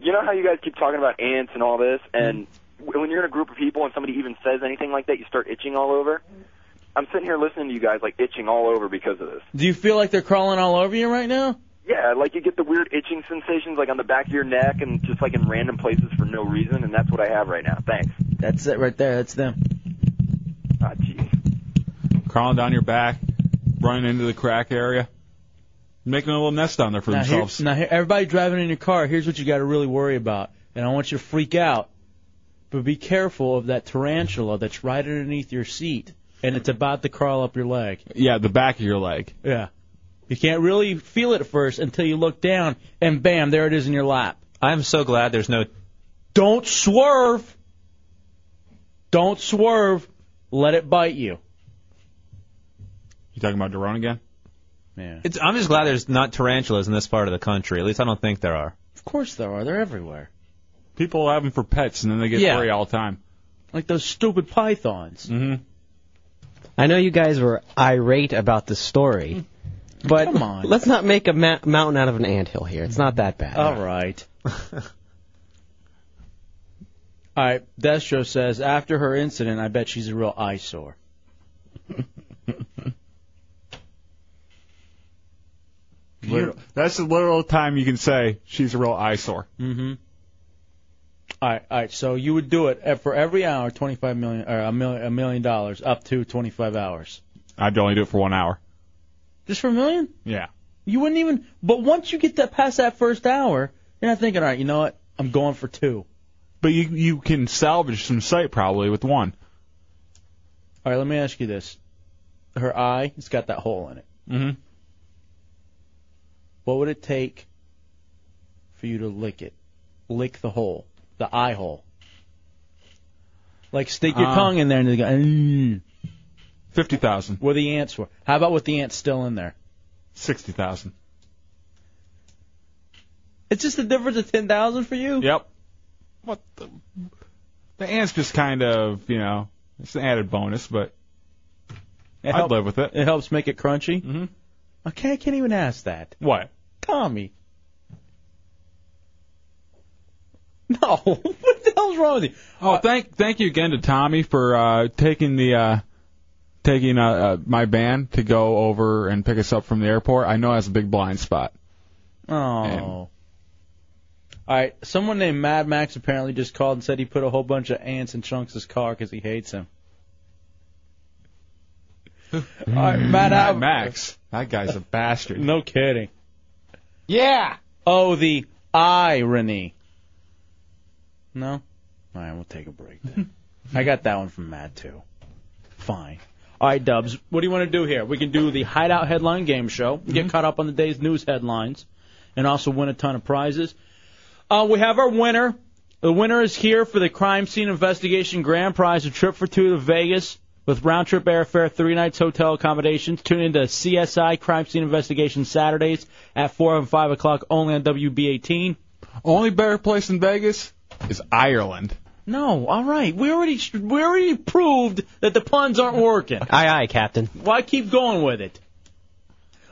You know how you guys keep talking about ants and all this, and w when you're in a group of people and somebody even says anything like that, you start itching all over. I'm sitting here listening to you guys like itching all over because of this.
Do you feel like they're crawling all over you right now?
Yeah, like you get the weird itching sensations like on the back of your neck and just like in random places for no reason, and that's what I have right now. Thanks.
That's it right there. That's them.
Ah, jeez.
crawling down your back, running into the crack area, making a little nest down there for
now here- *laughs*
themselves.
now here- everybody driving in your car, here's what you got to really worry about, and I want you to freak out, but be careful of that tarantula that's right underneath your seat, and it's about to crawl up your leg.
yeah, the back of your leg.
Yeah, you can't really feel it at first until you look down, and bam, there it is in your lap.
I'm so glad there's no.
Don't swerve. Don't swerve. Let it bite you.
You talking about Daron again?
Yeah.
It's, I'm just glad there's not tarantulas in this part of the country. At least I don't think there are.
Of course there are. They're everywhere.
People have them for pets, and then they get
Yeah.
furry all the time.
Like those stupid pythons.
Mm-hmm.
I know you guys were irate about the story, but
Mm. Come on.
let's not make a ma- mountain out of an anthill here. It's not that bad.
All right. All right, Destro says after her incident, I bet she's a real eyesore.
You- that's the literal time you can say she's a real eyesore.
Mm-hmm. All right, all right. So you would do it eh, for every hour, twenty-five million or a million, a million dollars, up to twenty-five hours,
I'd only do it for one hour.
just for a million.
Yeah.
You wouldn't even. But once you get that past that first hour, you're not thinking, all right, you know what? I'm going for two.
But you you can salvage some sight probably with one.
All right, let me ask you this: her eye, it's got that hole in it.
Mm-hmm.
What would it take for you to lick it? Lick the hole, the eye hole. Like stick your
Uh.
tongue in there and they go. Mm.
Fifty thousand.
Where the ants were. How about with the ants still in there?
Sixty thousand.
It's just the difference of ten thousand for you.
Yep. What the? The ant's just kind of you know it's an added bonus, but
It
I'd
help-
live with it.
It helps make it crunchy. Mm-hmm. Okay, I can't even ask that.
What?
Tommy. *laughs* No. Oh, what the hell's wrong with you?
Oh, thank thank you again to Tommy for uh, taking the uh, taking uh, uh, my van to go over and pick us up from the airport. I know that's a big blind spot.
Oh. All right, someone named Mad Max apparently just called and said he put a whole bunch of ants in Chunks' car because he
*laughs*
hates him. All right, Matt Al-
Max, that guy's a bastard.
No kidding. Yeah. Oh, the irony. No. All right, we'll take a break. Then. I got that one from Matt too. Fine. All right, Dubs. What do you want to do here? We can do the Hideout Headline Game Show,
Mm-hmm.
get caught up on the day's news headlines, and also win a ton of prizes. Uh, we have our winner. The winner is here for the Crime Scene Investigation Grand Prize, a trip for two to Vegas with round trip airfare, three nights hotel accommodations. Tune into CSI Crime Scene Investigation Saturdays at 4 and 5 o'clock only on WB18.
Only better place in Vegas
is Ireland.
No, all right. We already we already proved that the puns aren't working.
Aye, aye,
*laughs*
Captain.
Why keep going with it?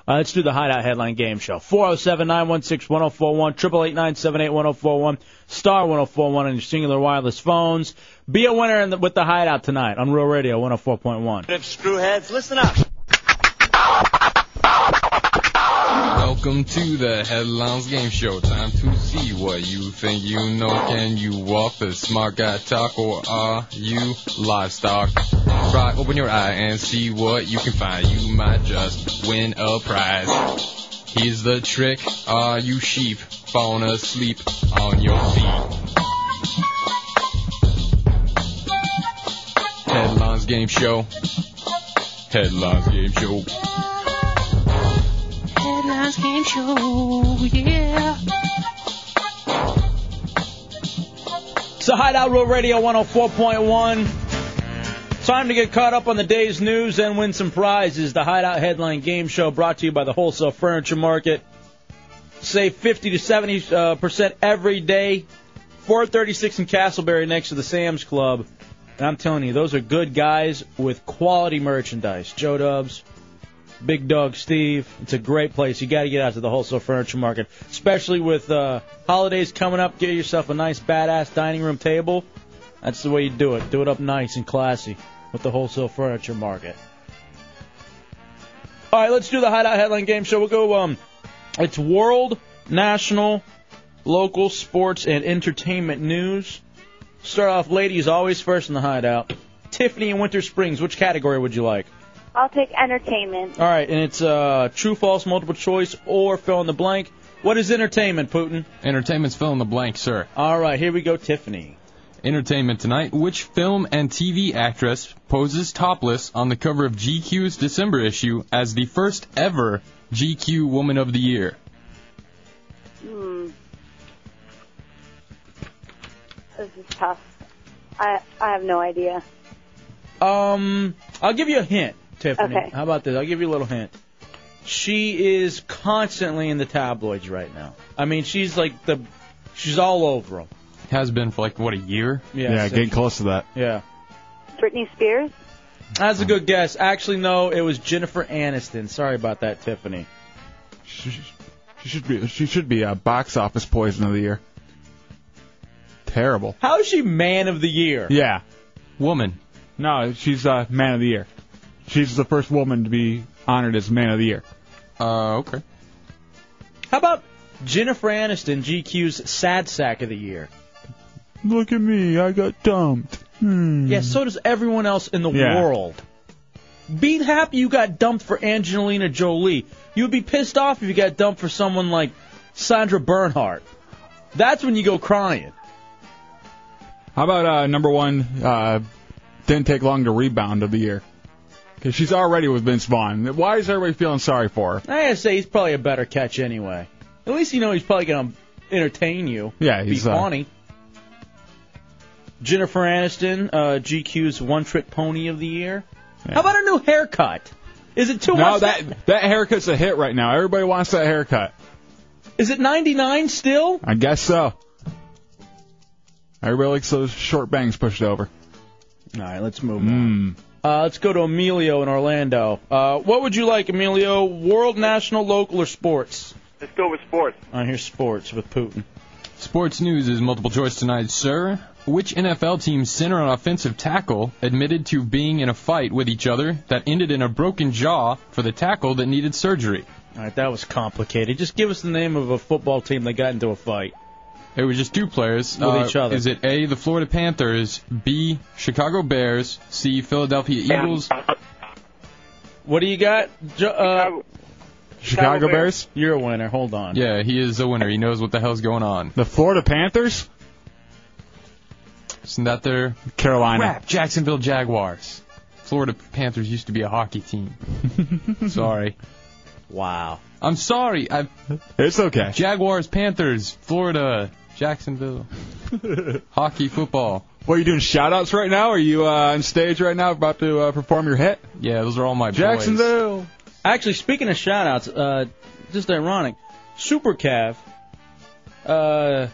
Uh, let's do the Hideout Headline Game Show. 407 916 1041, 888 978 1041, star 1041 on your singular wireless phones. Be a winner in the, with the Hideout tonight on Real Radio 104.1.
Screwheads, listen up.
Welcome to the Headlines Game Show. Time to see what you think you know. Can you walk the smart guy talk or are you livestock? Try open your eye and see what you can find. You might just win a prize. Here's the trick. Are you sheep falling asleep on your feet? Headlines Game Show. Headlines Game Show.
Headlines Game Show, yeah.
So Hideout Real Radio 104.1. Time to get caught up on the day's news and win some prizes. The Hideout Headline Game Show brought to you by the Wholesale Furniture Market. Save 50 to 70 uh, percent every day. 436 in Castleberry next to the Sam's Club. And I'm telling you, those are good guys with quality merchandise. Joe Dubs, Big Dog Steve. It's a great place. You got to get out to the wholesale furniture market, especially with uh, holidays coming up. Get yourself a nice badass dining room table. That's the way you do it. Do it up nice and classy with the wholesale furniture market. All right, let's do the hideout headline game show. We'll go. Um, it's world, national, local sports and entertainment news. Start off, ladies, always first in the hideout. Tiffany in Winter Springs. Which category would you like?
I'll take entertainment.
All right, and it's uh, true, false, multiple choice, or fill in the blank. What is entertainment, Putin?
Entertainment's fill in the blank, sir.
All right, here we go, Tiffany.
Entertainment tonight. Which film and TV actress poses topless on the cover of GQ's December issue as the first ever GQ Woman of the Year?
Hmm. This is tough. I I have no idea.
Um, I'll give you a hint, Tiffany.
Okay.
How about this? I'll give you a little hint. She is constantly in the tabloids right now. I mean, she's like the, she's all over them.
Has been for like, what, a year?
Yeah, Yeah, so- getting
close to that.
Yeah.
Britney Spears.
That's a good guess. Actually, no, it was Jennifer Aniston. Sorry about that, Tiffany.
She should be she should be a box office poison of the year. Terrible.
How is she man of the year?
Yeah.
Woman.
No, she's uh, man of the year. She's the first woman to be honored as man of the year.
Uh, okay.
How about Jennifer Aniston, GQ's sad sack of the year?
Look at me, I got dumped. Hmm.
Yeah, so does everyone else in the
Yeah.
world. Be happy you got dumped for Angelina Jolie. You would be pissed off if you got dumped for someone like Sandra Bernhardt. That's when you go crying.
How about uh, number one? Uh, didn't take long to rebound of the year because she's already with Vince Vaughn. Why is everybody feeling sorry for her?
I gotta say, he's probably a better catch anyway. At least you know he's probably gonna entertain you.
Yeah,
be
he's, uh,
funny. Jennifer Aniston, uh, GQ's one trick pony of the year. How about a new haircut? Is it too
No,
much?
that that haircut's a hit right now. Everybody wants that haircut.
Is it 99 still?
I guess so. Everybody likes those short bangs pushed over. Hmm.
All right, let's move on. Uh, let's go to Emilio in Orlando. Uh, what would you like, Emilio? World, national, local, or sports?
Let's go with sports.
I hear sports with Putin.
Sports news is multiple choice tonight, sir. Which NFL team's center and offensive tackle admitted to being in a fight with each other that ended in a broken jaw for the tackle that needed surgery?
All right, that was complicated. Just give us the name of a football team that got into a fight.
It was just two players. Uh,
With each other.
Is it A, the Florida Panthers, B, Chicago Bears, C, Philadelphia Eagles?
What do you got? Jo- uh,
Chicago Bears?
You're a winner. Hold on.
Yeah, he is the winner. He knows what the hell's going on.
The Florida Panthers?
Isn't that their
Carolina.
Crap, Jacksonville Jaguars. Florida Panthers used to be a
*laughs*
hockey team. sorry.
Wow.
I'm sorry. I.
It's okay.
Jaguars, Panthers, Florida,
*laughs*
Jacksonville, hockey, football.
What are you doing? Shout outs right now? Are you uh, on stage right now about to uh, perform your hit?
Yeah, those are all my
Jacksonville.
Actually, speaking of shout-outs, uh, just ironic, Super Cav, uh,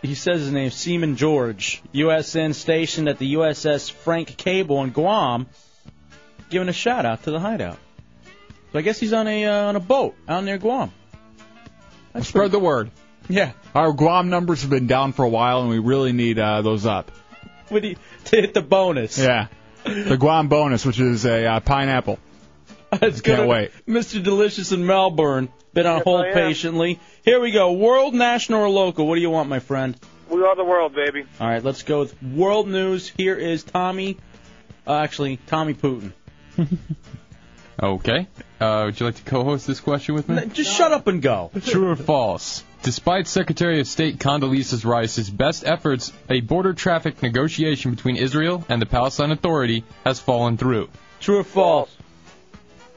he says his name, Seaman George, USN stationed at the USS Frank Cable in Guam, giving a shout-out to the hideout. So I guess he's on a uh, on a boat out near Guam.
Spread the word.
Yeah.
Our Guam numbers have been down for a while, and we really need uh, those up.
*laughs* We need to hit the bonus.
Yeah. The Guam bonus, which is a uh, pineapple.
It's
Can't
gonna-
wait.
Mr. Delicious in Melbourne, been on
Yes,
hold
I am.
patiently. Here we go. World, national, or local? What do you want, my friend?
We are the world, baby.
All right, let's go with world news. Here is Tommy, uh, actually Tommy Putin.
Okay. Uh, would you like to co-host this question with me?
just shut up and go.
True or false? Despite Secretary of State Condoleezza Rice's best efforts, a border traffic negotiation between Israel and the Palestine Authority has fallen through.
True or false?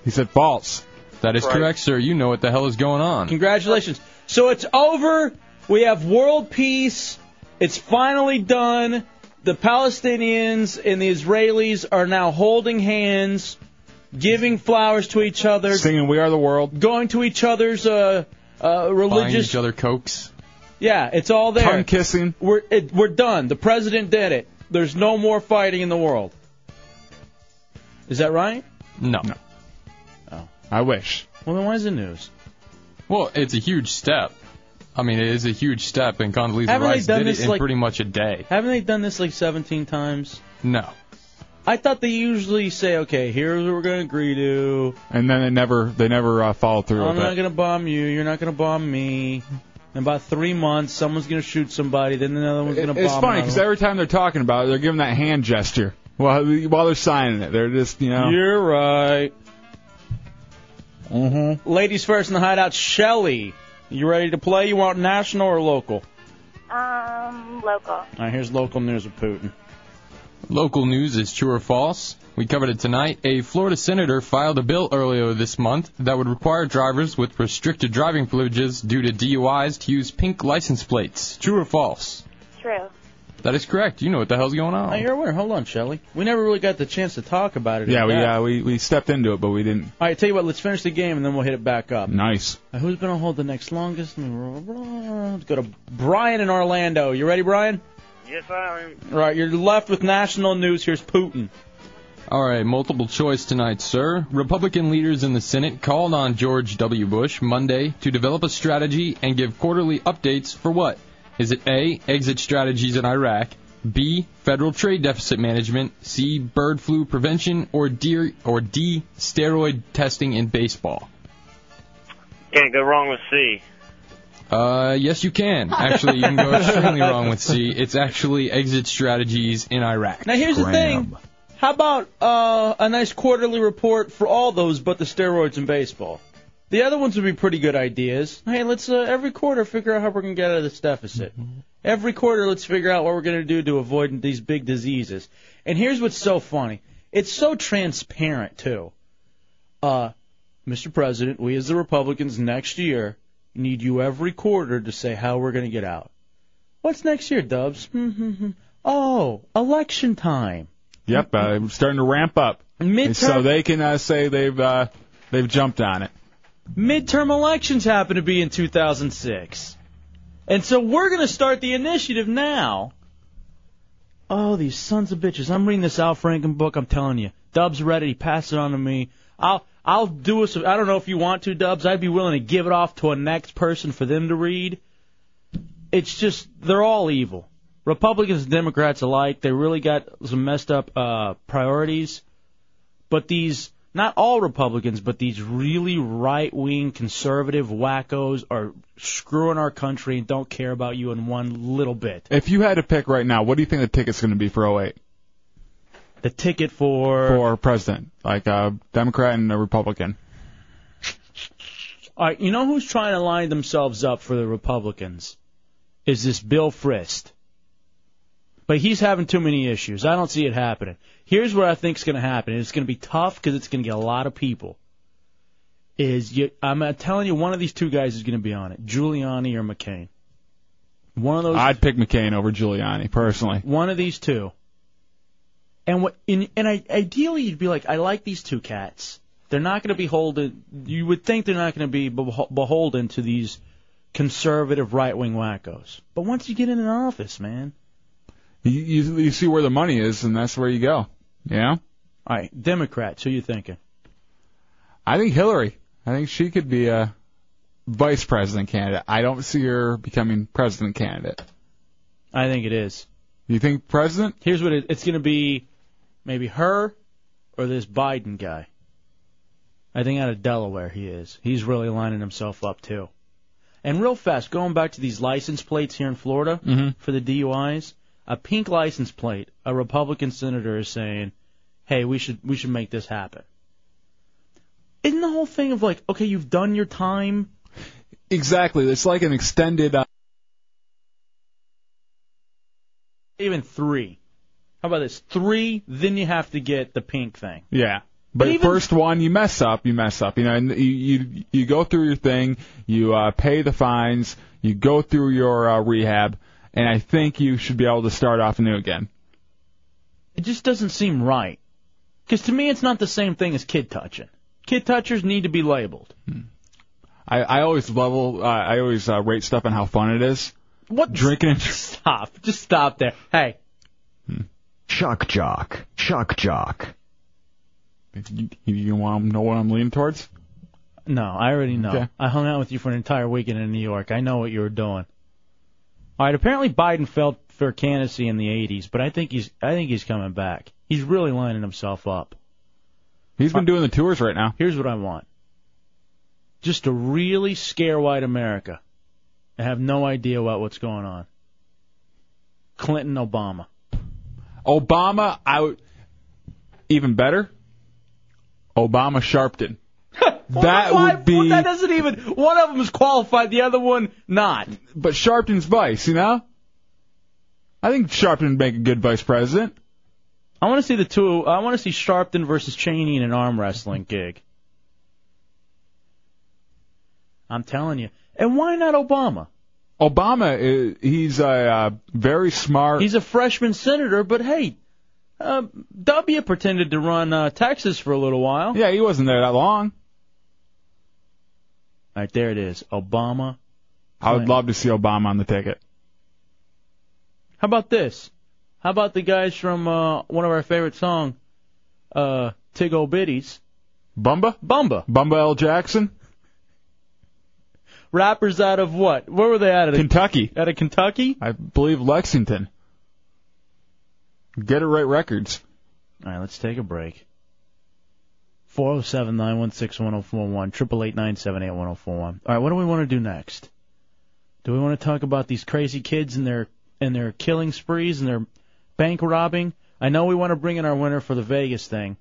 He said false.
That is
Right.
correct, sir. You know what the hell is going on.
Congratulations. So it's over. We have world peace. It's finally done. The Palestinians and the Israelis are now holding hands, giving flowers to each other,
singing "We Are the World,"
going to each other's uh, uh,
Buying
religious
each other cokes.
Yeah, it's all there.
Tongue
kissing.
We're it, we're done. The president did it. There's no more fighting in the world. Is that right?
No.
Oh.
I wish.
Well, then why is it news?
Well, it's a huge step. I mean, it is a huge step, and Condoleezza
Haven't they
Rice
done
did
this,
it in
like-
pretty much a day.
Haven't they done this like 17 times?
No.
I thought they usually say, okay, here's what we're gonna agree to.
And then they never they never uh, followed through
I'm
with
not
it.
gonna bomb you. You're not gonna bomb me. In about three months, someone's gonna shoot somebody. Then another one's gonna
It-
bomb.
It's funny
another
because every time they're talking about it, they're giving that hand gesture while while they're signing it. They're just you know.
You're right.
Mm-hmm.
Ladies first in the hideout, Shelly. You ready to play? You want national or local?
Um, local.
All right, here's local news with Putin.
Local news is true or false. We covered it tonight. A Florida senator filed a bill earlier this month that would require drivers with restricted driving privileges due to DUIs to use pink license plates. True or false?
True.
That is correct. You know what the hell's going
Oh,
on.
you're a winner. Hold on, Shelly. We never really got the chance to talk about it.
Yeah,
in
we
depth.
uh, we we stepped into it, but we didn't.
All right, tell you what. Let's finish the game and then we'll hit it back up.
Nice.
Uh, Who's been on hold the next longest? Let's go to Brian in Orlando. You ready, Brian?
Yes, I am.
All right, you're left with national news. Here's Putin.
All right, multiple choice tonight, sir. Republican leaders in the Senate called on George W. Bush Monday to develop a strategy and give quarterly updates for what? Is it A, exit strategies in Iraq, B, federal trade deficit management, C, bird flu prevention, or D, or D steroid testing in baseball?
Can't go wrong with C.
Uh, yes, you
*laughs*
can. Actually, you can go extremely wrong with C. It's actually exit strategies in Iraq.
Now here's the
Graham.
thing. How about uh, a nice quarterly report for all those but the steroids in baseball? The other ones would be pretty good ideas. Hey, let's uh, every quarter figure out how we're gonna get out of this deficit. Every quarter, let's figure out what we're gonna do to avoid these big diseases. And here's what's so funny. It's so transparent too. Uh, Mr. President, we as the Republicans next year need you every quarter to say how we're gonna get out. What's next year, Dubs? *laughs* oh, election time.
Yep, uh, it's starting to ramp up.
Midterm-
So they can uh, say they've uh, they've jumped on it.
midterm elections happen to be in 2006. And so we're going to start the initiative now. Oh, these sons of bitches. I'm reading this Al Franken book, I'm telling you. Dubs read it, he passed it on to me. I'll I'll do a, I don't know if you want to, Dubs. I'd be willing to give it off to a next person for them to read. It's just they're all evil. Republicans and Democrats alike, they really got some messed up uh priorities. But these not all Republicans, but these really right wing conservative wackos are screwing our country and don't care about you in one little bit.
If you had to pick right now, what do you think the ticket's going to be for 08?
The ticket for
for president, like a Democrat and a Republican.
All right, you know who's trying to line themselves up for the Republicans? Is this Bill Frist. But he's having too many issues. I don't see it happening. Here's what I think's going to happen. It's going to be tough because it's going to get a lot of people. Is you, I'm uh, telling you, one of these two guys is going to be on it, Giuliani or McCain. One of those.
I'd pick McCain over Giuliani personally.
One of these two. And what? And, and I, ideally, you'd be like, I like these two cats. They're not going to be holden. You would think they're not going to be beho- beholden to these conservative right-wing wackos. But once you get in an office, man,
You, you you see where the money is, and that's where you go. Yeah.
All right, Democrats. Who you thinking?
I think Hillary. I think she could be a vice president candidate. I don't see her becoming president candidate.
I think it is.
You think president?
Here's what it, it's going to be: maybe her or this Biden guy. I think out of Delaware he is. He's really lining himself up too. And real fast, going back to these license plates here in Florida
Mhm.
for the DUIs, a pink license plate, a Republican senator is saying, "Hey, we should we should make this happen." Isn't the whole thing of like, okay, you've done your time.
Exactly. It's like an extended. Uh,
even three. How about this? Three, then you have to get the pink thing.
yeah. But
Even-
first one, you mess up, you mess up. You know, and you you, you go through your thing, you uh, pay the fines, you go through your uh, rehab, and I think you should be able to start off new again.
It just doesn't seem right. Because to me, it's not the same thing as kid touching. Kid touchers need to be labeled.
I, I always level. Uh, I always uh, rate stuff on how fun it is.
What
drinking? And
*laughs*
Hmm.
stop. Just stop there. Hey.
Shock jock. Shock jock. You, you want to know what I'm leaning towards?
No, I already know.
Okay.
I hung out with you for an entire weekend in New York. I know what you were doing. All right. Apparently, Biden fell for candidacy in the '80s, but I think he's I think he's coming back. He's really lining himself up. Uh,
He's been doing the tours right now.
Here's what I want. Just to really scare white America. I have no idea what what's going on. Clinton, Obama.
Obama out. Even better. Obama
*laughs*
Sharpton. that would be.
That doesn't even. One of them is qualified, the other one not.
But Sharpton's vice, you know. I think Sharpton would make a good vice president.
I want to see the two. I want to see Sharpton versus Cheney in an arm wrestling gig. I'm telling you. And why not Obama?
Obama, uh, he's a uh, very smart.
He's a freshman senator, but hey, uh, W pretended to run uh, Texas for a little while.
Yeah, he wasn't there that long.
All right, there it is. Obama.
I would love to see Obama on the ticket.
How about this? How about the guys from uh, one of our favorite song, uh, Tig Old Biddies?
Bumba?
Bumba.
Bumba L. Jackson?
Rappers out of what? Where were they out of?
Kentucky.
Out of Kentucky?
I believe Lexington. Get it right records.
All right, let's take a break. 407 916 1041, 888 978 1041. All right, what do we want to do next? Do we want to talk about these crazy kids and their and their killing sprees and their bank robbing? I know we want to bring in our winner for the Vegas thing.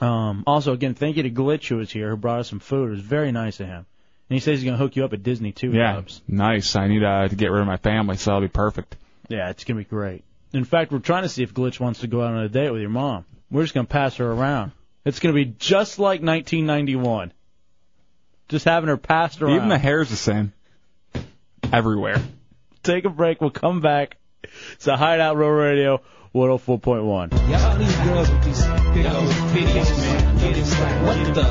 Um, also, again, thank you to Glitch who was here who brought us some food. It was very nice of him. And he says he's going to hook you up at Disney too.
yeah,
Dubs.
nice. I need uh, to get rid of my family, so that'll be perfect.
Yeah, it's gonna be great. In fact, we're trying to see if Glitch wants to go out on a date with your mom. We're just gonna pass her around. It's gonna be just like 1991. Just having her passed around.
Even the hair's the same. Everywhere.
Take a break. We'll come back. It's a Hideout Row Radio 104.1.
Y'all these girls with these big old bitties, man. Get it right. What the?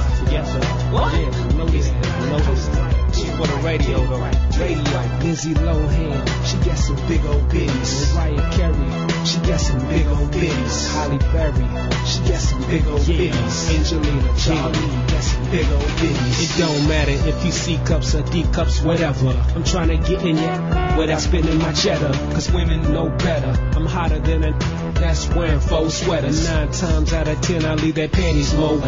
What? Yeah, notice, notice. She for the radio, though. Radio. Lindsay Lohan, she got some big old bitties. Mariah Carey, she got some big old bitties. Holly Berry, she got some big old bitties. Angelina Jolie, got some big old bitties. It don't matter if you C cups or D cups, whatever. I'm trying to get in ya without spinning my cheddar. Cause women know better. I'm hotter than a That's wearing four sweaters. Nine times out of ten, I leave their panties low.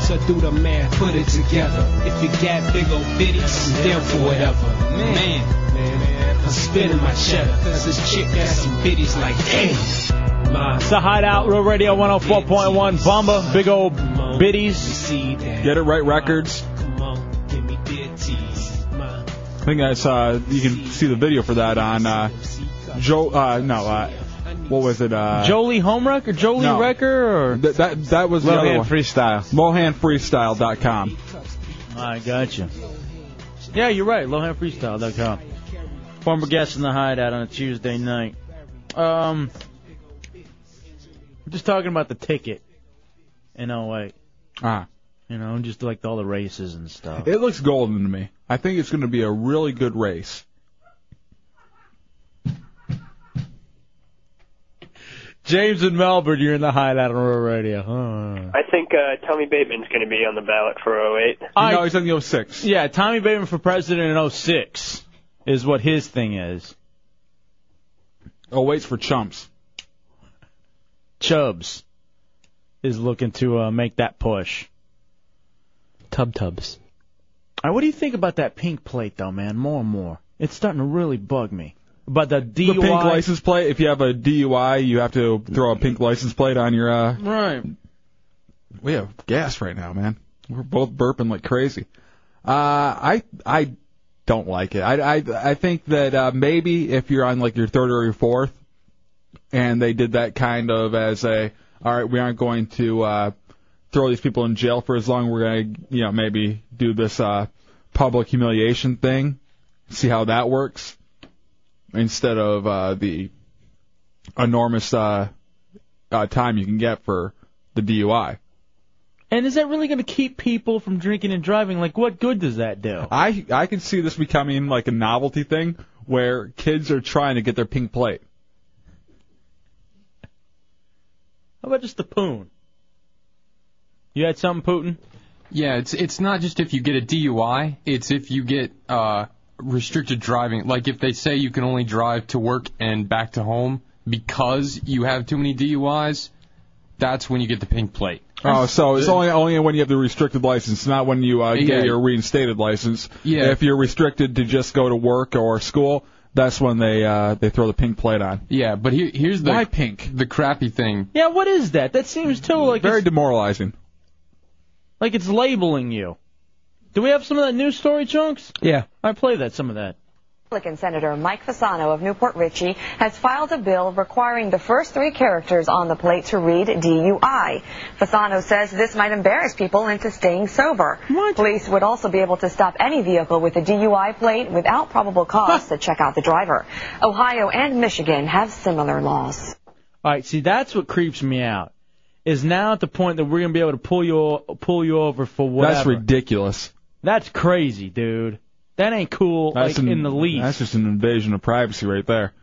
So do the math, put it together. If you got big old bitties, I'm down for whatever. Man, man, man, I'm spinning my cheddar. Cause this chick got some bitties like, damn. My
It's the Hideout, Real Radio 104.1, Bumba, big old bitties.
Get it right records. I think that's uh, you can see the video for that on uh, Joe. Uh, no, uh, what was it? Uh,
Jolie Homewrecker? Jolie
no.
Wrecker? Or?
Th- that that was the
Lohan
other one. Freestyle. MohanFreestyle.com.
I gotcha. Yeah, you're right. LohanFreestyle.com. Former guest in the hideout on a Tuesday night. Um, just talking about the ticket in 08.
Ah.
You know, just like all the races and stuff.
It looks golden to me. I think it's going to be a really good race.
*laughs* James and Melbourne, you're in the hideout on Real Radio. Huh.
I think uh, Tommy Bateman's going to be on the ballot for 08.
no, he's on the 06.
Yeah, Tommy Bateman for president in 06 is what his thing is.
Oh, waits for chumps.
Chubbs is looking to uh, make that push. Tub tubs. All right, Uh, what do you think about that pink plate, though, man? More and more, it's starting to really bug me. But the DUI,
The pink license plate. If you have a DUI, you have to throw a pink license plate on your. Uh...
right?
We have gas right now, man. We're both burping like crazy. Uh, I I don't like it. I I I think that uh, maybe if you're on like your third or your fourth, and they did that kind of as a all right, we aren't going to uh, throw these people in jail for as long. We're gonna you know maybe do this uh, public humiliation thing, see how that works, instead of uh, the enormous uh, uh, time you can get for the DUI.
And is that really going to keep people from drinking and driving? Like, what good does that do?
I I can see this becoming like a novelty thing where kids are trying to get their pink plate.
How about just the poon? You had something, Putin?
Yeah, it's it's not just if you get a DUI. It's if you get uh, restricted driving. Like if they say you can only drive to work and back to home because you have too many DUIs, that's when you get the pink plate.
Oh, so it's only only when you have the restricted license, not when you uh, get
Yeah.
your reinstated license.
Yeah.
If you're restricted to just go to work or school, that's when they uh, they throw the pink plate on.
Yeah, but here, here's the
Why pink?
the crappy thing.
Yeah, what is that? That seems too like
Very
it's,
demoralizing.
like it's labeling you. Do we have some of that news story, Chunks?
Yeah.
I play that some of that.
Republican Senator Mike Fasano of Newport Richey has filed a bill requiring the first three characters on the plate to read DUI. Fasano says this might embarrass people into staying sober. Police would also be able to stop any vehicle with a DUI plate without probable cause to check out the driver. Ohio and Michigan have similar laws.
All right, see, that's what creeps me out. Is now at the point that we're gonna be able to pull you pull you over for whatever.
That's ridiculous.
That's crazy, dude. That ain't cool.
That's
like
an-
in the least.
That's just an invasion of privacy right there.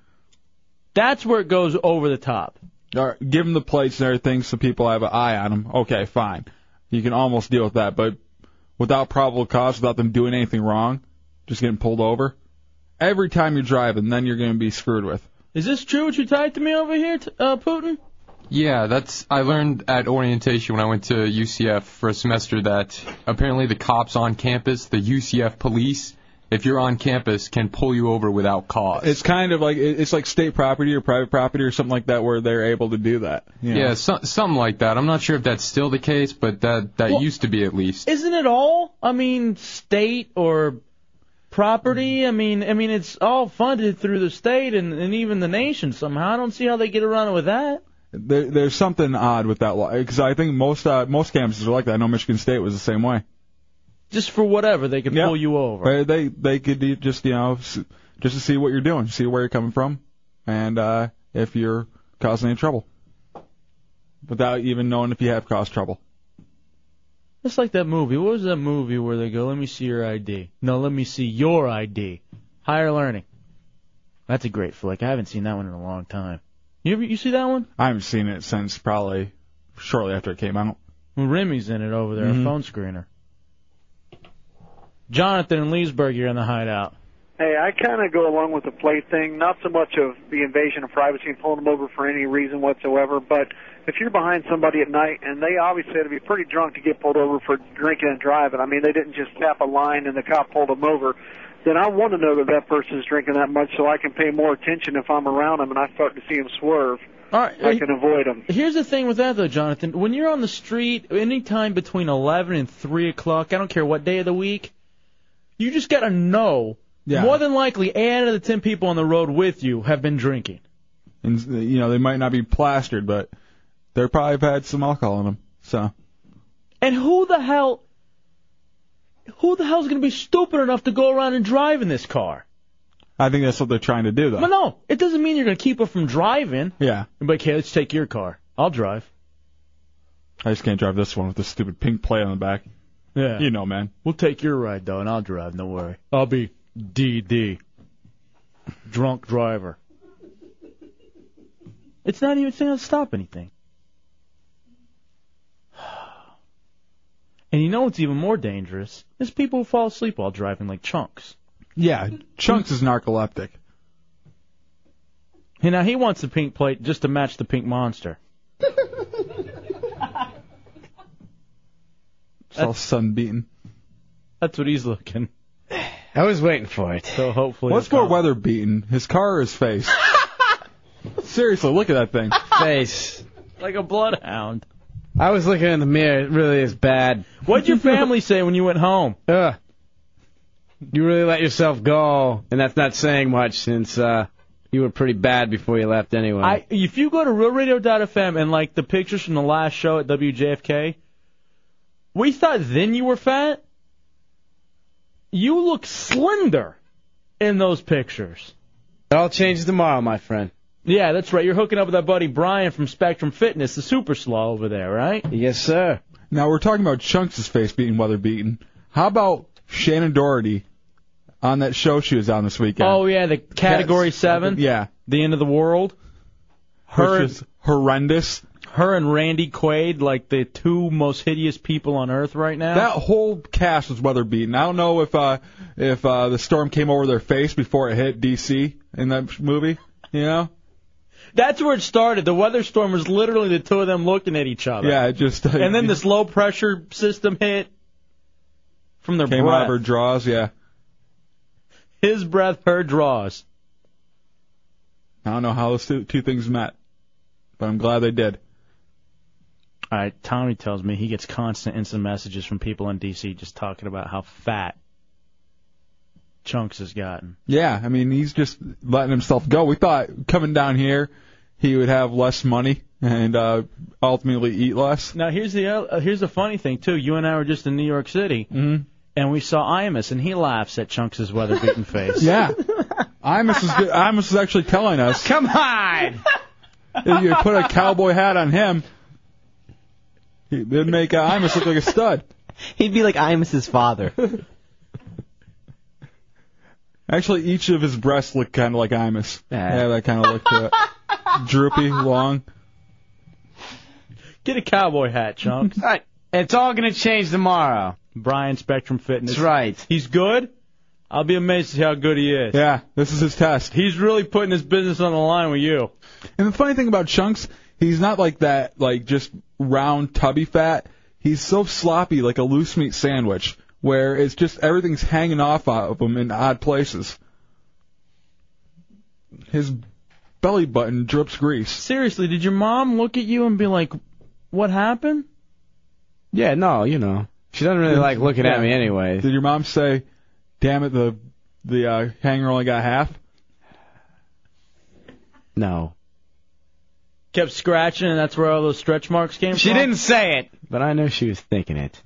That's where it goes over the top.
All right, give them the plates and everything so people have an eye on them. Okay, fine. You can almost deal with that, but without probable cause, without them doing anything wrong, just getting pulled over. Every time you're driving, then you're going to be screwed with.
Is this true what you tied to me over here, t- uh, Putin?
Yeah, that's I learned at orientation when I went to UCF for a semester that apparently the cops on campus, the UCF police, if you're on campus, can pull you over without cause.
It's kind of like it- it's like state property or private property or something like that where they're able to do that. you know.
Yeah, so, something like that. I'm not sure if that's still the case, but that that
Well-
used to be at least.
Isn't it all? I mean, state or property. I mean, I mean, it's all funded through the state and, and even the nation somehow. I don't see how they get around it with that.
There, there's something odd with that law because I think most uh, most campuses are like that. I know Michigan State was the same way.
Just for whatever, they can
Yeah.
pull you
They
over.
they, they could do just you know s- just to see what you're doing, see where you're coming from, and uh, if you're causing any trouble, without even knowing if you have caused trouble.
It's like that movie. What was that movie where they go, "Let me see your ID"? No, let me see your ID. Higher Learning. That's a great flick. I haven't seen that one in a long time. You ever, you see that one?
I haven't seen it since probably shortly after it came out.
Well, Remy's in it over there, a
Mhm.
phone screener. Jonathan and Leesburg, you're in the hideout.
Hey, I kind of go along with the play thing, not so much of the invasion of privacy and pulling them over for any reason whatsoever, but if you're behind somebody at night and they obviously had to be pretty drunk to get pulled over for drinking and driving, I mean, they didn't just tap a line and the cop pulled them over, then I want to know that that person's drinking that much so I can pay more attention if I'm around them and I start to see them swerve.
All right,
I can avoid them.
Here's the thing with that though, Jonathan. When you're on the street, any time between 11 and 3 o'clock, I don't care what day of the week, you just gotta know. More than likely, eight out of the 10 people on the road with you have been drinking.
And you know they might not be plastered, but they probably have had some alcohol in them. So
And who the hell, who the hell's gonna be stupid enough to go around and drive in this car?
I think that's what they're trying to do, though.
But no, it doesn't mean you're gonna keep her from driving.
Yeah.
But like, hey, let's take your car. I'll drive.
I just can't drive this one with the stupid pink plate on the back.
Yeah.
You know, man.
We'll take your ride though, and I'll drive. Don't worry. I'll be DD. Drunk driver. It's not even saying to stop anything. *sighs* And you know what's even more dangerous? Is people who fall asleep while driving like chunks.
Yeah, Chunks is narcoleptic.
And now he wants the pink plate just to match the pink monster.
It's all sunbeaten.
That's what he's looking.
I was waiting for it.
So hopefully.
What's more weather beaten, his car or his *laughs* face? Seriously, look at that thing.
Face.
Like a bloodhound.
I was looking in the mirror. It really is bad.
What'd your family say when you went home?
Ugh. You really let yourself go, and that's not saying much since uh, you were pretty bad before you left anyway.
I if you go to realradio.fm and like the pictures from the last show at WJFK, we thought then you were fat. You look slender in those pictures.
It all changes tomorrow, my friend.
Yeah, that's right. You're hooking up with that buddy Brian from Spectrum Fitness, the super slow over there, right?
Yes, sir.
Now we're talking about Chunks' face being weather beaten. How about Shannon Doherty on that show she was on this weekend?
Oh yeah, the category seven.
Yeah.
The end of the world. Her
Which is horrendous.
Her and Randy Quaid, like the two most hideous people on earth right now.
That whole cast was weather beaten. I don't know if uh if uh the storm came over their face before it hit DC in that movie. You know?
That's where it started. The weather storm was literally the two of them looking at each other.
Yeah, it just uh,
And then this low pressure system hit from their
came out
breath.
of her draws. Yeah.
His breath, her draws.
I don't know how those two, two things met, but I'm glad they did.
All right, Tommy tells me he gets constant instant messages from people in D.C. just talking about how fat Chunks has gotten.
Yeah, I mean he's just letting himself go. We thought coming down here he would have less money and uh ultimately eat less.
Now here's the uh, here's the funny thing too. You and I were just in New York City,
Mm-hmm.
and we saw Imus, and he laughs at
*laughs*
Chunks' weather-beaten face.
Yeah. Imus is good. Imus is actually telling us.
*laughs* Come on.
If you put a cowboy hat on him, it'd make uh, Imus look like a stud.
*laughs* He'd be like Imus's father.
*laughs* Actually, each of his breasts look kind of like Imus. Yeah, that kind of look to it.
*laughs*
Droopy, long.
Get a cowboy hat, Chunks.
All *laughs* right. It's all going to change tomorrow.
Brian Spectrum Fitness.
That's right.
He's good. I'll be amazed to see how good he is.
Yeah, this is his test.
He's really putting his business on the line with you.
And the funny thing about Chunks, he's not like that, like just round tubby fat. He's so sloppy, like a loose meat sandwich, where it's just everything's hanging off of him in odd places. His belly button drips grease.
Seriously, did your mom look at you and be like, "What happened?"
Yeah, no, you know. She doesn't really like looking at
Yeah.
me anyway.
Did your mom say, "Damn it, the the uh, hanger only got half"?
No.
Kept scratching, and that's where all those stretch marks came
She
from.
didn't say it, but I know she was thinking it.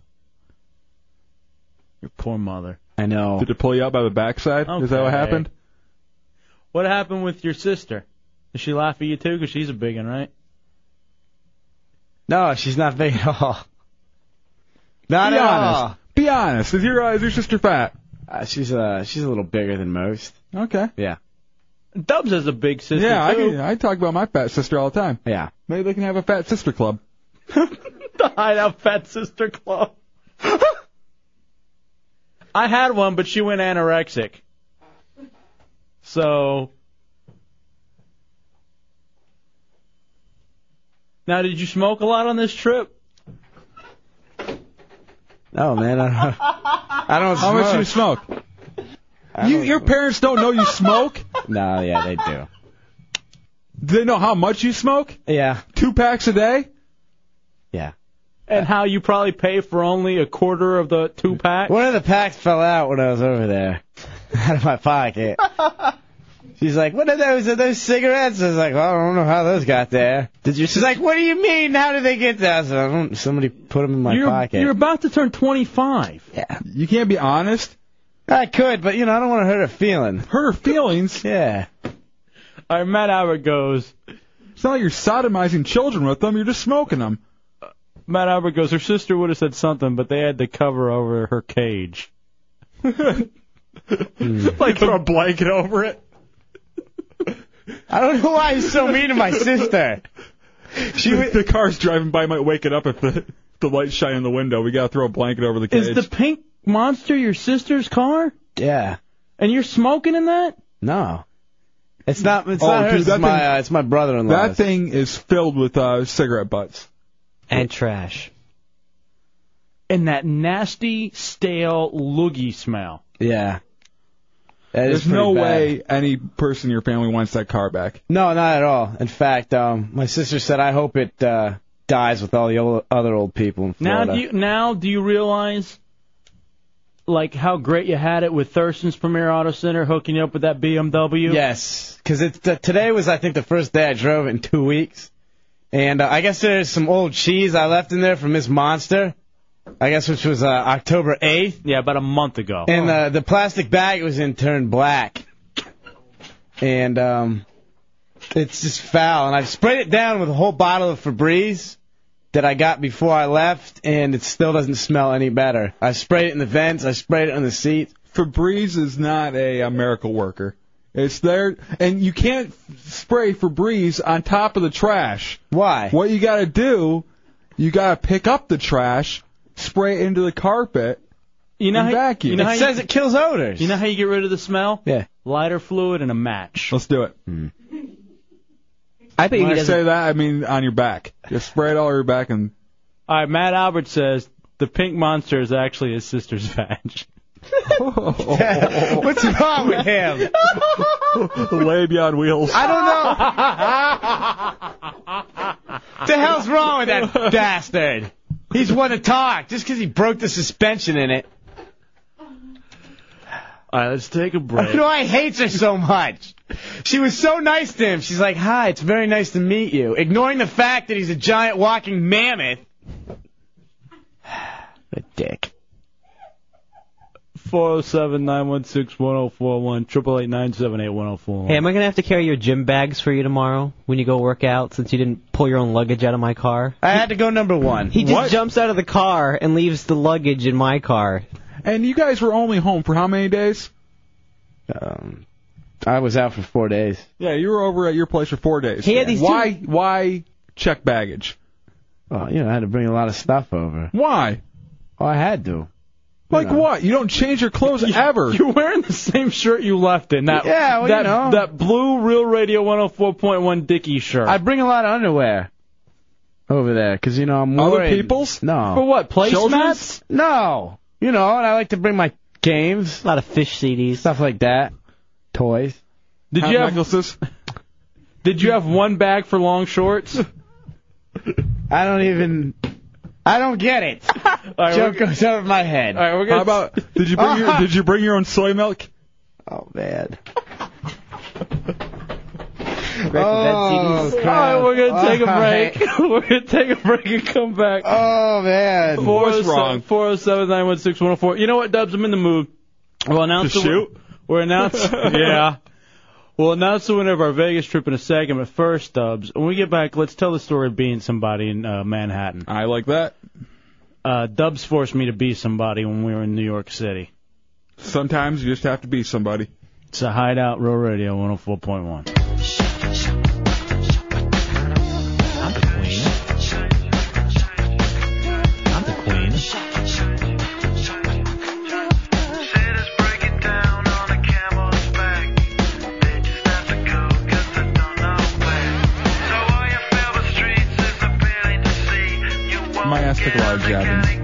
Your poor mother. Uh,
I know.
Did it pull you out by the backside? Is that what
Okay.
happened?
What happened with your sister? Does she laugh at you too? 'Cause she's a big one, right?
No, she's not big at all. Not
Be
at
honest.
all.
Be honest. Is your uh, is your sister fat?
Uh, she's uh she's a little bigger than most.
Okay.
Yeah.
Dubs has a big sister
yeah, I,
too.
can, I talk about my fat sister all the time.
Yeah.
Maybe they can have a fat sister
*laughs*
club.
the Hideout Fat Sister Club. I had one, but she went anorexic. So. Now, did you smoke a lot on this trip?
No, Oh, man. I don't, I don't
How
smoke.
much you smoke? You, your parents don't know you
*laughs*
smoke?
No, yeah, they do.
Do they know how much you smoke?
Yeah.
Two packs a day?
And how you probably pay for only a quarter of the two pack?
One of the packs fell out when I was over there, *laughs* out of my
*laughs*
pocket. She's like, "What are those? Are those cigarettes?" I was like, well, "I don't know how those got there." Did you? She's like, "What do you mean? How did they get there?" I said, "I don't- somebody put them in my
you're,
pocket."
you're about to turn 25.
Yeah.
You can't be honest.
I could, but you know, I don't want to hurt her feeling.
Her feelings?
Yeah.
I met how it goes.
It's not like you're sodomizing children with them, you're just smoking them.
Matt Albert goes, her sister would have said something, but they had the cover over her cage.
Hmm.
like throw a blanket over it.
I don't know why he's so mean to my sister. She
the, the car's driving by might wake it up if the the lights shine in the window. We gotta throw a blanket over the cage.
Is the pink monster your sister's car?
Yeah.
And you're smoking in that?
No. It's not. It's
Oh,
not
dude,
hers.
that
It's my.
thing-
uh, it's my brother-in-law.
that thing is filled with uh, cigarette butts.
And trash.
And that nasty, stale loogie smell.
Yeah. That is
There's no
pretty bad.
way any person in your family wants that car back.
No, not at all. In fact, um, my sister said, "I hope it uh, dies with all the ol other old people in
Now
Florida."
do you now do you realize like how great you had it with Thurston's Premier Auto Center hooking you up with that BMW?
Yes, because it's uh, today was I think the first day I drove in two weeks, and uh, I guess there's some old cheese I left in there from Miss Monster, I guess which was uh, October eighth,
Yeah, about a month ago.
and uh, the plastic bag it was in turned black, and um, it's just foul, and I've sprayed it down with a whole bottle of Febreze that I got before I left, and it still doesn't smell any better. I sprayed it in the vents, I sprayed it on the seat.
Febreze is not a, uh miracle worker. It's there, and you can't spray Febreze on top of the trash.
Why?
What you gotta do, you gotta pick up the trash, spray it into the carpet,
You know
and
how-
vacuum.
you know It how you- says it
kills odors.
You know how you get rid of the smell?
Yeah.
Lighter fluid and a match.
Let's do it.
Hmm.
I
when I say that, I mean on your back. Just spray it all over your back and
All right, Matt Albert says the pink monster is actually his sister's *laughs* badge.
What's wrong with
*laughs*
him?
labia on wheels.
I don't
*laughs*
What the hell's wrong with *laughs* that bastard? He's one to talk just 'cause he broke the suspension in it.
All right, let's take a
*laughs*
break.
Why do I hate her so much? She was so nice to him. She's like, "Hi, it's very nice to meet you," ignoring the fact that he's a giant walking mammoth. a dick.
407 916 1041, 888 978
*laughs*
1041.
Hey, am I gonna have to carry your gym bags for you tomorrow when you go work out since you didn't pull your own luggage out of my car?
I had to go number one.
He just jumps out of the car and leaves the luggage in my car.
And you guys were only home for how many days?
Um, I was out for four days.
Yeah, you were over at your place for four days.
He had these two-
why? Why check baggage?
Well, you know, I had to bring a lot of stuff over.
Why?
Well, I had to.
Like
*laughs*
what? You don't change your
*laughs*
clothes ever.
You're wearing the same shirt you left in that
Yeah, well, you
that
know.
that blue Real Radio 104.1 Dickie shirt.
I bring a lot of underwear over there 'cause you know I'm
Other
worried.
people's?
No.
For what, placemats?
No. You know, and I like to bring my games.
A lot of fish CDs.
Stuff like that. Toys.
Did you have *laughs* Did you have one bag for long shorts?
*laughs* I don't even. I don't get
*laughs*
it.
right,
Joke
we're-
goes over my head.
All right, we're
How
gonna
about?
*laughs*
Did you bring your
*laughs*
Did you bring your own soy milk?
Oh
*laughs*
man.
Oh.
All right, we're gonna take a break. *laughs* we're gonna take a break and come back.
Oh man.
What's wrong?
407 916 1041. You know what, Dubs? I'm in the mood. We'll announce
To
the win-
shoot?
We're announce. yeah. We'll announce the winner of our Vegas trip in a second, but first, Dubs, when we get back, let's tell the story of being somebody in uh, Manhattan.
I like that.
Uh, Dubs forced me to be somebody when we were in New York City.
Sometimes you just have to be somebody.
It's a hideout, Row Radio 104.1.
I'm the queen. I'm the queen.
my ass to glide jabbing.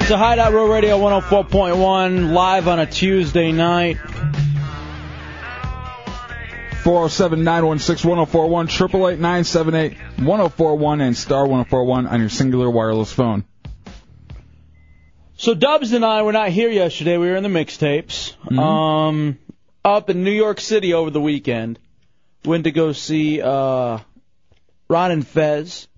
It's a Hideout Row Radio 104.1 live on a Tuesday night.
407 916 1041, 888 978 1041, and star 1041 on your singular wireless phone.
So Dubs and I were not here yesterday. We were in the mixtapes. Um, up in New York City over the weekend. Went to go see uh, Ron and Fez,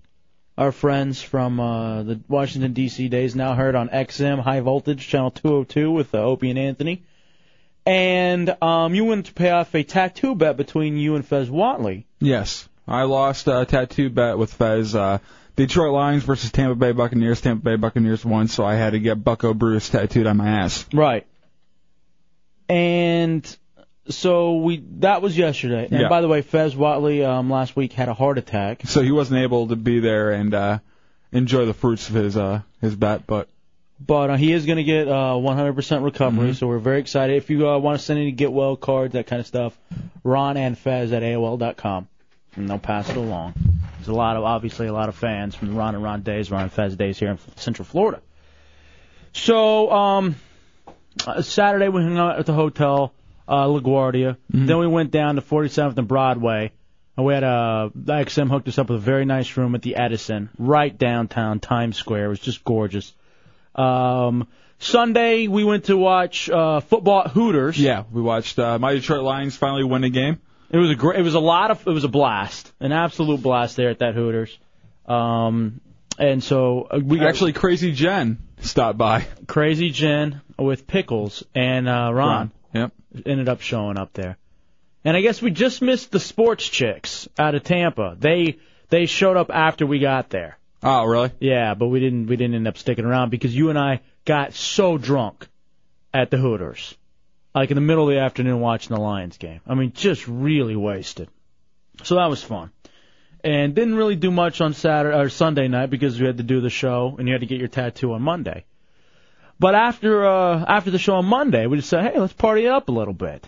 our friends from uh, the Washington D.C. days, now heard on XM High Voltage Channel 202 with uh, Opie and Anthony. And um, you went to pay off a tattoo bet between you and Fez Watley.
Yes. I lost a tattoo bet with Fez. Uh, Detroit Lions versus Tampa Bay Buccaneers. Tampa Bay Buccaneers won, so I had to get Bucko Bruce tattooed on my ass.
Right. And so we that was yesterday. And
Yeah.
by the way, Fez Watley um, last week had a heart attack.
So he wasn't able to be there and uh, enjoy the fruits of his uh, his bet, but
But uh, he is going to get uh, 100% recovery, so we're very excited. If you uh, want to send any get well cards, that kind of stuff, Ron and Fez at AOL dot com, and they'll pass it along. There's a lot of obviously a lot of fans from the Ron and Ron days, Ron and Fez days here in Central Florida. So um, uh, Saturday we hung out at the hotel uh, LaGuardia.
Mm-hmm.
Then we went down to 47th and Broadway, and we had a the XM hooked us up with a very nice room at the Edison, right downtown Times Square. It was just gorgeous. Um, Sunday we went to watch uh, football at Hooters.
Yeah, we watched uh, my Detroit Lions finally win a game.
It was a great. It was a lot of. It was a blast, an absolute blast there at that Hooters. Um, and so uh, we
Actually, Crazy Jen stopped by.
Crazy Jen with pickles and uh, Ron.
Yep.
Ended up showing up there, and I guess we just missed the sports chicks out of Tampa. They they showed up after we got there.
Oh, really?
Yeah, but we didn't we didn't end up sticking around because you and I got so drunk at the Hooters, like in the middle of the afternoon watching the Lions game. I mean, just really wasted. So that was fun, and didn't really do much on Saturday or Sunday night because we had to do the show and you had to get your tattoo on Monday. But after uh, after the show on Monday, we just said, hey, let's party up a little bit.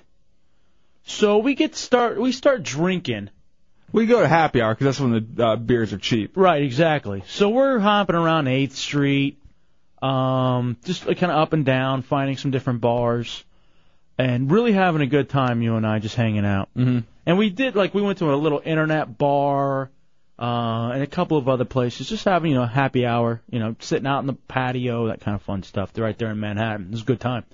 So we get start we start drinking
We go to happy hour 'cause that's when the uh, beers are cheap.
Right, exactly. So we're hopping around 8th Street, um, just kind of up and down, finding some different bars, and really having a good time, you and I, just hanging out. Mm-hmm. And we did, like, we went to a little internet bar uh, and a couple of other places, just having, you know, a happy hour, you know, sitting out in the patio, that kind of fun stuff, right there in Manhattan. It was a good time.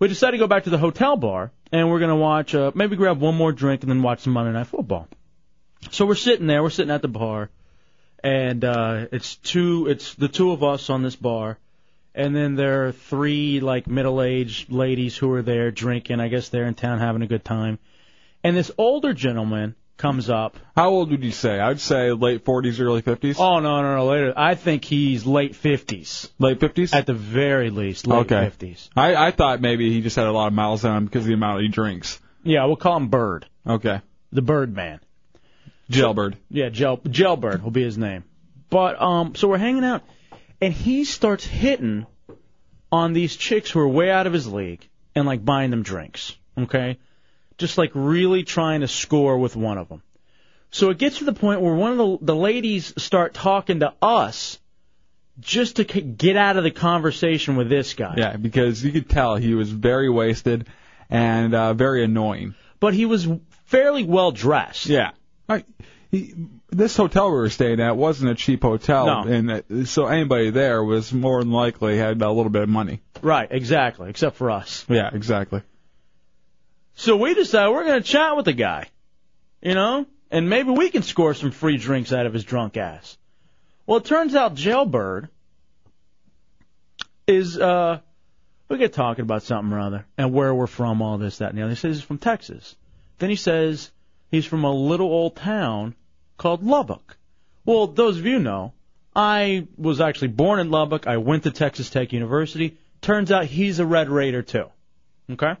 We decided to go back to the hotel bar, and we're going to watch, uh, maybe grab one more drink and then watch some Monday Night Football. So we're sitting there, we're sitting at the bar and uh, it's two it's the two of us on this bar and then there are three like middle aged ladies who are there drinking i guess they're in town having a good time and this older gentleman comes up
How old would you say? I'd say late 40s, early 50s.
oh no no no later i think he's late fifties
late fifties
at the very least late
okay.
fifties
I, I thought maybe he just had a lot of miles on him because of the amount he drinks.
yeah we'll call him bird
Okay.
the bird man
Jailbird.
Yeah, Gel Gelbert will be his name. But um, so we're hanging out, and he starts hitting on these chicks who are way out of his league and like buying them drinks. Okay, just like really trying to score with one of them. So it gets to the point where one of the the ladies start talking to us just to c- get out of the conversation with this guy.
Yeah, because you could tell he was very wasted and uh, very annoying.
But he was fairly well dressed.
Yeah. I, he, this hotel we were staying at wasn't a cheap hotel,
No.
and that, so anybody there was more than likely had a little bit of money.
Right, exactly. Except for us.
Yeah, exactly.
So we decided we're going to chat with the guy, you know, and maybe we can score some free drinks out of his drunk ass. Well, it turns out Jailbird is, uh, we get talking about something or other and where we're from, all this, that, and the other. He says he's from Texas. Then he says he's from a little old town called Lubbock. Well, those of you know, I was actually born in Lubbock. I went to Texas Tech University. Turns out he's a Red Raider too. Okay?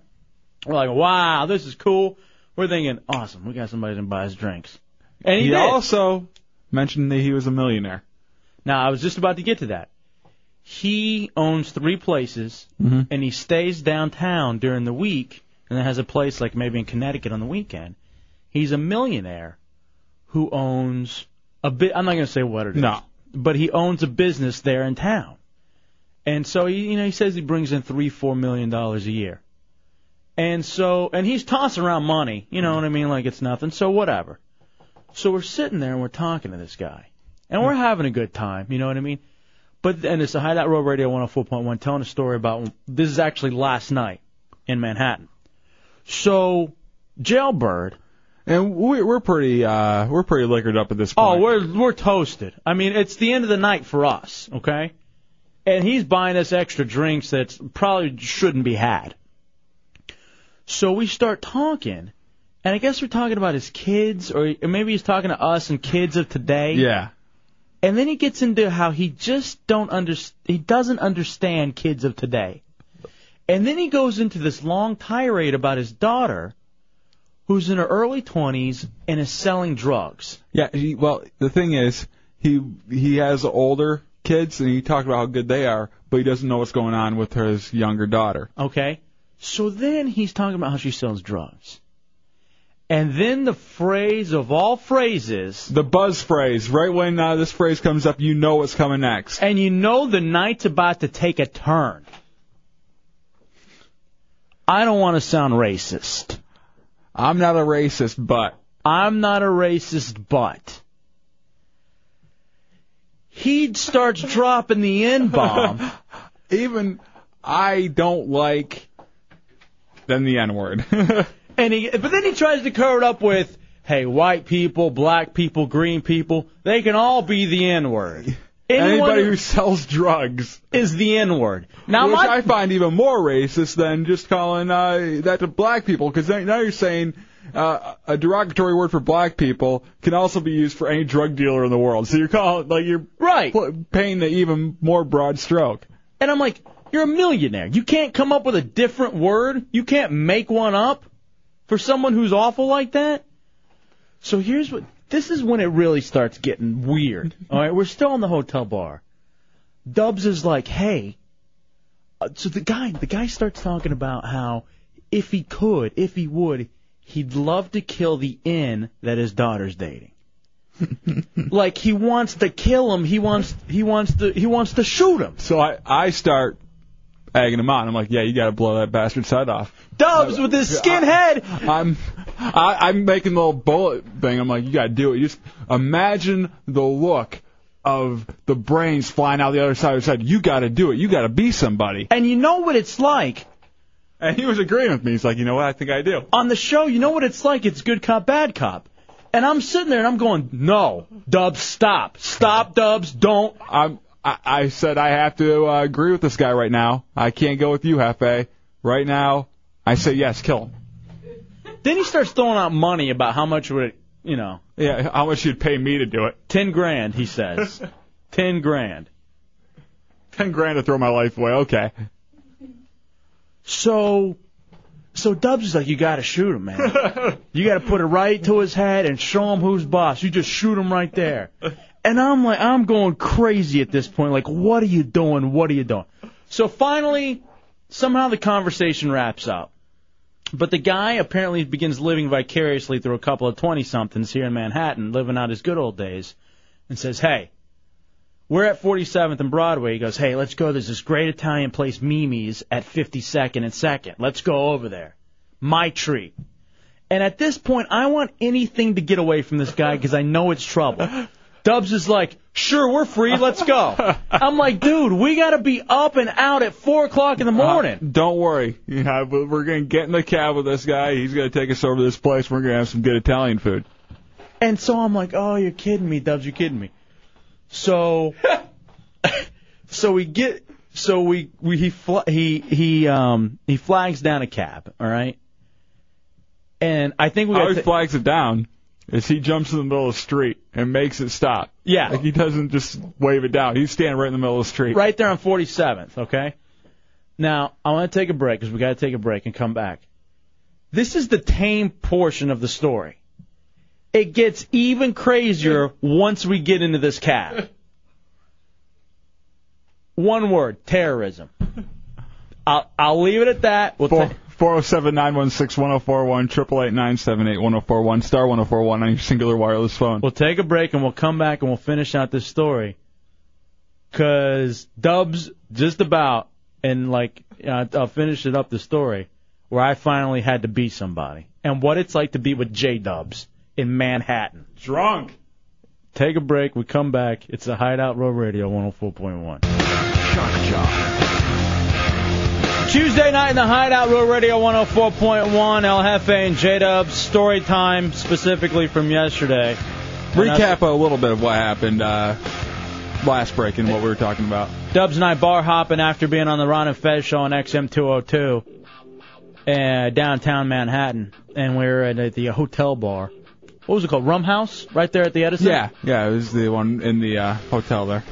We're like, wow, this is cool. We're thinking, awesome, we got somebody that buys drinks. And he,
He
did.
also mentioned that he was a millionaire.
Now, I was just about to get to that. He owns three places, and he stays downtown during the week, and then has a place like maybe in Connecticut on the weekend. He's a millionaire who owns a bit. I'm not going to say what it is. No. But he owns a business there in town, and so he, you know, he says he brings in three, four million dollars a year, and so, and he's tossing around money. You know what I mean? Like it's nothing. So whatever. So we're sitting there and we're talking to this guy, and we're having a good time. You know what I mean? But and it's a Hideout Road Radio 104.1 telling a story about this is actually last night in Manhattan. So Jailbird.
And we, we're pretty, uh, we're pretty liquored up at this point.
Oh, we're we're toasted. I mean, it's the end of the night for us, okay? And he's buying us extra drinks that probably shouldn't be had. So we start talking, and I guess we're talking about his kids, or or maybe he's talking to us and kids of today.
Yeah.
And then he gets into how he just don't under he doesn't understand kids of today. And then he goes into this long tirade about his daughter who's in her early 20s and is selling drugs.
Yeah. He, well, the thing is, he he has older kids, and he talked about how good they are, but he doesn't know what's going on with his younger daughter.
Okay? So then he's talking about how she sells drugs. And then the phrase of all phrases,
The buzz phrase, right when uh, this phrase comes up, you know what's coming next.
and you know the night's about to take a turn. I don't want to sound racist.
I'm not a racist, but.
I'm not a racist, but. He starts dropping the N bomb.
*laughs* Even I don't like. Then the N word. *laughs*
and he, but then he tries to cover it up with, hey, white people, black people, green people, they can all be the N word.
*laughs* Anybody who sells drugs
is the N word. Now,
which
my-
I find even more racist than just calling uh, that to black people, because now you're saying uh, a derogatory word for black people can also be used for any drug dealer in the world. So you're calling like you're
right
painting the even more broad stroke.
And I'm like, you're a millionaire. You can't come up with a different word. You can't make one up for someone who's awful like that. So here's what this is when it really starts getting weird. All right, we're still in the hotel bar. Dubs is like, hey. uh, So the guy, the guy starts talking about how if he could, if he would, he'd love to kill the N that his daughter's dating. *laughs* like he wants to kill him. He wants he wants to he wants to shoot him.
So I I start agging him on. I'm like, yeah, you got to blow that bastard's head off.
Dubs with his skinhead.
I'm I, I'm making the little bullet thing. I'm like, you gotta do it. You just imagine the look of the brains flying out the other side of his head. You gotta do it. You gotta be somebody.
And you know what it's like.
And he was agreeing with me. He's like, you know what? I think I do.
on the show, you know what it's like. It's good cop, bad cop. And I'm sitting there and I'm going, no, Dubs, stop, stop, Dubs, don't.
I'm I, I said I have to uh, agree with this guy right now. I can't go with you, Hefe. Right now, I say yes, kill him.
Then he starts throwing out money about how much would it, you know.
Yeah, how much you'd pay me to do it.
Ten grand,
*laughs*
he says. Ten grand.
Ten grand to throw my life away. Okay.
So, so Dubs is like, you got to shoot him, man. you got to put it right to his head and show him who's boss. You just shoot him right there. And I'm like, I'm going crazy at this point. Like, what are you doing? What are you doing? So finally, somehow the conversation wraps up. But the guy apparently begins living vicariously through a couple of 20 somethings here in Manhattan, living out his good old days, and says, Hey, we're at 47th and Broadway. He goes, Hey, let's go. There's this great Italian place, Mimi's, at 52nd and 2nd. Let's go over there. My treat. And at this point, I want anything to get away from this guy because I know it's trouble. Dubs is like, Sure, we're free. Let's go. I'm like, Dude, we got to be up and out at 4 o'clock in the morning.
Uh, don't worry. Yeah, but we're going to get in the cab with this guy. He's going to take us over to this place. We're going to have some good Italian food.
And so I'm like, oh, you're kidding me, Dubs, you're kidding me. So, *laughs* so we get, so we, we he fl- he he um he flags down a cab, all right. And I think we
How
got
he
to-
flags it down is he jumps in the middle of the street and makes it stop.
Yeah.
Like he doesn't just wave it down. He's standing right in the middle of the street.
right there on 47th, okay. Now I want to take a break because we got to take a break and come back. This is the tame portion of the story. It gets even crazier once we get into this cab. One word: terrorism. I'll, I'll leave it at that. We'll
Four,
ta-
407 916 1041, 888 978 1041, star 1041 on your singular wireless phone.
We'll take a break and we'll come back and we'll finish out this story. Cause Dubs just about and like uh, I'll finish it up the story where I finally had to beat somebody and what it's like to be with J Dubs in Manhattan.
Drunk.
Take a break. We come back. It's the Hideout Road Radio 104.1. Tuesday night in the Hideout Road Radio 104.1. El Jefe and J Dubs story time specifically from yesterday.
Recap a little bit of what happened uh, last break and what we were talking about.
Dubs and I bar hopping after being on the Ron and Fez show on XM 202 uh, downtown Manhattan, and we were at the hotel bar. What was it called? Rum House, right there at the Edison.
Yeah, yeah, it was the one in the uh, hotel there.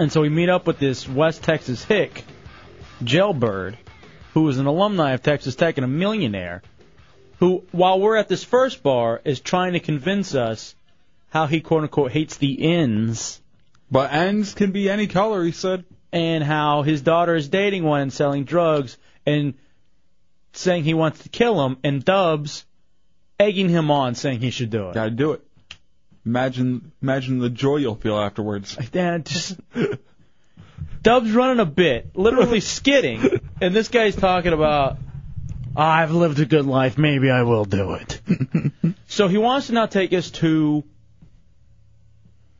And so we meet up with this West Texas hick, Jailbird, who is an alumni of Texas Tech and a millionaire, who, while we're at this first bar, is trying to convince us how he quote unquote hates the ends.
But ends can be any color, he said.
And how his daughter is dating one and selling drugs and saying he wants to kill him, and Dubs egging him on, saying he should do it.
Gotta do it. Imagine, imagine the joy you'll feel afterwards.
Dad, just *laughs* Dub's running a bit,
*laughs*
literally skidding, and this guy's talking about, I've lived a good life, maybe I will
*laughs*
do it. so he wants to now take us to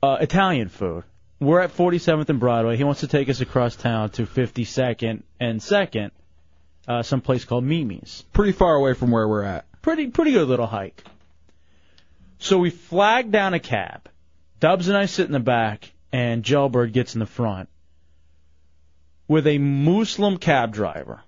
uh, Italian food. We're at 47th and Broadway. He wants to take us across town to 52nd and 2nd, uh, someplace called Mimi's.
Pretty far away from where we're at.
Pretty, pretty good little hike. So we flag down a cab. Dubs and I sit in the back, and Jailbird gets in the front with a Muslim cab driver.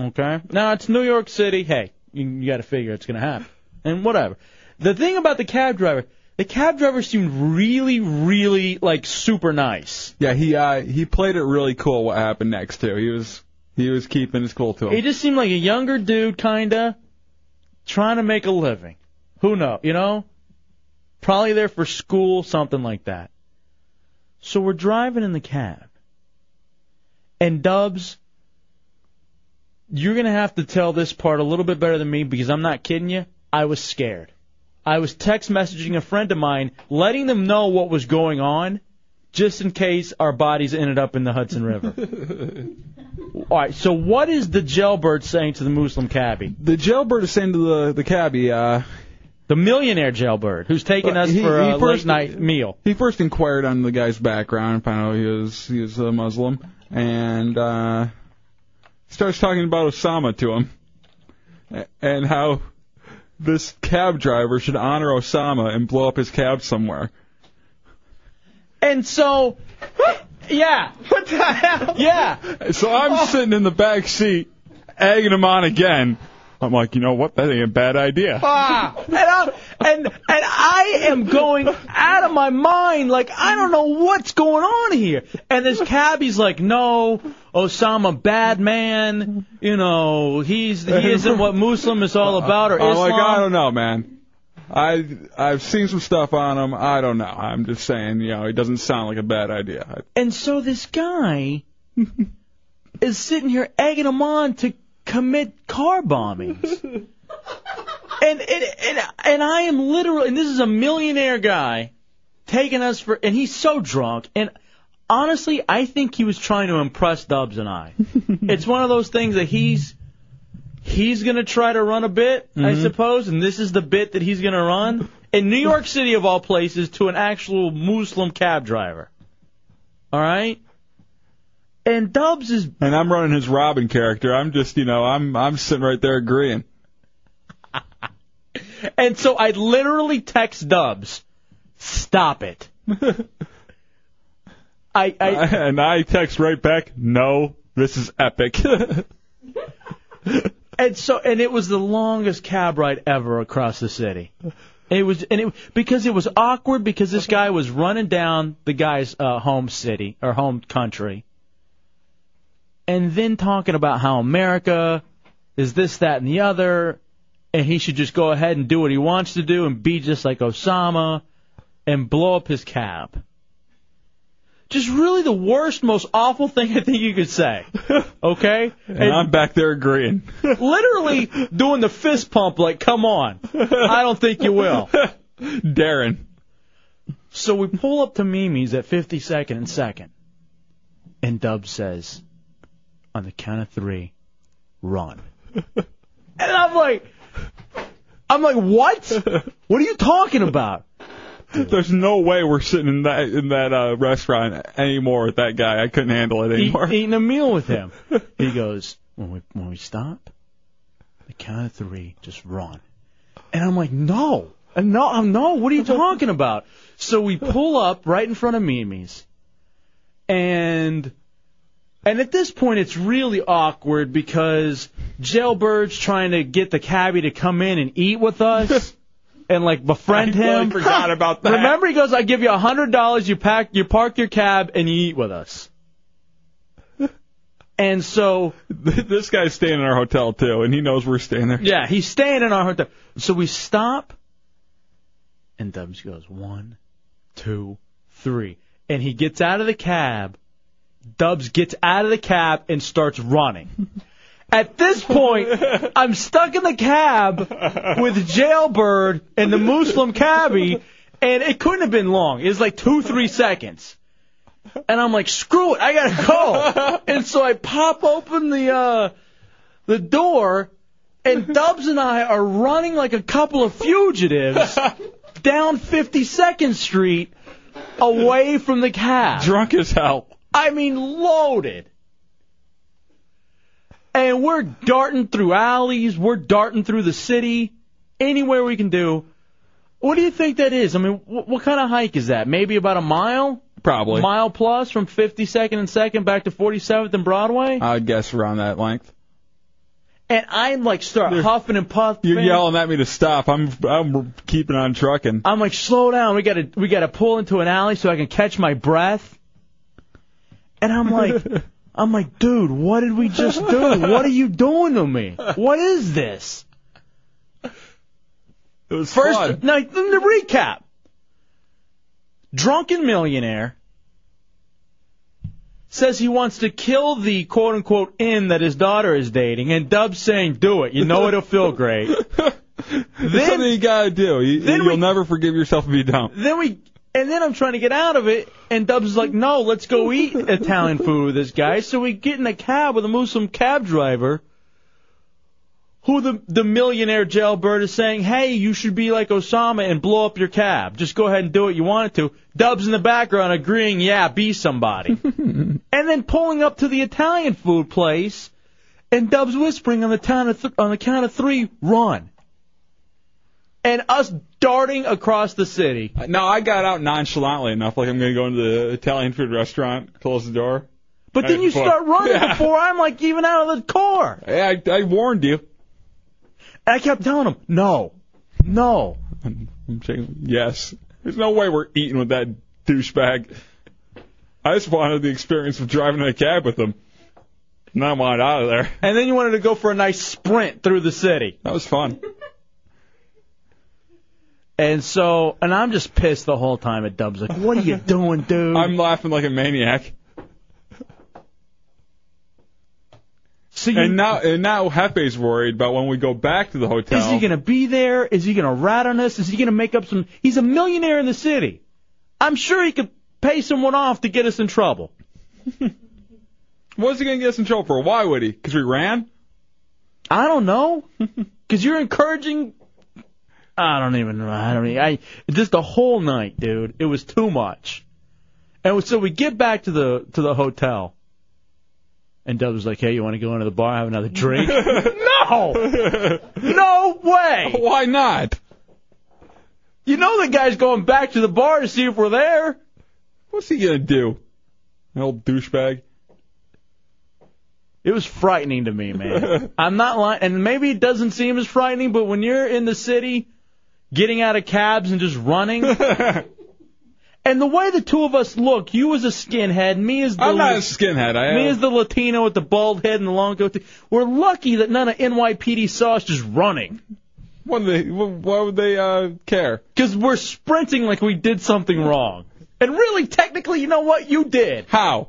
Okay? Now, it's New York City. Hey, you, you got to figure it's going to happen. And whatever. The thing about the cab driver, the cab driver seemed really, really, like, super nice.
Yeah, he uh, he played it really cool. What happened next too? He was he was keeping his cool
*laughs*
to him.
He just seemed like a younger dude, kinda, trying to make a living. Who knows? You know, probably there for school, something like that. So we're driving in the cab, and Dubs, you're gonna have to tell this part a little bit better than me because I'm not kidding you. I was scared. I was text messaging a friend of mine, letting them know what was going on, just in case our bodies ended up in the Hudson River. All right. So what is the jailbird saying to the Muslim cabbie?
The jailbird is saying to the the cabbie, uh,
the millionaire jailbird who's taking
Well,
us
he-
for
he
a late
first-
night meal.
He first inquired on the guy's background, found out he was he was a Muslim, and uh, starts talking about Osama to him, a- and how this cab driver should honor Osama and blow up his cab somewhere.
And so, *laughs* yeah. What the hell?
*laughs*
Yeah.
So I'm
Oh.
sitting in the back seat, egging him on again. I'm like, you know what? That ain't a bad idea.
Ah, and, I'm, and and I am going out of my mind. Like I don't know what's going on here. And this cabbie's like, no, Osama, bad man. You know, he's he isn't what Muslim
*laughs*
is all about or
Uh, I'm
Islam.
like, I don't know, man. I I've seen some stuff on him. I don't know. I'm just saying, you know, it doesn't sound like a bad idea.
And so this guy is sitting here egging him on to commit car bombings. and, and and and I am literally, and this is a millionaire guy taking us for, and he's so drunk. And honestly, I think he was trying to impress Dubs and I. *laughs* it's one of those things that he's he's gonna try to run a bit, I
Mhm.
suppose, and this is the bit that he's gonna run in New York City of all places to an actual Muslim cab driver. All right. And Dubs is
And I'm running his Robin character. I'm just, you know, I'm I'm sitting right there agreeing.
*laughs* And so I literally text Dubs, stop it. I, I
*laughs* and I text right back, no, this is epic. *laughs*
*laughs* and so and it was the longest cab ride ever across the city. It was and it because it was awkward because this guy was running down the guy's uh, home city or home country, and then talking about how America is this that and the other, and he should just go ahead and do what he wants to do and be just like Osama, and blow up his cab. just really the worst, most awful thing I think you could say. Okay?
And, I'm back there agreeing.
*laughs* literally doing the fist pump like, come on. I don't think you will.
*laughs* Darren.
So we pull up to Mimi's at 52nd and 2nd. And Dub says, on the count of three, run. and I'm like, I'm like, what? What are you talking about?
There's no way we're sitting in that in that uh, restaurant anymore with that guy. I couldn't handle it
Eat,
anymore.
eating a meal with him. He goes, when we when we stop, the count of three, just run. And I'm like, no, Uh, no, I'm no. What are you talking about? So we pull up right in front of Mimi's, and and at this point it's really awkward because Jailbird's trying to get the cabbie to come in and eat with
*laughs*
us. And like befriend
I really
him.
forgot about that.
Remember, he goes, "I give you a hundred dollars. You pack, you park your cab, and you eat with us." And so
*laughs* this guy's staying in our hotel too, and he knows we're staying there.
Yeah, he's staying in our hotel. So we stop, and Dubs goes one, two, three, and he gets out of the cab. Dubs gets out of the cab and starts running. At this point, I'm stuck in the cab with Jailbird and the Muslim cabbie, and it couldn't have been long. It was like two, three seconds. And I'm like, screw it, I gotta go. and so I pop open the uh, the door, and Dubs and I are running like a couple of fugitives down 52nd Street away from the cab.
Drunk as hell.
I mean, loaded. And we're darting through alleys, we're darting through the city, anywhere we can do. What do you think that is? I mean, wh- what kind of hike is that? Maybe about a mile?
Probably.
Mile plus from 52nd and 2nd back to 47th and Broadway?
I would guess around that length.
And I'm like, start huffing and puffing.
You're yelling at me to stop. I'm I'm keeping on trucking.
I'm like, slow down. We gotta we gotta pull into an alley so I can catch my breath. And I'm
*laughs*
like, I'm like, dude, what did we just do? What are you doing to me? *laughs* What is this?
It was
first. Now, then the recap. Drunken millionaire says he wants to kill the quote unquote inn that his daughter is dating, and Dub's saying, do it. You know it'll
*laughs*
feel great.
It's something you gotta do. You,
then
will never forgive yourself if you don't.
then we and then I'm trying to get out of it, and Dubs is like, "No, let's go eat Italian food with this guy." So we get in a cab with a Muslim cab driver, who the the millionaire jailbird is saying, "Hey, you should be like Osama and blow up your cab. Just go ahead and do what you wanted to." Dubs in the background agreeing, "Yeah, be somebody," and then pulling up to the Italian food place, and Dubs whispering on the count of th- on the count of three, "Run." And us darting across the city.
No, I got out nonchalantly enough, like I'm gonna go into the Italian food restaurant, close the door.
But then you
Before-
start running
*laughs* Yeah.
before I'm like even out of the car.
Yeah, I, I warned you.
And I kept telling him, no, no.
I'm saying yes. There's no way we're eating with that douchebag. I just wanted the experience of driving in a cab with him. And I wanted out of there.
And then you wanted to go for a nice sprint through the city.
That was fun.
And so, and I'm just pissed the whole time at Dubs. Like, what are you doing, dude?
I'm laughing like a maniac.
So
and now and now Hefe's worried about when we go back to the hotel.
Is he going to be there? Is he going to rat on us? Is he going to make up some? He's a millionaire in the city. I'm sure he could pay someone off to get us
*laughs*
in trouble.
What's he going to get us in trouble for? Why would he? Because we ran?
I don't know.
*laughs*
Because you're encouraging. I don't even know. I don't even. I just the whole night, dude. It was too much. And so we get back to the to the hotel, and Dub's like, "Hey, you want to go into the bar have
*laughs*
another drink?" no, no way.
*laughs* Why not?
You know the guy's going back to the bar to see if we're there.
What's he going to do? An old douchebag.
It was frightening to
*laughs*
me, man. I'm not lying, and maybe it doesn't seem as frightening, but when you're in the city, getting out of cabs and
*laughs*
just running, and the way the two of us look, you as a skinhead, me as the
I'm not a skinhead. I
me
am-
as the Latino with the bald head and the long goatee. We're lucky that none of NYPD saw us just running.
What do they, wh- why would they uh, care?
Because we're sprinting like we did something wrong. And really, technically, you know what? You did. How?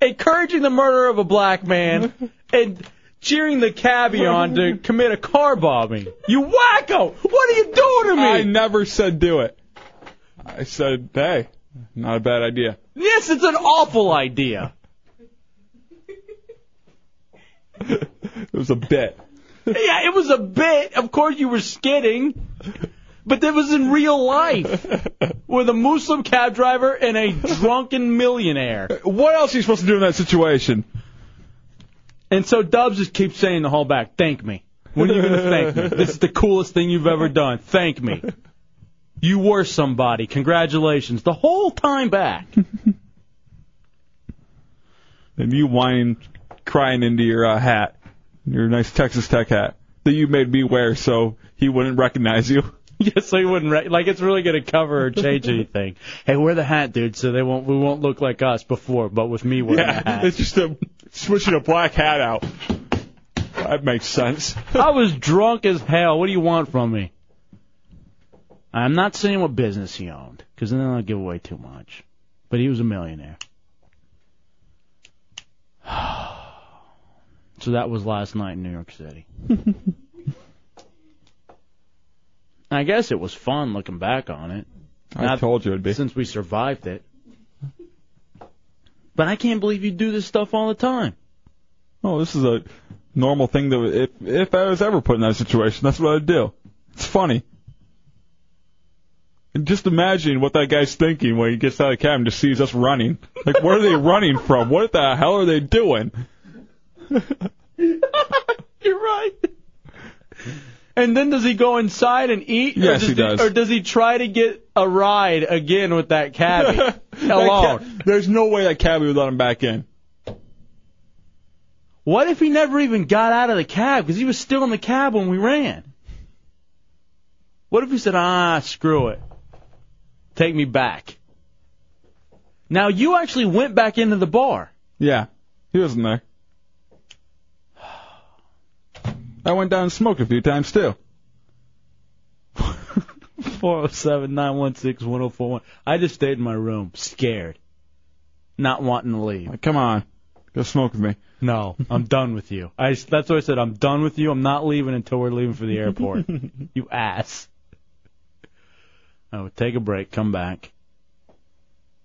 Encouraging the murder of a black man
*laughs*
and cheering the cabbie on to commit a car bombing. You wacko! What are you doing to me?
I never said do it. I said, hey, not a bad idea.
Yes, it's an awful idea.
*laughs* It was a bit.
yeah, it was a bit. Of course, you were skidding, but that was in real life with a Muslim cab driver and a drunken millionaire.
What else are you supposed to do in that situation?
And so Dubs just keeps saying the whole back, "Thank me. When are you going to thank me? This is the coolest thing you've ever done. Thank me. You were somebody. Congratulations." The whole time back.
And you whining, crying into your uh, hat, your nice Texas Tech hat that you made me wear so he wouldn't recognize
*laughs*
you.
Yeah, so he wouldn't re- like it's really gonna cover or change
*laughs*
anything. Hey, wear the hat, dude, so they won't we won't look like us before, but with me wearing the
Yeah,
hat.
it's just a switching a black hat out. That makes sense.
*laughs* I was drunk as hell. What do you want from me? I'm not saying what business he owned, because then I'll give away too much. But he was a millionaire. *sighs* So that was last night in New
*laughs*
York City. I guess it was fun looking back on it.
I told you it'd be.
Since we survived it. But I can't believe you do this stuff all the time.
Oh, this is a normal thing that if if I was ever put in that situation, that's what I'd do. It's funny. And just imagine what that guy's thinking when he gets out of the cab and just sees us running. Like, where are they running from? What the hell are they doing?
You're right. And then does he go inside and eat? or
Yes,
does
he does.
Or does he try to get a ride again with that
*laughs*
cabbie
That ca-
alone?
there's no way that cabbie would let him back in.
What if he never even got out of the cab because he was still in the cab when we ran? What if he said, ah, screw it. Take me back. Now you actually went back into the bar.
Yeah, he wasn't there. I went down and smoked a few times too.
407 916 1041. I just stayed in my room, scared, not wanting to leave.
Come on, go smoke with me.
No, I'm done with you. I that's what I said. I'm done with you. I'm not leaving until we're leaving for
*laughs*
the airport. you ass. I would take a break. Come back.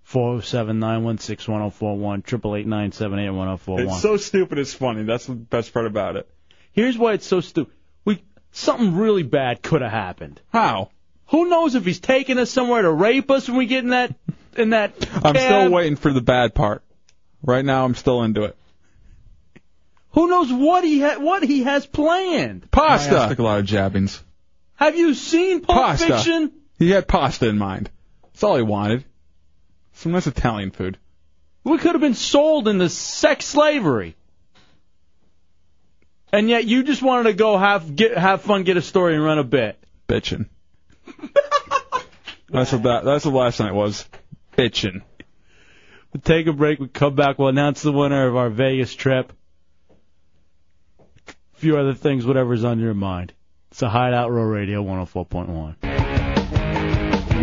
Four zero seven nine one six one zero four one triple eight nine seven eight one zero four
It's
one.
so stupid, it's funny. That's the best part about it.
Here's why it's so stupid. We something really bad could have happened.
How?
Who knows if he's taking us somewhere to rape us when we get in that in that.
I'm still
cab?
waiting for the bad part. Right now, I'm still into it.
Who knows what he ha- what he has planned?
Pasta. took a lot of jabbings.
Have you seen Pulp
Pasta.
Fiction?
He had pasta in mind. That's all he wanted. Some nice Italian food.
We could have been sold into sex slavery. And yet you just wanted to go have get have fun, get a story, and run a bit.
Bitchin'. *laughs* That's what that. That's what last night was. Bitchin'.
We'll take a break. We come back. We'll announce the winner of our Vegas trip. A few other things, whatever's on your mind. It's a Hideout Row Radio 104.1.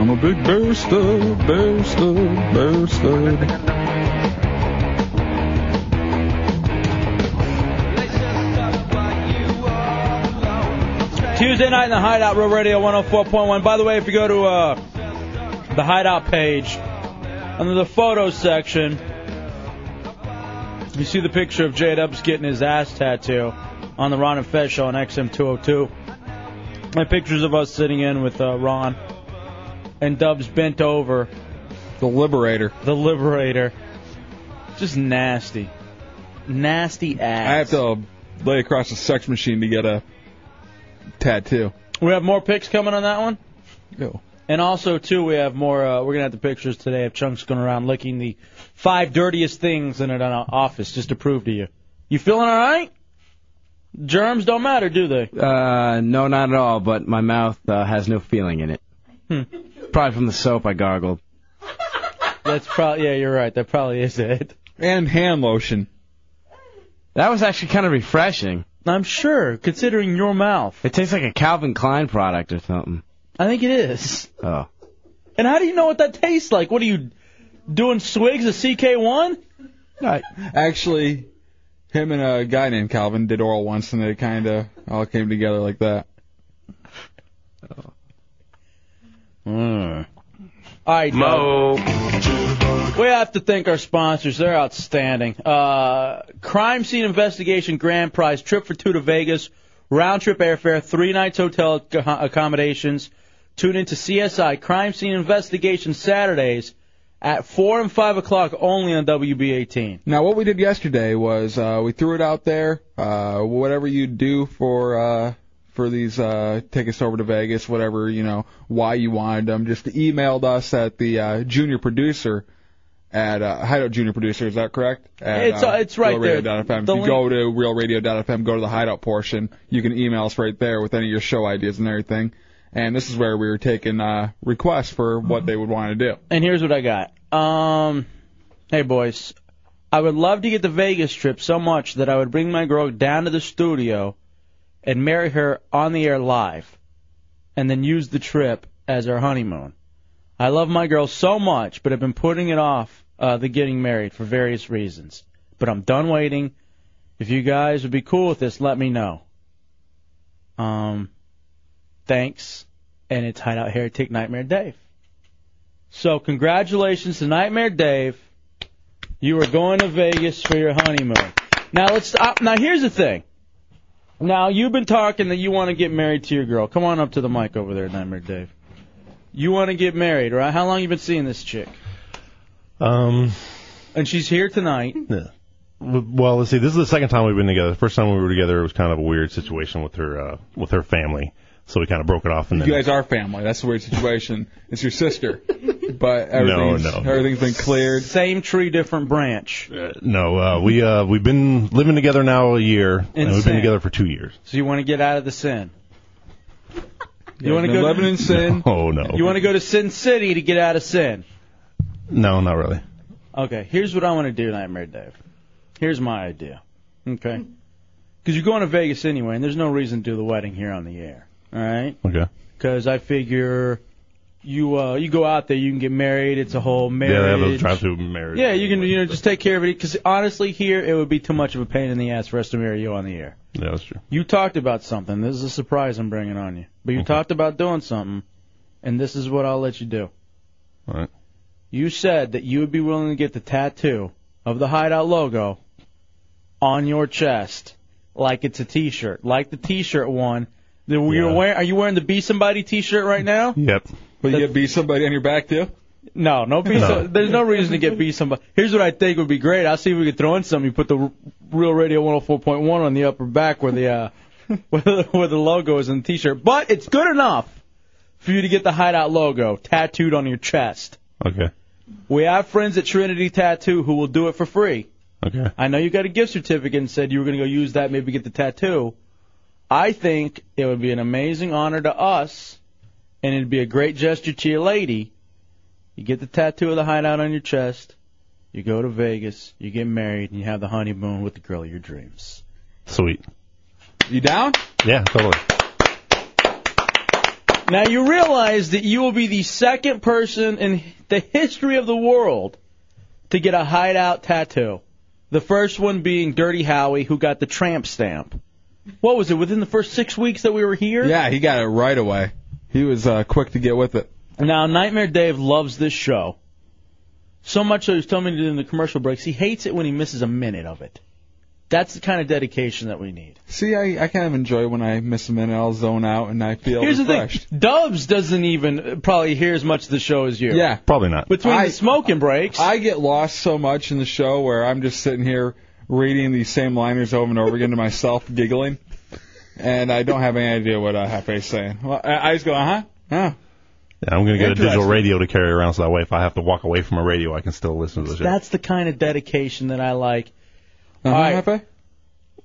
I'm a big barista, barista, barista.
Tuesday night in the Hideout, Real Radio 104.1. By the way, if you go to uh, the Hideout page, under the photo section, you see the picture of J Dubs getting his ass tattoo on the Ron and Fez show on XM202. And pictures of us sitting in with uh, Ron and Dubs bent over.
The Liberator.
The Liberator. Just nasty. Nasty ass.
I have to lay across a sex machine to get a tattoo.
We have more picks coming on that one.
Ew.
And also too, we have more. Uh, we're gonna have the pictures today of Chunks going around licking the five dirtiest things in an uh, office just to prove to you. You feeling all right? Germs don't matter, do they?
Uh, no, not at all. But my mouth uh, has no feeling in it.
Hmm.
Probably from the soap I gargled.
That's probably yeah. You're right. That probably is it.
And hand lotion.
That was actually kind of refreshing.
I'm sure, considering your mouth.
It tastes like a Calvin Klein product or something.
I think it is.
Oh.
And how do you know what that tastes like? What are you doing swigs of CK1?
Actually, him and a guy named Calvin did oral once, and they kind of all came together like that.
Mm. All right,
Mo.
Doug. We have to thank our sponsors. They're outstanding. Uh, crime scene investigation grand prize trip for two to Vegas, round trip airfare, three nights hotel ac- accommodations. Tune in to CSI Crime Scene Investigation Saturdays at four and five o'clock only on WB18.
Now, what we did yesterday was uh, we threw it out there. Uh, whatever you do for uh, for these uh, tickets over to Vegas, whatever you know, why you wanted them, just emailed us at the uh, junior producer at uh, Hideout Junior Producer. Is that correct? At,
It's, uh, it's right there.
RealRadio.fm.
The
if you
link-
go to RealRadio.fm, go to the Hideout portion. You can email us right there with any of your show ideas and everything. And this is where we were taking uh, requests for what they would want to do.
Mm-hmm. And here's what I got. Um, hey boys, I would love to get the Vegas trip so much that I would bring my girl down to the studio and marry her on the air live, and then use the trip as our honeymoon. I love my girl so much, but I've been putting it off uh, the getting married for various reasons. But I'm done waiting. If you guys would be cool with this, let me know. Um, thanks, and it's Hideout Heretic Nightmare Dave. So congratulations to Nightmare Dave. You are going to Vegas for your honeymoon. Now let's. Uh, now here's the thing. Now you've been talking that you want to get married to your girl. Come on up to the mic over there, Nightmare Dave. You want to get married, right? How long you been seeing this chick?
Um,
And she's here tonight.
yeah. W- Well, let's see. This is the second time we've been together. The first time we were together, it was kind of a weird situation with her uh, with her family, so we kind of broke it off. And
You
then
guys are family. That's the weird situation. It's
*laughs*
your sister, but everything's,
no.
everything's been cleared.
Same tree, different branch.
no, uh, we uh, we've been living together now a year, and we've
Insane.
been together for two years.
So you want to get out of the sin. You want to
been
go
living in
sin?
Oh no,
You want to go to Sin City to get out of sin?
no, not really.
Okay, here's what I want to do, Nightmare Dave. Here's my idea. Okay? 'Cause you're going to Vegas anyway, and there's no reason to do the wedding here on the air. All right?
Okay.
'Cause I figure you uh, you go out there, you can get married. It's a whole
Yeah, they have a
marriage.
drive-through marriage.
Yeah, you can you know just take care of it. Because honestly, here it would be too much of a pain in the ass for us to marry you on the air.
Yeah, that's true.
You talked about something. This is a surprise I'm bringing on you. But you talked about doing something, and this is what I'll let you do.
All right.
You said that you would be willing to get the tattoo of the Hideout logo on your chest, like it's a T-shirt, like the T-shirt one. That we are wearing. Are you wearing the Be Somebody T-shirt right now?
Yep.
Will you get be somebody on your back too?
No, no be
No.
So, there's no reason to get be somebody. Here's what I think would be great. I'll see if we could throw in something. You put the R- Real Radio 104.1 on the upper back where the uh, *laughs* where the, where the logo is in the T-shirt. But it's good enough for you to get the Hideout logo tattooed on your chest.
Okay.
We have friends at Trinity Tattoo who will do it for free.
Okay.
I know you got a gift certificate and said you were going to go use that, maybe get the tattoo. I think it would be an amazing honor to us, and it'd be a great gesture to your lady. You get the tattoo of the hideout on your chest, you go to Vegas, you get married, and you have the honeymoon with the girl of your dreams.
Sweet.
You down?
Yeah, totally.
Now you realize that you will be the second person in the history of the world to get a hideout tattoo. The first one being Dirty Howie, who got the tramp stamp. What was it? Within the first six weeks that we were here?
Yeah, he got it right away. He was uh, quick to get with it.
Now, Nightmare Dave loves this show. So much so he's telling me to do in the commercial breaks. He hates it when he misses a minute of it. That's the kind of dedication that we need.
See, I, I kind of enjoy when I miss a minute. I'll zone out and I feel
Here's
refreshed.
the thing. Dubs doesn't even probably hear as much of the show as you.
Yeah.
Probably not.
Between the smoking breaks.
I get lost so much in the show where I'm just sitting here reading these same liners over and over again to myself, giggling, and I don't have any idea what uh, Hefe's saying. Well, I, I just go, uh huh, huh.
Yeah, I'm gonna get a digital
Interesting.
radio to carry around, so that way if I have to walk away from a radio, I can still listen to the show.
That's the kind of dedication that I like.
Uh-huh,
All right.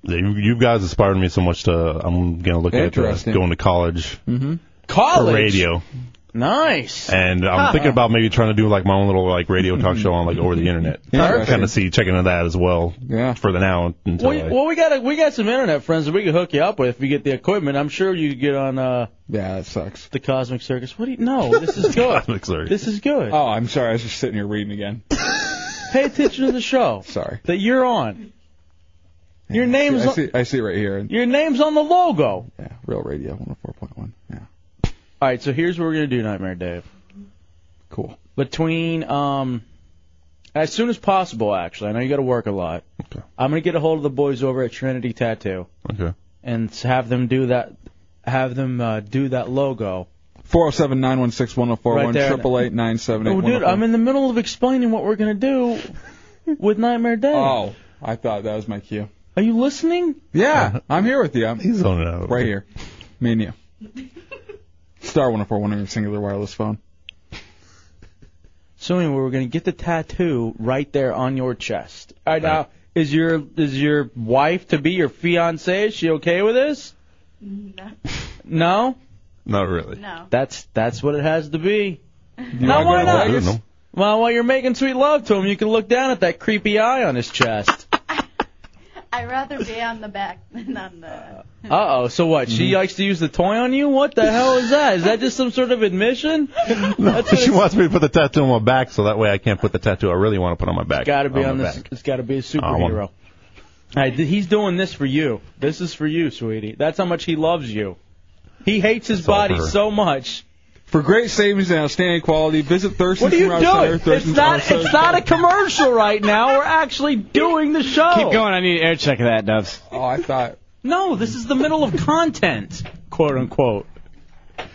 Yeah, you, you guys inspired me so much to. I'm gonna look at uh,
Interesting.
going to college.
Mm-hmm.
for
College.
radio.
Nice.
And I'm thinking about maybe trying to do like my own little like radio talk show on like over
*laughs*
the internet.
Perfect.
Kind of see checking into that as well. Yeah. For the now until
Well,
I-
well, we got a, we got some internet friends that we could hook you up with if you get the equipment. I'm sure you could get on. uh
Yeah, that sucks.
The Cosmic Circus. What do you? No,
*laughs*
this
*laughs*
is good.
Cosmic Circus.
This is good.
Oh, I'm sorry. I was just sitting here reading again.
*laughs* Pay attention to the show.
Sorry.
That you're on. Your name's
I
on-
see, I see it right here.
your name's on the logo.
Yeah, Real Radio 104.1. Yeah.
All right, so here's what we're gonna do, Nightmare Dave.
Cool.
Between um, as soon as possible, actually. I know you got to work a lot. Okay. I'm gonna get a hold of the boys over at Trinity Tattoo
Okay.
and s- have them do that. Have them uh, do that logo.
407 916
Right there.
1041,
Oh, dude, I'm in the middle of explaining what we're gonna do with Nightmare Dave.
Oh, I thought that was my cue.
Are you listening?
Yeah, *laughs* I'm here with you. I'm
He's on it out.
Right here. Me and you. Star 1041 on your singular wireless phone.
So anyway, we're gonna get the tattoo right there on your chest. All right, now is your is your wife to be your fiance? Is she okay with this? No.
Not really.
No. That's that's what it has to be.
You
now
wanna go
why
to
not?
Vegas?
Well, while you're making sweet love to him, you can look down at that creepy eye on his chest.
I'd rather be on the back than on the.
Uh oh. So what?
Mm-hmm.
She likes to use the toy on you? What the hell is that? Is that just some sort of admission?
*laughs* No, she wants me to put the tattoo on my back, so that way I can't put the tattoo I really want to put on my back.
Got to be
my
on this.
back.
It's got to be a
I want-
superhero. All right, th- he's doing this for you. This is for you, sweetie. That's how much he loves you. He hates his body
for her.
so much.
For great savings and outstanding quality, visit Thurston's
What are you
Tomorrow Center,
doing? It's
Thurston's
not.
Tomorrow
It's
Center.
not a commercial right now. We're actually doing the show.
Keep going. I need an air check of that, Dubs.
Oh, I thought.
No, this is the middle of content, quote unquote. All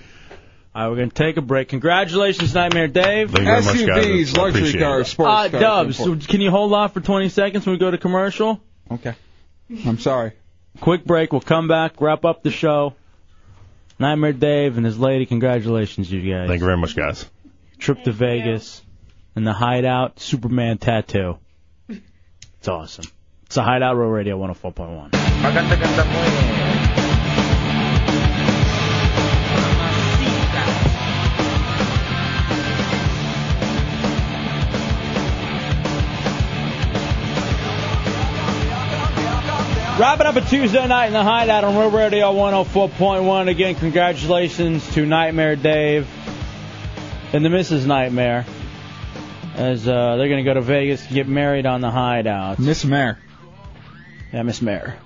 right, we're going to take a break. Congratulations, Nightmare Dave.
Thank you very much, SUVs, guys. It's- I luxury appreciate cars, it. sports
uh,
cars,
Dubs,
import-
can you hold off for 20 seconds when we go to commercial?
Okay. I'm sorry.
Quick break. We'll come back, wrap up the show. Nightmare Dave and his lady, congratulations, you guys. Thank you
very much, guys.
Trip to Vegas and the Hideout Superman tattoo. It's awesome. It's a Hideout Row Radio 104.1. Wrapping up a Tuesday night in the hideout on Road Radio 104.1. Again, congratulations to Nightmare Dave and the Mrs. Nightmare as uh, they're going to go to Vegas to get married on the hideout.
Miss Mare.
Yeah, Miss Mare.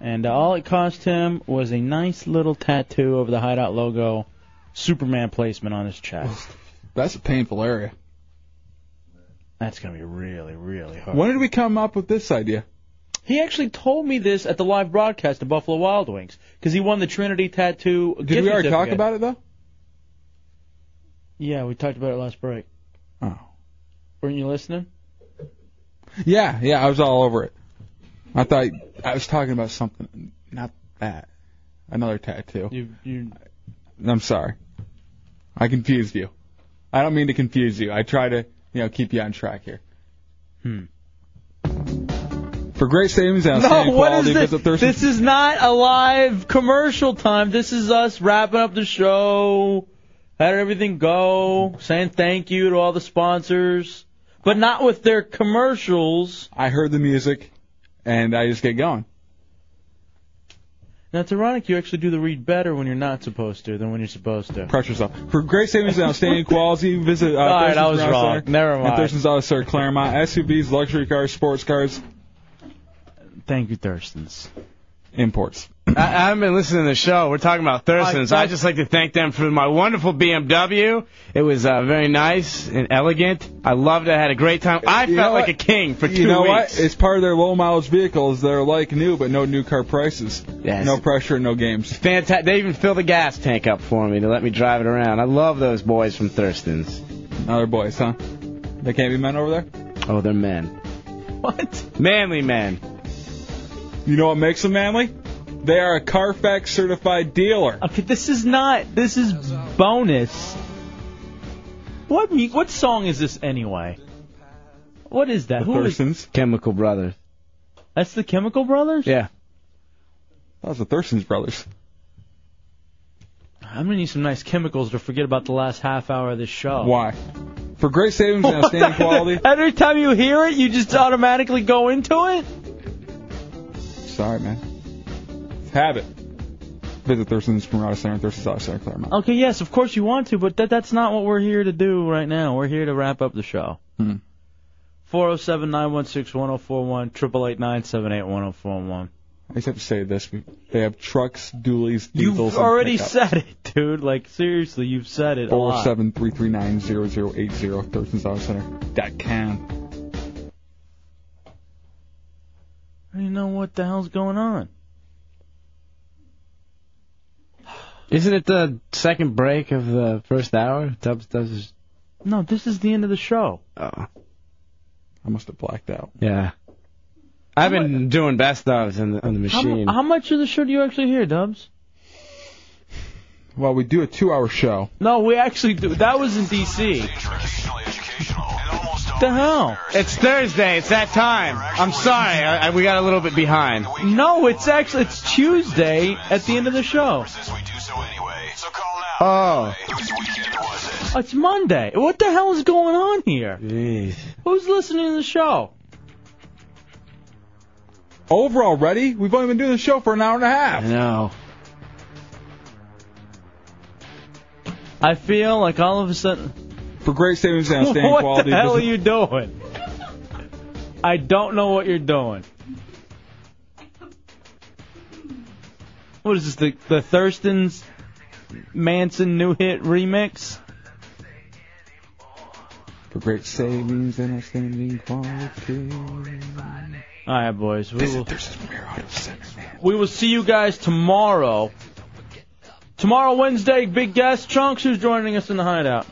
And uh, all it cost him was a nice little tattoo of the hideout logo, Superman placement on his chest.
That's a painful area.
That's going to be really, really hard.
When did we come up with this idea?
He actually told me this at the live broadcast of Buffalo Wild Wings because he won the Trinity Tattoo.
Did we already talk about it though?
Yeah, we talked about it last break.
Oh.
Weren't you listening?
Yeah, yeah, I was all over it. I thought I was talking about something, not that. Another tattoo.
You, you.
I'm sorry. I confused you. I don't mean to confuse you. I try to, you know, keep you on track here.
Hmm.
For great savings and
No,
outstanding
what
quality,
is
visit
this?
Thurston.
This is not a live commercial time. This is us wrapping up the show, letting everything go, saying thank you to all the sponsors, but not with their commercials.
I heard the music, and I just get going.
Now it's ironic you actually do the read better when you're not supposed to than when you're supposed to.
Pressure's off. For great savings and outstanding quality, visit uh,
All right,
Thurston's
I was
Auto
wrong.
Center
Never
And
mind.
Thurston's Auto Center, Claremont. SUVs, luxury cars, sports cars.
Thank you, Thurston's.
Imports.
I, I haven't been listening to the show. We're talking about Thurston's.
I-
I, just like to thank them for my wonderful BMW. It was uh, very nice and elegant. I loved it. I had a great time. I
You know
felt like
what?
a king for two
you know
weeks.
what? It's part of their low mileage vehicles. They're like new, but no new car prices.
Yes.
No pressure, no games.
Fantastic. They even filled the gas tank up for me to let me drive it around. I love those boys from Thurston's.
Other boys, huh? They can't be men over there?
Oh, they're men.
What?
Manly men.
You know what makes them manly? They are a Carfax certified dealer.
Okay, this is not. This is bonus. What mu- what song is this anyway? What is that? Who is?
Chemical Brothers.
That's the Chemical Brothers.
Yeah.
That was the Thurston's brothers.
I'm gonna need some nice chemicals to forget about the last half hour of this show.
Why? For great savings and outstanding quality.
Every time you hear it, you just automatically go into it.
Sorry, man. It's habit. Visit Thurston's Camaraderie Center, Thurston's Auto Center, Claremont.
Okay, yes, of course you want to, but that that's not what we're here to do right now. We're here to wrap up the show.
Hmm.
407 916 1041, 888 978 1041.
I just have to say this. They have trucks, dualies,
You've
diesels.
already
and pickups.
said it, dude. Like, seriously, you've said it a
Four oh
lot.
seven three three nine zero zero eight zero Thurston's Auto Center dot com.
I don't even know what the hell's going on.
Isn't it the second break of the first hour? Dubs, Dubs is-
No, this is the end of the show.
Oh.
I must have blacked out.
Yeah. I've been doing best ofs on the, on the
How, mu-
machine.
how much of the show do you actually hear, Dubs?
Well, we do a two-hour show.
No, we actually do. That was in D.C. the hell?
It's Thursday. It's that time. I'm sorry. I, I, we got a little bit behind.
No, it's actually it's Tuesday at the end of the show.
Oh.
It's Monday. What the hell is going on here? Who's listening to the show?
Over already? We've only been doing the show for an hour and a half.
I know.
I feel like all of a sudden.
For great savings and outstanding
*laughs* what
quality.
the hell are
visit-
you doing? I don't know what you're doing. What is this? The the Thurston's Manson new hit remix?
For great savings and outstanding quality.
All right, boys. We will,
Premier Auto Center.
we will see you guys tomorrow. Tomorrow, Wednesday, big guest Chunks, who's joining us in the hideout.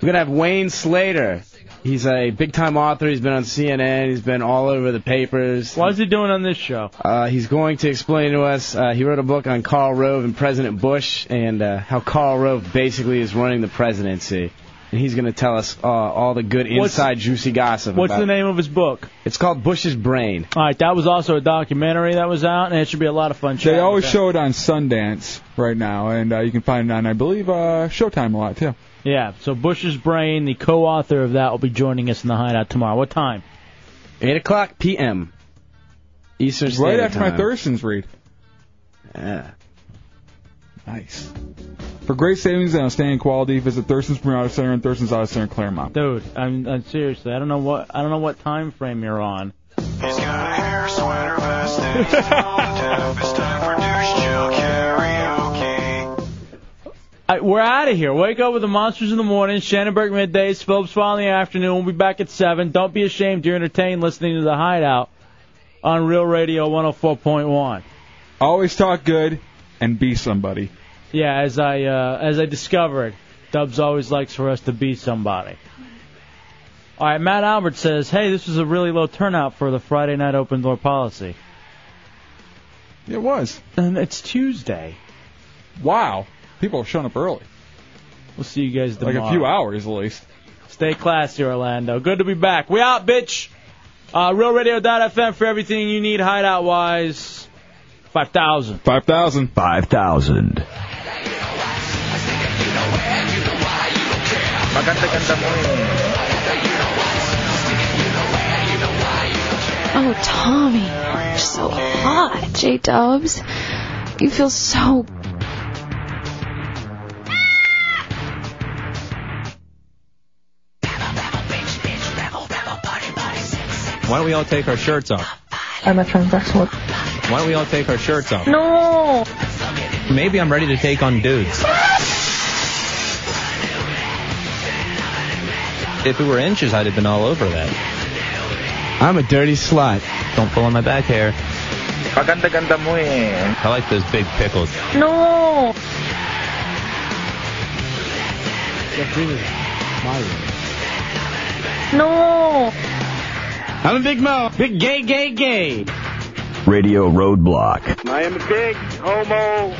We're going to have Wayne Slater. He's a big time author. He's been on CNN. He's been all over the papers.
What is he doing on this show?
Uh, he's going to explain to us. Uh, he wrote a book on Karl Rove and President Bush and uh, how Karl Rove basically is running the presidency. And he's going to tell us uh, all the good
What's-
inside juicy gossip.
What's
about-
the name of his book?
It's called Bush's Brain.
All right, that was also a documentary that was out, and it should be a lot of fun.
They
chatting
always
with that.
show it on Sundance right now, and uh, you can find it on, I believe, uh, Showtime a lot too.
Yeah, so Bush's Brain, the co-author of that, will be joining us in the hideout tomorrow. What time?
8 o'clock p.m. Eastern Standard
right after my
Time.
Thurston's read.
Yeah.
Nice. For great savings and outstanding quality, visit Thurston's Premier Auto Center and Thurston's Auto Center in Claremont.
Dude, I'm, I'm seriously, I don't know what I don't know what time frame you're on. I, we're out of here. Wake up with the monsters in the morning. Shannonburg middays. Phillips Spa in the afternoon. We'll be back at seven. Don't be ashamed. You're entertained listening to the Hideout on Real Radio 104.1.
Always talk good and be somebody.
Yeah, as I uh, as I discovered, Dubs always likes for us to be somebody. All right, Matt Albert says, "Hey, this was a really low turnout for the Friday night open door policy."
It was.
And it's Tuesday.
Wow. People are showing up early.
We'll see you guys tomorrow.
Like a few hours at least.
Stay classy, Orlando. Good to be back. We out, bitch. Uh, RealRadio.fm for everything you need, hideout wise. Five thousand.
5,000.
5,000.
Oh, Tommy, you're so hot, J Dubs. You feel so
Why don't we all take our shirts off?
I'm a transsexual.
Why don't we all take our shirts off?
No.
Maybe I'm ready to take on dudes. If it were inches, I'd have been all over that.
I'm a dirty slut.
Don't pull on my back hair. I like those big pickles.
No. No.
I'm a big mo. Big gay, gay, gay.
Radio Roadblock.
I am a big homo,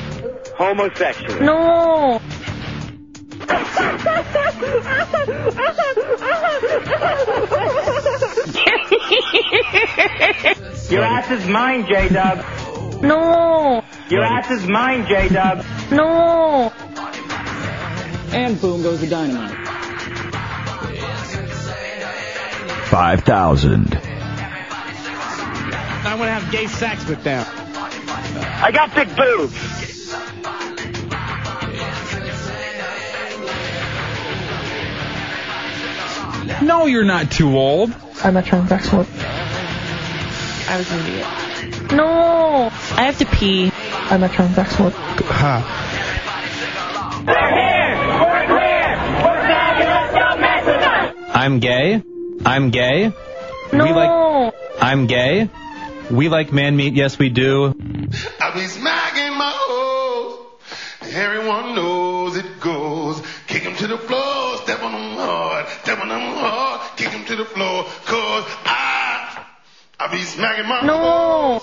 homosexual.
No.
Your ass is mine, J Dub.
No.
Your ass is mine, J Dub.
No.
And boom goes the dynamite.
5,000.
I want to have gay sex with them.
I got big boobs.
No, you're not too old.
I'm a transsexual.
I was an idiot. No, I have to pee.
I'm a transsexual.
I'm gay. I'm gay. No. We like, I'm gay. We like man meat. Yes, we do.
I be smacking my hoes. Everyone knows it goes. Kick 'em to the floor, step on 'em hard, step on 'em hard, kick 'em to the floor, cause I, I be smacking my no.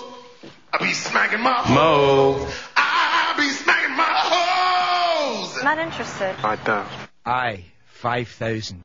I be smacking my hoes. I be smacking my hoes.
Not interested.
I, 5,000.